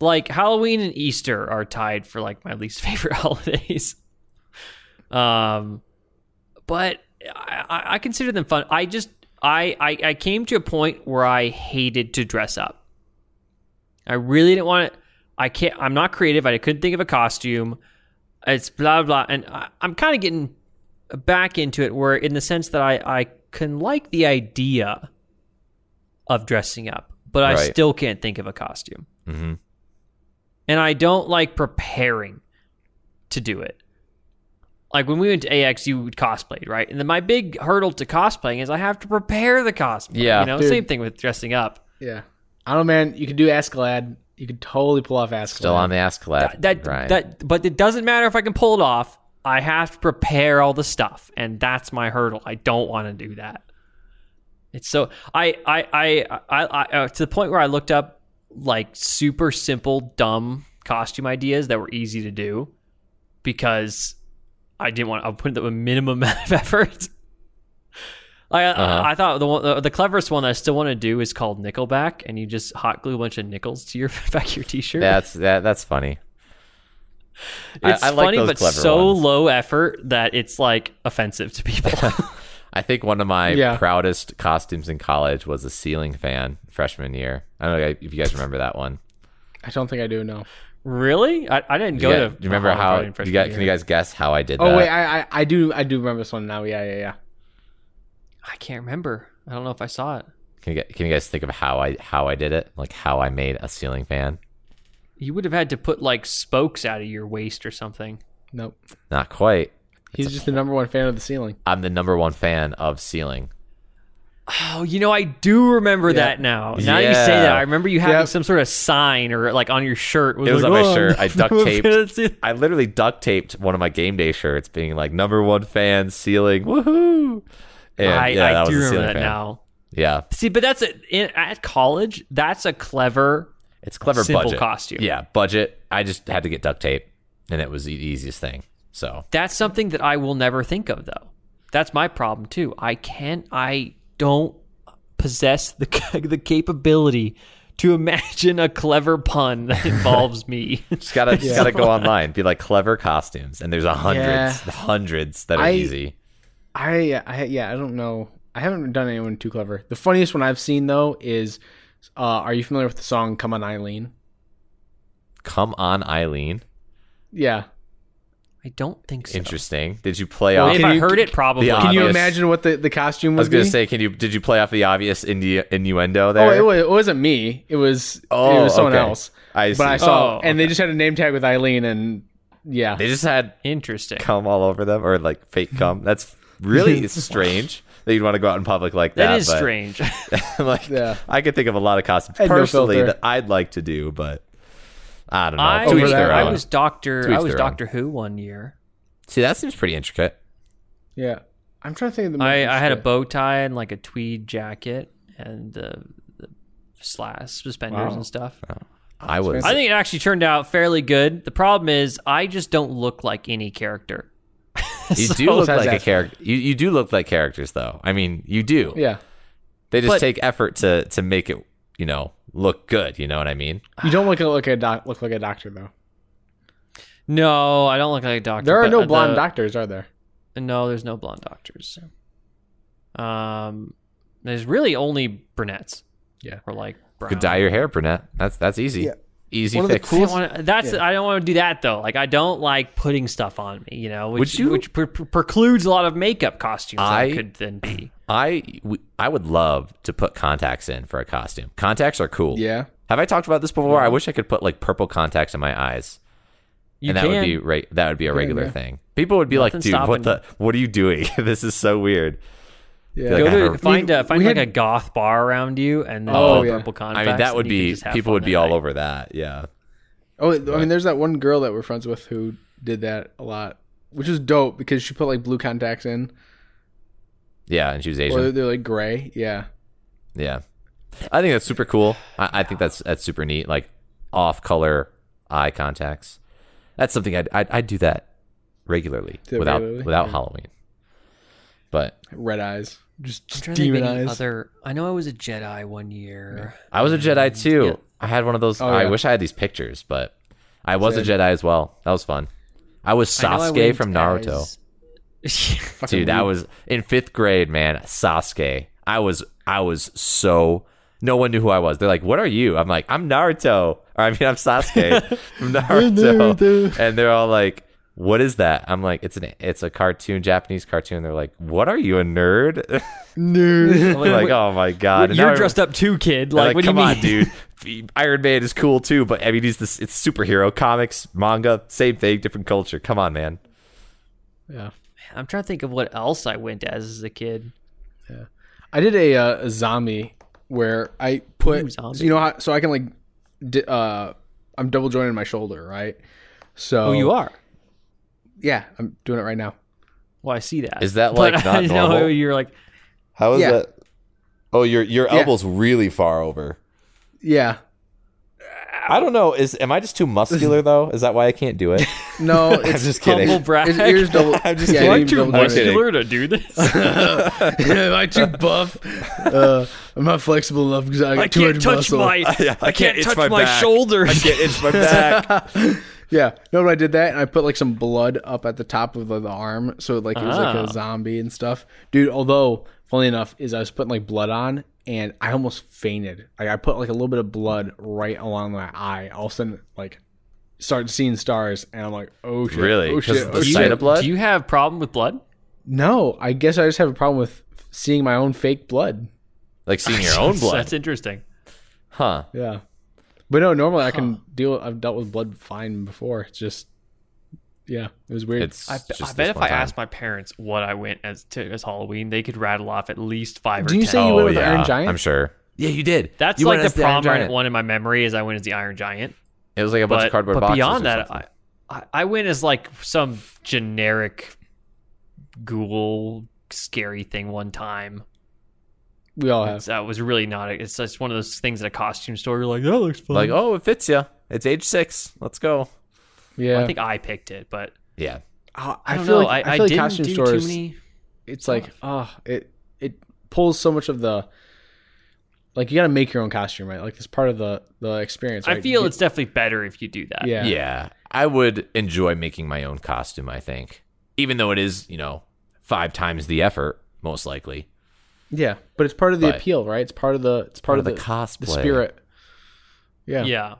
[SPEAKER 3] like Halloween and Easter are tied for like my least favorite holidays. Um, but I, I- I consider them fun. I just I, I I came to a point where I hated to dress up. I really didn't want to. I can't. I'm not creative. I couldn't think of a costume. It's blah blah, and I, I'm kind of getting back into it where, in the sense that I I can like the idea of dressing up, but I
[SPEAKER 1] Right.
[SPEAKER 3] still can't think of a costume.
[SPEAKER 1] Mm-hmm.
[SPEAKER 3] And I don't like preparing to do it. Like when we went to AX, you cosplayed, right? And then my big hurdle to cosplaying is I have to prepare the cosplay.
[SPEAKER 1] Yeah.
[SPEAKER 3] You know,
[SPEAKER 2] Dude.
[SPEAKER 3] same thing with dressing up.
[SPEAKER 2] Yeah. I don't know, man. You could do Askeladd. You could totally pull off Askeladd.
[SPEAKER 1] Still on the ass collab.
[SPEAKER 3] That
[SPEAKER 1] grind.
[SPEAKER 3] that but it doesn't matter if I can pull it off. I have to prepare all the stuff, and that's my hurdle. I don't want to do that. It's so I I I I, I uh, to the point where I looked up like super simple dumb costume ideas that were easy to do because I didn't want to put up a minimum amount of effort. I,
[SPEAKER 1] Uh-huh.
[SPEAKER 3] I, I thought the one, the, the cleverest one that I still want to do is called Nickelback, and you just hot glue a bunch of nickels to your back of your t-shirt.
[SPEAKER 1] that's that, that's funny. I-
[SPEAKER 3] It's
[SPEAKER 1] I like
[SPEAKER 3] funny,
[SPEAKER 1] those
[SPEAKER 3] but
[SPEAKER 1] clever
[SPEAKER 3] so
[SPEAKER 1] ones.
[SPEAKER 3] low effort that it's like offensive to people.
[SPEAKER 1] I think one of my
[SPEAKER 2] Yeah.
[SPEAKER 1] proudest costumes in college was a ceiling fan freshman year. I don't know if you guys remember that one.
[SPEAKER 2] I don't think I do
[SPEAKER 1] Uh,
[SPEAKER 2] know.
[SPEAKER 3] really? I, I didn't
[SPEAKER 1] You
[SPEAKER 3] go
[SPEAKER 1] got-
[SPEAKER 3] to.
[SPEAKER 1] do you remember
[SPEAKER 3] Holland
[SPEAKER 1] how?
[SPEAKER 3] Pride in
[SPEAKER 1] You
[SPEAKER 3] freshman
[SPEAKER 1] got,
[SPEAKER 3] year.
[SPEAKER 1] can you guys guess how I did
[SPEAKER 2] Oh
[SPEAKER 1] that?
[SPEAKER 2] wait, I, I I do I do remember this one now. Yeah, yeah, yeah.
[SPEAKER 3] I can't remember. I don't know if I saw it.
[SPEAKER 1] Can you, gu- can you guys think of how I how I did it? Like how I made a ceiling fan?
[SPEAKER 3] You would have had to put like spokes out of your waist or something.
[SPEAKER 2] Nope.
[SPEAKER 1] Not quite.
[SPEAKER 2] He's just the number one fan of the ceiling.
[SPEAKER 1] I'm the number one fan of ceiling.
[SPEAKER 3] Oh, you know, I do remember that now. Now you say that,
[SPEAKER 1] Yeah.
[SPEAKER 3] I remember you having
[SPEAKER 2] Yep.
[SPEAKER 3] some sort of sign or like on your shirt.
[SPEAKER 1] It was
[SPEAKER 3] like,
[SPEAKER 1] on my
[SPEAKER 3] "Oh,
[SPEAKER 1] shirt. I duct taped.
[SPEAKER 3] That's it.
[SPEAKER 1] I literally duct taped one of my game day shirts, being like number one fan ceiling. Woohoo! And
[SPEAKER 3] I,
[SPEAKER 1] yeah,
[SPEAKER 3] I
[SPEAKER 1] that
[SPEAKER 3] do remember
[SPEAKER 1] was a ceiling
[SPEAKER 3] that
[SPEAKER 1] fan.
[SPEAKER 3] now.
[SPEAKER 1] Yeah,
[SPEAKER 3] See, but that's a, in, at college. That's a clever
[SPEAKER 1] it's clever
[SPEAKER 3] Simple
[SPEAKER 1] budget.
[SPEAKER 3] costume.
[SPEAKER 1] Yeah, budget. I just had to get duct tape, and it was the easiest thing. So
[SPEAKER 3] That's something that I will never think of though. That's my problem too. I can't I don't possess the ca- the capability to imagine a clever pun that involves me.
[SPEAKER 1] just gotta just gotta go online, be like clever costumes, and there's a hundreds,
[SPEAKER 2] Yeah.
[SPEAKER 1] hundreds that are
[SPEAKER 2] I-
[SPEAKER 1] easy.
[SPEAKER 2] I I yeah, I don't know. I haven't done anyone too clever. The funniest one I've seen though is uh are you familiar with the song Come on Eileen?
[SPEAKER 1] Come on, Eileen.
[SPEAKER 2] Yeah.
[SPEAKER 3] I don't think so.
[SPEAKER 1] Interesting. Did you play
[SPEAKER 2] Well,
[SPEAKER 1] off?
[SPEAKER 3] If
[SPEAKER 2] Can
[SPEAKER 3] I
[SPEAKER 2] you-
[SPEAKER 3] heard it probably
[SPEAKER 1] the
[SPEAKER 2] Can you
[SPEAKER 1] Obvious.
[SPEAKER 2] imagine what the, the costume
[SPEAKER 1] I
[SPEAKER 2] would
[SPEAKER 1] was gonna
[SPEAKER 2] be?
[SPEAKER 1] say, can you did you play off the obvious innu- innuendo
[SPEAKER 2] oh,
[SPEAKER 1] there?
[SPEAKER 2] it, wa- it wasn't me. It was it
[SPEAKER 1] Oh,
[SPEAKER 2] was someone
[SPEAKER 1] okay.
[SPEAKER 2] else.
[SPEAKER 1] I
[SPEAKER 2] But
[SPEAKER 1] see.
[SPEAKER 2] I saw
[SPEAKER 3] Oh,
[SPEAKER 2] and they just had a name tag with Eileen and yeah.
[SPEAKER 1] They just had
[SPEAKER 3] Interesting.
[SPEAKER 1] cum all over them or like fake cum. That's really strange that you'd want to go out in public like that.
[SPEAKER 3] that is
[SPEAKER 1] but-
[SPEAKER 3] strange.
[SPEAKER 1] like
[SPEAKER 2] Yeah.
[SPEAKER 1] I could think of a lot of costumes
[SPEAKER 2] And no
[SPEAKER 1] personally
[SPEAKER 2] filter.
[SPEAKER 1] that I'd like to do, but I don't know.
[SPEAKER 3] I,
[SPEAKER 1] To each
[SPEAKER 2] Over that
[SPEAKER 1] their
[SPEAKER 3] I
[SPEAKER 1] own.
[SPEAKER 3] was Doctor
[SPEAKER 1] To each
[SPEAKER 3] I was
[SPEAKER 1] their own.
[SPEAKER 3] Doctor Who one year.
[SPEAKER 1] See, that seems pretty intricate.
[SPEAKER 2] Yeah. I'm trying to think of the most
[SPEAKER 3] I, I had a
[SPEAKER 2] shit.
[SPEAKER 3] bow tie and like a tweed jacket and uh, the slash suspenders
[SPEAKER 2] Wow.
[SPEAKER 3] and stuff.
[SPEAKER 1] I was.
[SPEAKER 3] I think it actually turned out fairly good. The problem is I just don't look like any character.
[SPEAKER 1] you
[SPEAKER 3] So-
[SPEAKER 1] do look
[SPEAKER 2] Besides
[SPEAKER 1] like a
[SPEAKER 2] that.
[SPEAKER 1] character. You, you do look like characters, though. I mean, you do.
[SPEAKER 2] Yeah.
[SPEAKER 1] They just
[SPEAKER 3] But-
[SPEAKER 1] take effort to to make it, you know, look good. You know what I mean?
[SPEAKER 2] You don't look like a doc, look like a doctor though.
[SPEAKER 3] No, I don't look like a doctor.
[SPEAKER 2] There are
[SPEAKER 3] but
[SPEAKER 2] no
[SPEAKER 1] uh,
[SPEAKER 3] the-
[SPEAKER 2] blonde doctors, are there?
[SPEAKER 3] No, there's no blonde doctors. Um, there's really only brunettes.
[SPEAKER 2] Yeah.
[SPEAKER 3] or like
[SPEAKER 1] You
[SPEAKER 3] brown.
[SPEAKER 1] could dye your hair brunette. That's that's easy.
[SPEAKER 2] Yeah.
[SPEAKER 1] Easy
[SPEAKER 2] One of the
[SPEAKER 1] fix.
[SPEAKER 3] I don't wanna, that's
[SPEAKER 2] Yeah.
[SPEAKER 3] I don't want to do that though. Like I don't like putting stuff on me. You know, which
[SPEAKER 1] Would you-
[SPEAKER 3] which pre- pre- precludes a lot of makeup costumes. I,
[SPEAKER 1] I-
[SPEAKER 3] could then be.
[SPEAKER 1] I w- I would love to put contacts in for a costume. Contacts are cool.
[SPEAKER 2] Yeah.
[SPEAKER 1] Have I talked about this before? I wish I could put like purple contacts in my eyes,
[SPEAKER 3] You
[SPEAKER 1] and that
[SPEAKER 3] can.
[SPEAKER 1] would be re- that would be a regular
[SPEAKER 2] yeah.
[SPEAKER 1] thing. People would be like,
[SPEAKER 3] Nothing's
[SPEAKER 1] "Dude,
[SPEAKER 3] stopping
[SPEAKER 1] what the? What are you doing? this is so weird."
[SPEAKER 2] Yeah.
[SPEAKER 1] Feel like
[SPEAKER 3] Go
[SPEAKER 1] I have
[SPEAKER 3] to
[SPEAKER 1] a-
[SPEAKER 3] find
[SPEAKER 2] We-
[SPEAKER 3] a find
[SPEAKER 2] we
[SPEAKER 3] like
[SPEAKER 2] had-
[SPEAKER 3] a goth bar around you, and then
[SPEAKER 2] Oh,
[SPEAKER 3] put
[SPEAKER 2] yeah.
[SPEAKER 3] purple
[SPEAKER 1] I
[SPEAKER 3] contacts.
[SPEAKER 1] mean, that
[SPEAKER 3] and
[SPEAKER 1] would
[SPEAKER 3] you
[SPEAKER 1] be
[SPEAKER 3] can just have
[SPEAKER 1] people
[SPEAKER 3] fun
[SPEAKER 1] would be
[SPEAKER 3] that
[SPEAKER 1] all
[SPEAKER 3] night.
[SPEAKER 1] over that. Yeah,
[SPEAKER 2] Oh, I mean, there's that one girl that we're friends with who did that a lot, which was dope because she put like blue contacts in,
[SPEAKER 1] yeah, and she was Asian.
[SPEAKER 2] or they're, they're, like gray. Yeah,
[SPEAKER 1] yeah, I think that's super cool. I, I think that's that's super neat. Like off color eye contacts. That's something I'd I'd, I'd do that regularly
[SPEAKER 2] Yeah,
[SPEAKER 1] without
[SPEAKER 2] regularly,
[SPEAKER 1] without
[SPEAKER 2] yeah.
[SPEAKER 1] Halloween. But
[SPEAKER 2] red eyes, just,
[SPEAKER 3] I'm
[SPEAKER 2] just
[SPEAKER 3] trying to think of
[SPEAKER 2] demon
[SPEAKER 3] any
[SPEAKER 2] eyes.
[SPEAKER 3] other. I know I was a Jedi one year.
[SPEAKER 1] I was a Jedi too. I had one of those.
[SPEAKER 2] Oh,
[SPEAKER 1] I
[SPEAKER 2] yeah.
[SPEAKER 1] wish I had these pictures, but I was a Jedi as well. That was fun. I was
[SPEAKER 3] I know I
[SPEAKER 1] Sasuke
[SPEAKER 3] went
[SPEAKER 1] from Naruto.
[SPEAKER 3] as-
[SPEAKER 2] Fucking
[SPEAKER 1] Dude, I
[SPEAKER 2] weird.
[SPEAKER 1] was in fifth grade, man. Sasuke. I was I was so no one knew who I was. They're like, What are you? I'm like, I'm Naruto. Or I mean I'm Sasuke from Naruto.
[SPEAKER 2] Naruto.
[SPEAKER 1] And they're all like, what is that? I'm like, it's an it's a cartoon, Japanese cartoon. They're like, what are you a nerd?
[SPEAKER 2] Nerd.
[SPEAKER 1] I'm like, oh my god, And now
[SPEAKER 3] You're
[SPEAKER 1] I-
[SPEAKER 3] dressed up too, kid.
[SPEAKER 1] they're
[SPEAKER 3] Like, what do you
[SPEAKER 1] come
[SPEAKER 3] mean?
[SPEAKER 1] on, dude. Iron Man is cool too, but I mean, he's this it's superhero comics, manga, same thing, different culture. Come on, man.
[SPEAKER 2] yeah.
[SPEAKER 3] I'm trying to think of what else I went as as a kid.
[SPEAKER 2] I did a, uh, a zombie where I put
[SPEAKER 3] Ooh, zombie.
[SPEAKER 2] so you know how so I can like di- uh I'm double jointed my shoulder, right? So
[SPEAKER 3] Oh, you are.
[SPEAKER 2] Yeah, I'm doing it right now.
[SPEAKER 3] Well, I see that.
[SPEAKER 1] Is that,
[SPEAKER 3] But
[SPEAKER 1] like,
[SPEAKER 3] I
[SPEAKER 1] not
[SPEAKER 3] know
[SPEAKER 1] normal?
[SPEAKER 3] you're like
[SPEAKER 4] How is
[SPEAKER 2] Yeah.
[SPEAKER 4] that? Oh, your your
[SPEAKER 2] Yeah.
[SPEAKER 4] elbow's really far over.
[SPEAKER 2] Yeah.
[SPEAKER 1] I don't know. Is am I just too muscular though? Is that why I can't do it?
[SPEAKER 2] No,
[SPEAKER 4] I'm
[SPEAKER 2] it's
[SPEAKER 4] just
[SPEAKER 3] humble
[SPEAKER 4] kidding.
[SPEAKER 3] brag.
[SPEAKER 2] his ears double.
[SPEAKER 4] I'm just
[SPEAKER 2] yeah,
[SPEAKER 4] kidding.
[SPEAKER 2] his ears
[SPEAKER 4] I'm
[SPEAKER 2] double-jointed.
[SPEAKER 4] kidding.
[SPEAKER 3] to do this?
[SPEAKER 2] Am I too buff? Uh, I'm not flexible enough because I got
[SPEAKER 3] I
[SPEAKER 2] too
[SPEAKER 3] can't
[SPEAKER 2] much
[SPEAKER 3] touch
[SPEAKER 2] muscle.
[SPEAKER 3] my.
[SPEAKER 4] Yeah,
[SPEAKER 3] I can't
[SPEAKER 4] itch
[SPEAKER 3] touch
[SPEAKER 4] my
[SPEAKER 3] my
[SPEAKER 4] back.
[SPEAKER 3] shoulders.
[SPEAKER 4] I can't itch my back.
[SPEAKER 2] Yeah, no, but I did that and I put like some blood up at the top of the, the arm, so like it was like
[SPEAKER 3] Ah.
[SPEAKER 2] a zombie and stuff, dude. Although, funny enough, is I was putting like blood on and I almost fainted. Like I put like a little bit of blood right along my eye. All of a sudden, like started seeing stars, and I'm like, oh shit,
[SPEAKER 1] Really?
[SPEAKER 2] oh
[SPEAKER 1] 'Cause of
[SPEAKER 2] shit, oh
[SPEAKER 1] the
[SPEAKER 2] shit.
[SPEAKER 1] sight of blood?
[SPEAKER 3] Do you have problem with blood?
[SPEAKER 2] No, I guess I just have a problem with seeing my own fake blood.
[SPEAKER 1] Like seeing your own
[SPEAKER 3] That's
[SPEAKER 1] blood,
[SPEAKER 3] interesting.
[SPEAKER 1] huh?
[SPEAKER 2] Yeah. But no, normally I can deal. I've dealt with blood fine before. It's just, yeah, it was weird.
[SPEAKER 1] It's
[SPEAKER 3] I,
[SPEAKER 1] just
[SPEAKER 3] I
[SPEAKER 1] this
[SPEAKER 3] bet if
[SPEAKER 1] one
[SPEAKER 3] I
[SPEAKER 1] time.
[SPEAKER 3] asked my parents what I went as to, as Halloween, they could rattle off at least five or
[SPEAKER 2] Didn't you
[SPEAKER 3] ten.
[SPEAKER 2] say you
[SPEAKER 1] oh
[SPEAKER 2] went with the
[SPEAKER 1] yeah,
[SPEAKER 2] Iron Giant?
[SPEAKER 1] I'm sure. Yeah, you did.
[SPEAKER 3] That's
[SPEAKER 1] You
[SPEAKER 3] like
[SPEAKER 1] went
[SPEAKER 3] the
[SPEAKER 1] as Iron
[SPEAKER 3] prominent
[SPEAKER 1] Giant.
[SPEAKER 3] one in my memory is I went as the Iron Giant.
[SPEAKER 1] It was like a bunch
[SPEAKER 3] But,
[SPEAKER 1] of cardboard
[SPEAKER 3] but
[SPEAKER 1] boxes.
[SPEAKER 3] beyond
[SPEAKER 1] or
[SPEAKER 3] that,
[SPEAKER 1] something.
[SPEAKER 3] I, I I went as like some generic ghoul scary thing one time.
[SPEAKER 2] we
[SPEAKER 1] Oh,
[SPEAKER 2] all have.
[SPEAKER 3] It's- That was really not. It's just one of those things at a costume store. You're like, that looks fun.
[SPEAKER 1] like, oh, it fits you. It's age six. Let's go.
[SPEAKER 2] Yeah,
[SPEAKER 3] Well, I think I picked it, but
[SPEAKER 1] Yeah,
[SPEAKER 2] I,
[SPEAKER 3] I, don't
[SPEAKER 2] feel
[SPEAKER 3] know.
[SPEAKER 2] like
[SPEAKER 3] I, I,
[SPEAKER 2] feel like
[SPEAKER 3] didn't
[SPEAKER 2] costume
[SPEAKER 3] do
[SPEAKER 2] stores.
[SPEAKER 3] too many.
[SPEAKER 2] It's like ah, it it pulls so much of the. Like you got to make your own costume, right? Like it's part of the the experience.
[SPEAKER 3] I
[SPEAKER 2] right?
[SPEAKER 3] feel
[SPEAKER 2] You-
[SPEAKER 3] it's definitely better if you do that.
[SPEAKER 2] yeah,
[SPEAKER 1] yeah. I would enjoy making my own costume. I think, even though it is, you know, five times the effort, most likely.
[SPEAKER 2] yeah. But it's part of the
[SPEAKER 1] But-
[SPEAKER 2] appeal, right? It's part of the it's
[SPEAKER 1] Part
[SPEAKER 2] part, of the,
[SPEAKER 1] cosplay,
[SPEAKER 2] the spirit. Yeah,
[SPEAKER 3] Yeah.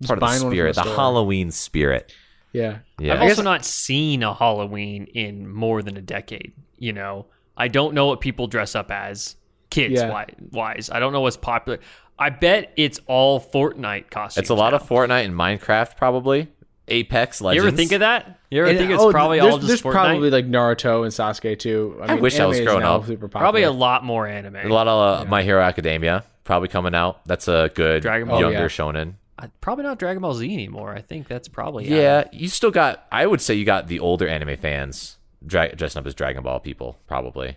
[SPEAKER 2] Just
[SPEAKER 1] part of the
[SPEAKER 2] buying one from
[SPEAKER 1] spirit, the
[SPEAKER 2] store.
[SPEAKER 1] Halloween spirit.
[SPEAKER 2] Yeah,
[SPEAKER 1] Yeah,
[SPEAKER 3] I've also not seen a Halloween in more than a decade. You know, I don't know what people dress up as kids
[SPEAKER 2] Yeah.
[SPEAKER 3] wi- wise. I don't know what's popular. I bet it's all Fortnite costumes.
[SPEAKER 1] it's a lot
[SPEAKER 3] now.
[SPEAKER 1] of Fortnite and Minecraft, probably. Apex
[SPEAKER 3] You
[SPEAKER 1] Legends.
[SPEAKER 3] ever think of that? You ever
[SPEAKER 2] And-
[SPEAKER 3] think it's
[SPEAKER 2] oh,
[SPEAKER 3] probably
[SPEAKER 2] there's,
[SPEAKER 3] all just
[SPEAKER 2] there's
[SPEAKER 3] Fortnite? Probably,
[SPEAKER 2] probably like Naruto and Sasuke too.
[SPEAKER 1] I wish I was
[SPEAKER 2] anime is
[SPEAKER 1] growing
[SPEAKER 2] now
[SPEAKER 1] up.
[SPEAKER 2] super popular.
[SPEAKER 3] probably a lot more anime.
[SPEAKER 1] a lot of uh, My Hero Academia probably coming out. That's a good
[SPEAKER 3] Dragon Ball.
[SPEAKER 1] younger
[SPEAKER 2] Oh, yeah.
[SPEAKER 1] shonen.
[SPEAKER 3] I- probably not Dragon Ball Z anymore. I think that's probably
[SPEAKER 1] Yeah.
[SPEAKER 3] out.
[SPEAKER 1] you still got. I would say you got the older anime fans dra- dressing up as Dragon Ball people, probably.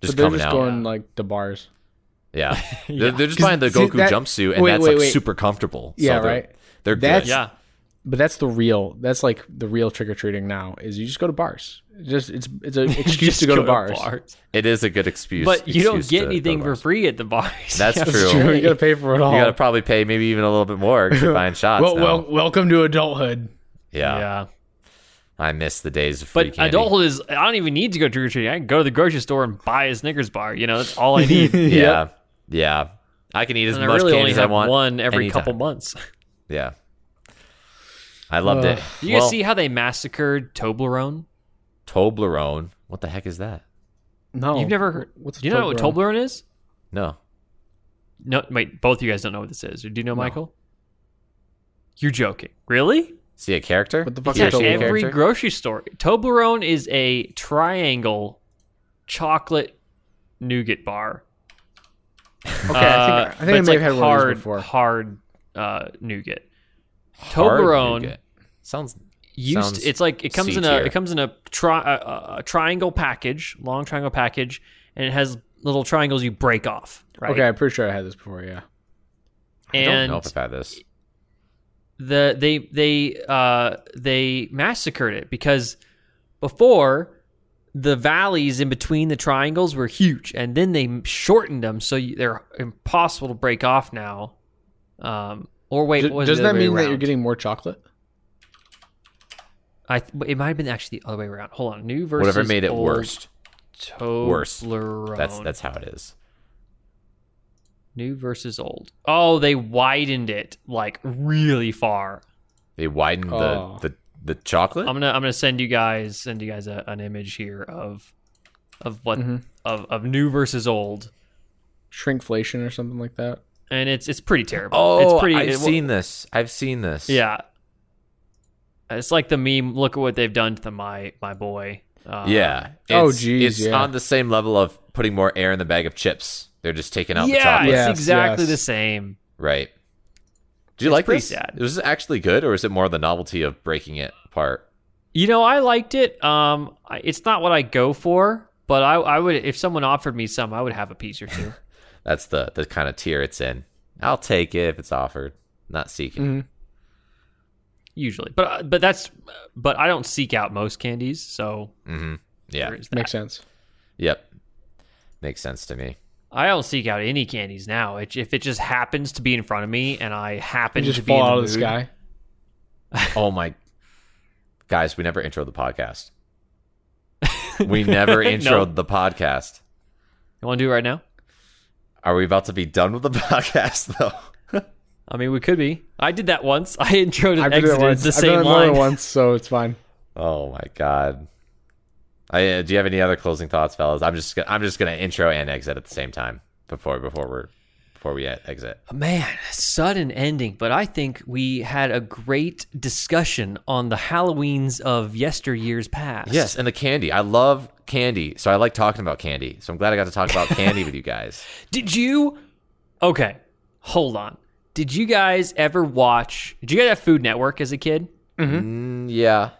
[SPEAKER 1] Just
[SPEAKER 2] but they're
[SPEAKER 1] coming
[SPEAKER 2] just
[SPEAKER 1] out.
[SPEAKER 2] going like to bars.
[SPEAKER 1] Yeah.
[SPEAKER 3] Yeah.
[SPEAKER 1] They're, they're just buying the
[SPEAKER 2] See,
[SPEAKER 1] Goku
[SPEAKER 2] that-
[SPEAKER 1] jumpsuit, and
[SPEAKER 2] wait,
[SPEAKER 1] that's
[SPEAKER 2] wait,
[SPEAKER 1] like
[SPEAKER 2] wait.
[SPEAKER 1] super comfortable. So
[SPEAKER 2] Yeah,
[SPEAKER 1] they're,
[SPEAKER 2] right.
[SPEAKER 1] They're
[SPEAKER 2] That's-
[SPEAKER 1] good.
[SPEAKER 3] Yeah.
[SPEAKER 2] But that's the real. That's like the real trick or treating now. Is you just go to bars. Just it's it's an excuse
[SPEAKER 3] Just
[SPEAKER 2] to go to bars.
[SPEAKER 1] It is a good excuse.
[SPEAKER 3] But you don't
[SPEAKER 1] excuse to
[SPEAKER 3] get
[SPEAKER 1] go
[SPEAKER 3] anything
[SPEAKER 1] to
[SPEAKER 3] for
[SPEAKER 1] bars.
[SPEAKER 3] free at the bars.
[SPEAKER 1] That's
[SPEAKER 3] You have to
[SPEAKER 1] true.
[SPEAKER 2] It's
[SPEAKER 1] True.
[SPEAKER 2] true. You gotta pay for it all.
[SPEAKER 1] You got to probably pay maybe even a little bit more 'cause you're buying shots.
[SPEAKER 2] Oh. well,
[SPEAKER 1] now.
[SPEAKER 2] well, welcome to adulthood.
[SPEAKER 1] yeah.
[SPEAKER 3] yeah.
[SPEAKER 1] I miss the days of free
[SPEAKER 3] But
[SPEAKER 1] candy.
[SPEAKER 3] adulthood is I don't even need to go trick or treating. I can go to the grocery store and buy a Snickers bar. You know, that's all I need. and
[SPEAKER 1] Yeah. Yeah. I can eat as
[SPEAKER 3] I
[SPEAKER 1] much
[SPEAKER 3] really
[SPEAKER 1] candy
[SPEAKER 3] only
[SPEAKER 1] as I
[SPEAKER 3] have
[SPEAKER 1] want.
[SPEAKER 3] one every
[SPEAKER 1] anytime.
[SPEAKER 3] couple months. Uh,
[SPEAKER 1] Yeah. I loved
[SPEAKER 2] Ugh.
[SPEAKER 1] it.
[SPEAKER 3] You guys
[SPEAKER 1] well,
[SPEAKER 3] see how they massacred Toblerone?
[SPEAKER 1] Toblerone. What the heck is that?
[SPEAKER 2] No,
[SPEAKER 3] You've never heard.
[SPEAKER 2] What's a
[SPEAKER 3] do you know what
[SPEAKER 2] Toblerone?
[SPEAKER 3] Toblerone is?
[SPEAKER 1] No.
[SPEAKER 3] No, wait. Both of you guys don't know what this is. Do you know, Michael? You're joking. Really?
[SPEAKER 1] See a character?
[SPEAKER 2] What the fuck
[SPEAKER 1] Is he
[SPEAKER 2] is
[SPEAKER 3] It's
[SPEAKER 1] actually
[SPEAKER 3] at
[SPEAKER 1] a
[SPEAKER 2] Toblerone?
[SPEAKER 3] every
[SPEAKER 1] character?
[SPEAKER 3] grocery store. Toblerone is a triangle chocolate nougat bar.
[SPEAKER 2] Okay, I
[SPEAKER 3] Uh,
[SPEAKER 2] think, I
[SPEAKER 3] but
[SPEAKER 2] think I
[SPEAKER 3] it's
[SPEAKER 2] may
[SPEAKER 3] like
[SPEAKER 2] have
[SPEAKER 3] hard,
[SPEAKER 2] had one of those before.
[SPEAKER 3] Hard uh, nougat.
[SPEAKER 1] Hard
[SPEAKER 3] Toblerone
[SPEAKER 1] nougat. Sounds
[SPEAKER 3] used.
[SPEAKER 1] Sounds
[SPEAKER 3] it's like it comes in a
[SPEAKER 1] C-tier.
[SPEAKER 3] it comes in a, tri- a, a, a triangle package, long triangle package, and it has little triangles you break off. Right.
[SPEAKER 2] Okay, I'm pretty sure I had this before. Yeah,
[SPEAKER 1] I
[SPEAKER 3] And
[SPEAKER 1] don't know if I've had this.
[SPEAKER 3] the they they uh they massacred it because before the valleys in between the triangles were huge and then they shortened them so you, they're impossible to break off now um or wait
[SPEAKER 2] D-
[SPEAKER 3] what was it
[SPEAKER 2] doesn't
[SPEAKER 3] the
[SPEAKER 2] that
[SPEAKER 3] other way
[SPEAKER 2] mean that you're
[SPEAKER 3] around?
[SPEAKER 2] getting more chocolate?
[SPEAKER 3] I th- it might have been actually the other way around hold on new versus
[SPEAKER 1] Whatever made it
[SPEAKER 3] old
[SPEAKER 1] worst. Worse.
[SPEAKER 3] Toblerone.
[SPEAKER 1] That's that's how it is.
[SPEAKER 3] new versus old oh they widened it like really far
[SPEAKER 1] They widened
[SPEAKER 2] Oh.
[SPEAKER 1] the, the The chocolate?
[SPEAKER 3] I'm gonna I'm gonna send you guys send you guys a, an image here of of what
[SPEAKER 2] Mhm.
[SPEAKER 3] of, of new versus old,
[SPEAKER 2] shrinkflation or something like that.
[SPEAKER 3] and it's it's pretty terrible.
[SPEAKER 1] oh,
[SPEAKER 3] it's pretty.
[SPEAKER 1] I've
[SPEAKER 3] it-
[SPEAKER 1] seen this. I've seen this.
[SPEAKER 3] Yeah, it's like the meme. Look at what they've done to the, my my boy. Uh,
[SPEAKER 1] Yeah.
[SPEAKER 2] Oh,
[SPEAKER 1] It's-
[SPEAKER 2] geez,
[SPEAKER 1] It's
[SPEAKER 2] yeah.
[SPEAKER 1] on the same level of putting more air in the bag of chips. They're just taking out the
[SPEAKER 3] yeah,
[SPEAKER 1] chocolate.
[SPEAKER 3] it's
[SPEAKER 2] Yes,
[SPEAKER 3] exactly
[SPEAKER 2] yes.
[SPEAKER 3] the same.
[SPEAKER 1] Right. Do you
[SPEAKER 3] It's
[SPEAKER 1] like
[SPEAKER 3] pretty
[SPEAKER 1] this?
[SPEAKER 3] sad.
[SPEAKER 1] Was this actually good, or is it more the novelty of breaking it apart?
[SPEAKER 3] You know, I liked it. Um, I, it's not what I go for, but I I would if someone offered me some, I would have a piece or two.
[SPEAKER 1] That's the the kind of tier it's in. I'll take it if it's offered. Not seeking.
[SPEAKER 3] Mm-hmm.
[SPEAKER 2] Mhm.
[SPEAKER 3] usually. But but that's but I don't seek out most candies, so
[SPEAKER 1] Mm-hmm. Yeah.
[SPEAKER 3] there is that.
[SPEAKER 2] Makes sense.
[SPEAKER 1] Yep. Makes sense to me.
[SPEAKER 3] I don't seek out any candies now. It, if it just happens to be in front of me and I happen
[SPEAKER 2] You just
[SPEAKER 3] to be in
[SPEAKER 2] fall
[SPEAKER 3] the
[SPEAKER 2] out of the
[SPEAKER 3] mood-
[SPEAKER 2] sky.
[SPEAKER 1] Oh my guys, we never intro the podcast. We never
[SPEAKER 3] No.
[SPEAKER 1] introed the podcast.
[SPEAKER 3] You want to do it right now?
[SPEAKER 1] Are we about to be done with the podcast though?
[SPEAKER 3] I mean, we could be. I did that once. I introed and
[SPEAKER 2] I've done it
[SPEAKER 3] exited
[SPEAKER 2] once.
[SPEAKER 3] the
[SPEAKER 2] I've done
[SPEAKER 3] same
[SPEAKER 2] it more than
[SPEAKER 3] line.
[SPEAKER 2] once, so it's fine.
[SPEAKER 1] oh my god. I, uh, do you have any other closing thoughts, fellas? I'm just gonna, I'm just gonna intro and exit at the same time before before we're before we e- exit.
[SPEAKER 3] Man, sudden ending, but I think we had a great discussion on the Halloweens of yesteryears past.
[SPEAKER 1] Yes, and the candy. I love candy, so I like talking about candy. So I'm glad I got to talk about candy with you guys.
[SPEAKER 3] Did you? Okay, hold on. Did you guys ever watch? Did you guys have Food Network as a kid? Mm-hmm.
[SPEAKER 1] Mm, yeah,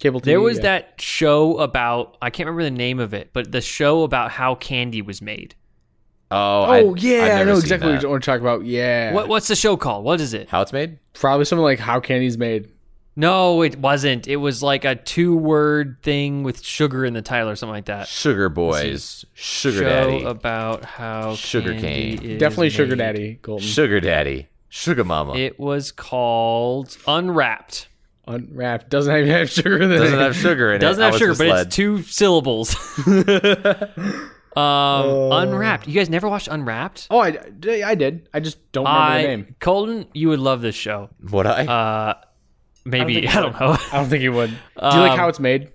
[SPEAKER 2] Cable TV.
[SPEAKER 3] There was
[SPEAKER 2] yeah.
[SPEAKER 3] that show about I can't remember the name of it, but the show about how candy was made.
[SPEAKER 1] Oh,
[SPEAKER 2] Oh
[SPEAKER 1] I, I've
[SPEAKER 2] yeah, I
[SPEAKER 1] never
[SPEAKER 2] know
[SPEAKER 1] seen
[SPEAKER 2] exactly what
[SPEAKER 1] that.
[SPEAKER 2] you want to talk about. Yeah.
[SPEAKER 3] What what's the show called? What is it?
[SPEAKER 1] How it's made?
[SPEAKER 2] Probably something like how candy's made.
[SPEAKER 3] No, it wasn't. It was like a two-word thing with sugar in the title or something like that.
[SPEAKER 1] Sugar boys, sugar
[SPEAKER 3] show
[SPEAKER 1] daddy,
[SPEAKER 3] about how
[SPEAKER 1] Sugar
[SPEAKER 3] candy
[SPEAKER 1] cane.
[SPEAKER 3] is
[SPEAKER 2] Definitely sugar
[SPEAKER 3] made.
[SPEAKER 2] daddy golden
[SPEAKER 1] sugar daddy, sugar mama.
[SPEAKER 3] It was called Unwrapped.
[SPEAKER 2] unwrapped. Doesn't even have sugar in it.
[SPEAKER 1] doesn't have sugar in
[SPEAKER 3] Doesn't
[SPEAKER 1] it.
[SPEAKER 3] have
[SPEAKER 1] I was
[SPEAKER 3] sugar, but
[SPEAKER 1] misled.
[SPEAKER 3] it's two syllables. um, Unwrapped. You guys never watched Unwrapped?
[SPEAKER 2] Oh, I, I did. I just don't remember
[SPEAKER 3] I
[SPEAKER 2] the name.
[SPEAKER 3] Colton, you would love this show.
[SPEAKER 1] Would I?
[SPEAKER 3] Uh, maybe I don't, know.
[SPEAKER 2] I don't think it would. Do you like
[SPEAKER 3] Um,
[SPEAKER 2] how it's made?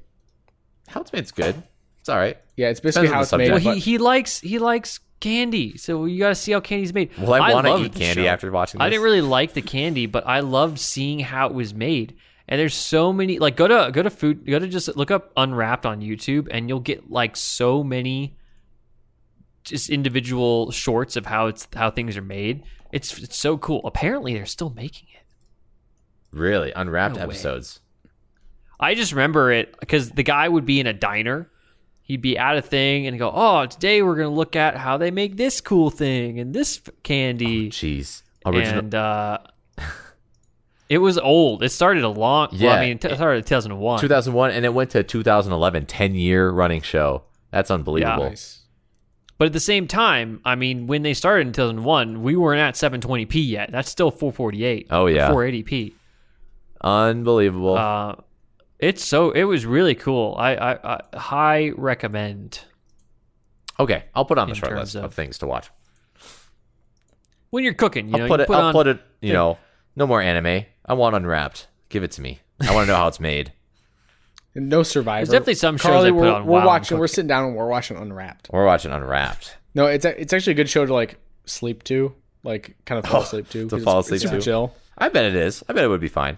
[SPEAKER 1] How it's made's good. It's all right.
[SPEAKER 2] Yeah, it's basically how
[SPEAKER 1] Depends
[SPEAKER 2] it's
[SPEAKER 1] on the
[SPEAKER 2] made.
[SPEAKER 1] subject.
[SPEAKER 3] well,
[SPEAKER 2] but
[SPEAKER 3] he, he likes he likes candy, so you got to see how candy's made.
[SPEAKER 1] Well, I, want
[SPEAKER 3] loved
[SPEAKER 1] to eat
[SPEAKER 3] the
[SPEAKER 1] candy
[SPEAKER 3] show.
[SPEAKER 1] after watching. This.
[SPEAKER 3] I didn't really like the candy, but I loved seeing how it was made. And there's so many like go to go to food go to just look up Unwrapped on YouTube, and you'll get like so many just individual shorts of how it's how things are made. It's it's so cool. Apparently, they're still making it.
[SPEAKER 1] really unwrapped
[SPEAKER 3] No way.
[SPEAKER 1] episodes.
[SPEAKER 3] I just remember it because the guy would be in a diner. He'd be at a thing and go, "Oh, today we're gonna look at how they make this cool thing and this f- candy."
[SPEAKER 1] Jeez, Oh, original.
[SPEAKER 3] And uh, it was old. It started a long. well,
[SPEAKER 1] Yeah.
[SPEAKER 3] I mean, it t- started in 2001.
[SPEAKER 1] 2001, and it went to 2011, 10 year running show. That's unbelievable.
[SPEAKER 2] nice.
[SPEAKER 3] But at the same time, I mean, when they started in 2001, we weren't at 720p yet. That's still 448.
[SPEAKER 1] Oh, yeah.
[SPEAKER 3] 480p.
[SPEAKER 1] Unbelievable.
[SPEAKER 3] Uh, it's so. It was really cool. I I, I high recommend.
[SPEAKER 1] okay, I'll put on the
[SPEAKER 3] in
[SPEAKER 1] short
[SPEAKER 3] terms
[SPEAKER 1] list of,
[SPEAKER 3] of-
[SPEAKER 1] things to watch.
[SPEAKER 3] When you're cooking, you
[SPEAKER 1] I'll
[SPEAKER 3] know,
[SPEAKER 1] put
[SPEAKER 3] you
[SPEAKER 1] it. I'll
[SPEAKER 3] on-
[SPEAKER 1] put it. You know, no more anime. I want unwrapped. Give it to me. I want to know how it's made.
[SPEAKER 2] And no survivor.
[SPEAKER 3] There's definitely some shows
[SPEAKER 2] Carly,
[SPEAKER 3] I put
[SPEAKER 2] we're,
[SPEAKER 3] on
[SPEAKER 2] we're
[SPEAKER 3] while I'm
[SPEAKER 2] watching. We're
[SPEAKER 3] cooking.
[SPEAKER 2] sitting down and we're watching Unwrapped.
[SPEAKER 1] We're watching Unwrapped.
[SPEAKER 2] No, it's a, it's actually a good show to like sleep to, like kind of fall asleep to. 'cause
[SPEAKER 1] fall
[SPEAKER 2] it's- it's
[SPEAKER 1] asleep
[SPEAKER 2] super
[SPEAKER 1] to.
[SPEAKER 2] Chill.
[SPEAKER 1] I bet it is. I bet it would be fine.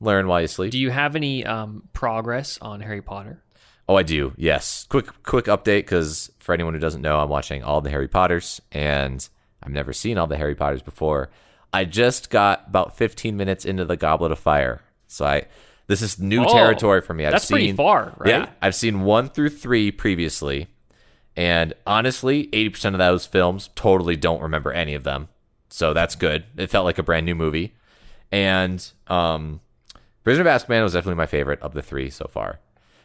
[SPEAKER 1] Learn while you sleep.
[SPEAKER 3] Do you have any um, progress on Harry Potter?
[SPEAKER 1] oh, I do. Yes. Quick, quick update because for anyone who doesn't know, I'm watching all the Harry Potters, and I've never seen all the Harry Potters before. I just got about 15 minutes into the Goblet of Fire, so I. This is new
[SPEAKER 3] Oh,
[SPEAKER 1] territory for me. I've
[SPEAKER 3] that's
[SPEAKER 1] seen,
[SPEAKER 3] pretty far, right?
[SPEAKER 1] Yeah, I've seen one through three previously, and honestly, 80% of those films totally don't remember any of them. So that's good. It felt like a brand new movie. And um, Prisoner of Azkaban was definitely my favorite of the three so far.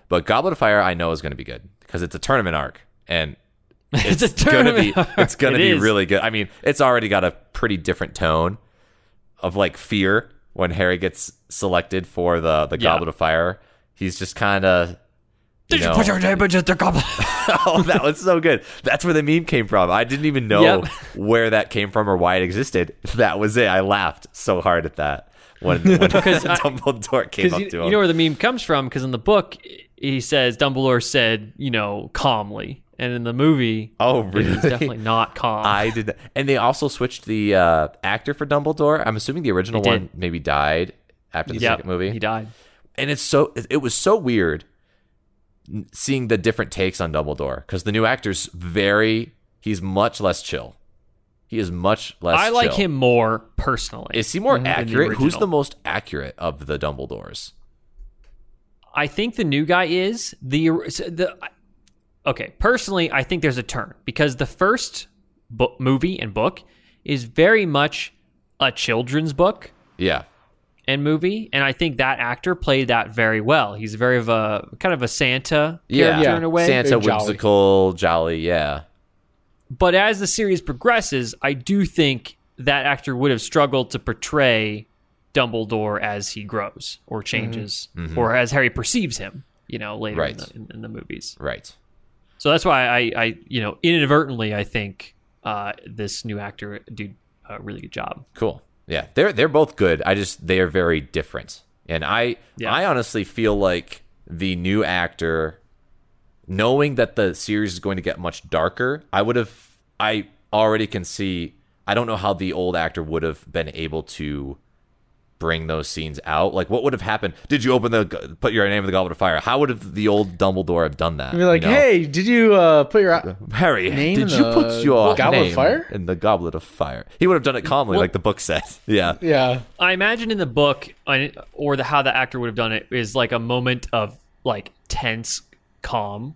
[SPEAKER 1] But Goblet of Fire, I know is going to be good because it's a tournament arc, and
[SPEAKER 3] It's, a
[SPEAKER 1] gonna
[SPEAKER 3] tournament.
[SPEAKER 1] be- it's gonna
[SPEAKER 3] It
[SPEAKER 1] be
[SPEAKER 3] is.
[SPEAKER 1] really good. I mean, it's already got a pretty different tone of like fear when Harry gets selected for the the
[SPEAKER 3] Yeah.
[SPEAKER 1] Goblet of Fire. He's just kind of.
[SPEAKER 3] Did you put your name in the goblet?
[SPEAKER 1] oh, that was so good. That's where the meme came from. I didn't even know
[SPEAKER 3] Yep.
[SPEAKER 1] where that came from or why it existed. That was it. I laughed so hard at that. when, when
[SPEAKER 3] I-
[SPEAKER 1] Dumbledore came
[SPEAKER 3] Because
[SPEAKER 1] up
[SPEAKER 3] you,
[SPEAKER 1] to
[SPEAKER 3] you
[SPEAKER 1] him.
[SPEAKER 3] know where the meme comes from. Because in the book, he says Dumbledore said, you know, calmly, and in the movie,
[SPEAKER 1] oh,
[SPEAKER 3] it
[SPEAKER 1] really?
[SPEAKER 3] was definitely not calm.
[SPEAKER 1] I did that. And they also switched the uh, actor for Dumbledore. I'm assuming the original
[SPEAKER 3] They
[SPEAKER 1] one
[SPEAKER 3] did.
[SPEAKER 1] maybe died after the
[SPEAKER 3] Yep,
[SPEAKER 1] second movie.
[SPEAKER 3] he died.
[SPEAKER 1] and it's so it was so weird n- seeing the different takes on Dumbledore because the new actor's very he's much less chill. He is much less.
[SPEAKER 3] I like
[SPEAKER 1] chill.
[SPEAKER 3] him more personally.
[SPEAKER 1] Is he more
[SPEAKER 3] than the
[SPEAKER 1] accurate? Who's
[SPEAKER 3] original.
[SPEAKER 1] the most accurate of the Dumbledores?
[SPEAKER 3] I think the new guy is the the. Okay, personally, I think there's a turn because the first book, movie and book is very much a children's book
[SPEAKER 1] Yeah,
[SPEAKER 3] and movie, and I think that actor played that very well. He's very of a kind of a Santa
[SPEAKER 1] yeah.
[SPEAKER 2] Character in a way.
[SPEAKER 1] Santa
[SPEAKER 2] They're jolly.
[SPEAKER 1] whimsical, jolly. Yeah,
[SPEAKER 3] but as the series progresses, I do think that actor would have struggled to portray Dumbledore as he grows
[SPEAKER 1] Mm-hmm.
[SPEAKER 3] or changes, or as Harry perceives him. You know, later
[SPEAKER 1] Right.
[SPEAKER 3] in, the, in, in the movies.
[SPEAKER 1] right.
[SPEAKER 3] So that's why I, I you know, inadvertently, I think uh, this new actor did a really good job.
[SPEAKER 1] Cool. Yeah, they're they're both good. I just they are very different, and I
[SPEAKER 3] Yeah.
[SPEAKER 1] I honestly feel like the new actor, knowing that the series is going to get much darker, I would have I already can see. I don't know how the old actor would have been able to bring those scenes out. Like, what would have happened? Did you open the put your name in the goblet of fire? How would have the old Dumbledore have done that?
[SPEAKER 2] You'd be like,
[SPEAKER 1] you know?
[SPEAKER 2] hey, did you uh, put your eye-
[SPEAKER 1] Harry,
[SPEAKER 2] Name
[SPEAKER 1] did
[SPEAKER 2] in
[SPEAKER 1] you
[SPEAKER 2] the
[SPEAKER 1] put your
[SPEAKER 2] Goblet of
[SPEAKER 1] name
[SPEAKER 2] Fire?
[SPEAKER 1] in the goblet of fire? He would have done it calmly, like the book said. Yeah.
[SPEAKER 2] yeah,
[SPEAKER 3] I imagine in the book I- or the how the actor would have done it is like a moment of like tense calm.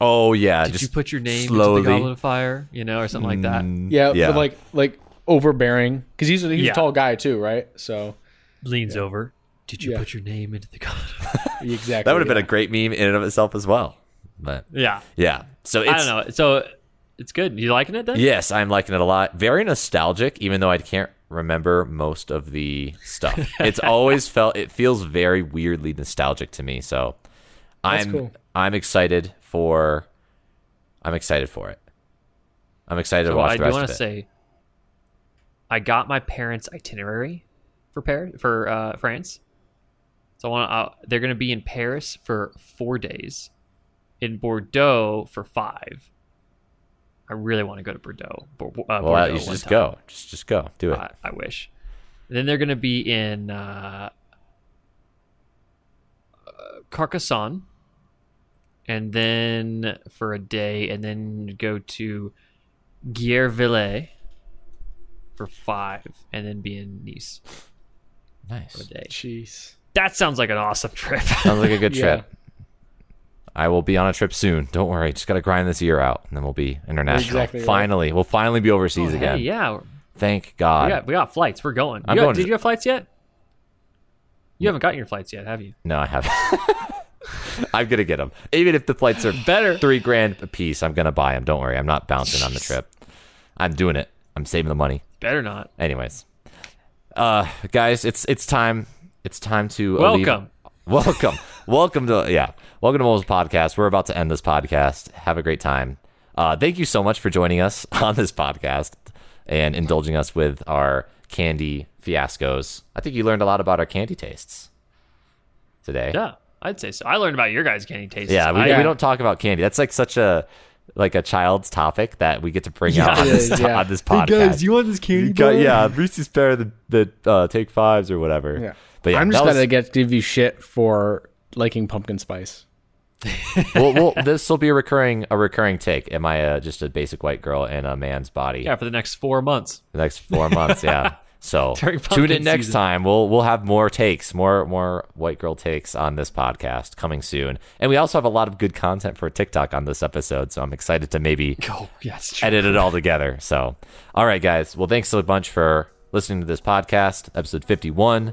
[SPEAKER 1] Oh yeah,
[SPEAKER 3] Did
[SPEAKER 1] just
[SPEAKER 3] you put your name
[SPEAKER 1] slowly. Mm.
[SPEAKER 3] into the goblet of fire? You know, or something like that.
[SPEAKER 2] yeah,
[SPEAKER 1] Yeah.
[SPEAKER 2] But like like overbearing because he's, he's
[SPEAKER 3] Yeah.
[SPEAKER 2] a tall guy too, right? So
[SPEAKER 3] Leans over. Did you
[SPEAKER 2] Yeah.
[SPEAKER 3] put your name into the goblet? of fire?"
[SPEAKER 2] exactly
[SPEAKER 1] That would have been
[SPEAKER 2] yeah.
[SPEAKER 1] a great meme in and of itself as well. But
[SPEAKER 3] yeah,
[SPEAKER 1] yeah, so it's,
[SPEAKER 3] I don't know. So it's good. You liking it then?
[SPEAKER 1] Yes, I'm liking it a lot. Very nostalgic, even though I can't remember most of the stuff. it's always felt it feels very weirdly nostalgic to me. So I'm
[SPEAKER 2] cool.
[SPEAKER 1] I'm excited for I'm excited for it. I'm excited to
[SPEAKER 3] So
[SPEAKER 1] watch
[SPEAKER 3] I
[SPEAKER 1] the
[SPEAKER 3] do
[SPEAKER 1] rest
[SPEAKER 3] want
[SPEAKER 1] of
[SPEAKER 3] to
[SPEAKER 1] it.
[SPEAKER 3] say, I got my parents' itinerary for Paris for uh, France. So I want uh, they're going to be in Paris for four days, in Bordeaux for five. I really want to go to Bordeaux. Bo- uh,
[SPEAKER 1] well,
[SPEAKER 3] Bordeaux
[SPEAKER 1] you should
[SPEAKER 3] one
[SPEAKER 1] just
[SPEAKER 3] time.
[SPEAKER 1] go. Just just go. Do it.
[SPEAKER 3] I, I wish. And then they're going to be in uh, uh, Carcassonne, and then for a day, and then go to Guillerville for five, and then be in Nice for a
[SPEAKER 1] nice.
[SPEAKER 3] day.
[SPEAKER 2] jeez.
[SPEAKER 3] That sounds like an awesome trip.
[SPEAKER 1] Sounds like a good
[SPEAKER 2] Yeah.
[SPEAKER 1] trip. I will be on a trip soon. Don't worry. Just got to grind this year out, and then we'll be international.
[SPEAKER 2] Exactly right.
[SPEAKER 1] finally, we'll finally be overseas
[SPEAKER 3] Hey,
[SPEAKER 1] again.
[SPEAKER 3] yeah, we're-
[SPEAKER 1] Thank
[SPEAKER 3] we
[SPEAKER 1] God.
[SPEAKER 3] got, we got flights. We're going.
[SPEAKER 1] I'm
[SPEAKER 3] You got-
[SPEAKER 1] going to-
[SPEAKER 3] Did you have flights yet? You haven't gotten your flights yet, have you?
[SPEAKER 1] No, I haven't. I'm gonna get them. Even if the flights are
[SPEAKER 3] Better.
[SPEAKER 1] three grand a piece, I'm gonna buy them. Don't worry. I'm not bouncing on the trip. I'm doing it. I'm saving the money.
[SPEAKER 3] Better not.
[SPEAKER 1] Anyways, uh, guys, it's it's time. It's time to uh, leave-
[SPEAKER 3] Welcome.
[SPEAKER 1] welcome, welcome to yeah, welcome to Moles Podcast. We're about to end this podcast. Have a great time. Uh, thank you so much for joining us on this podcast and indulging us with our candy fiascos. I think you learned a lot about our candy tastes today.
[SPEAKER 3] Yeah, I'd say so. I learned about your guys' candy tastes.
[SPEAKER 1] Yeah, we,
[SPEAKER 3] I- uh,
[SPEAKER 1] we don't talk about candy. That's like such a like a child's topic that we get to bring out on
[SPEAKER 2] It
[SPEAKER 1] this,
[SPEAKER 2] is, yeah.
[SPEAKER 1] on this podcast.
[SPEAKER 3] you want this candy?
[SPEAKER 1] You got- yeah, Reese's Pair, the, the uh, Take Fives or whatever.
[SPEAKER 2] Yeah.
[SPEAKER 1] But yeah,
[SPEAKER 2] I'm just
[SPEAKER 1] that was-
[SPEAKER 2] gonna get give you shit for liking pumpkin spice.
[SPEAKER 1] well, well, this will be a recurring a recurring take. Am I uh, just a basic white girl in a man's body?
[SPEAKER 3] Yeah, for the next four months.
[SPEAKER 1] The next four months, yeah. So
[SPEAKER 3] During
[SPEAKER 1] tune in
[SPEAKER 3] pumpkin
[SPEAKER 1] next
[SPEAKER 3] season.
[SPEAKER 1] time. We'll we'll have more takes, more more white girl takes on this podcast coming soon. And we also have a lot of good content for TikTok on this episode. So I'm excited to maybe
[SPEAKER 3] Oh, yes.
[SPEAKER 1] edit it all together. So, all right, guys. Well, thanks so much for listening to this podcast, episode 51,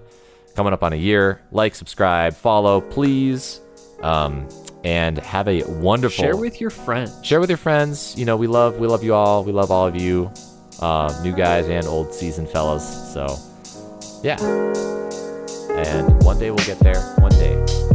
[SPEAKER 1] coming up on a year. Like, subscribe, follow, please. Um, and have a wonderful
[SPEAKER 3] Share with your friends.
[SPEAKER 1] share with your friends. You know, we love we love you all. We love all of you, uh, new guys and old seasoned fellows. So, yeah. And one day we'll get there. One day.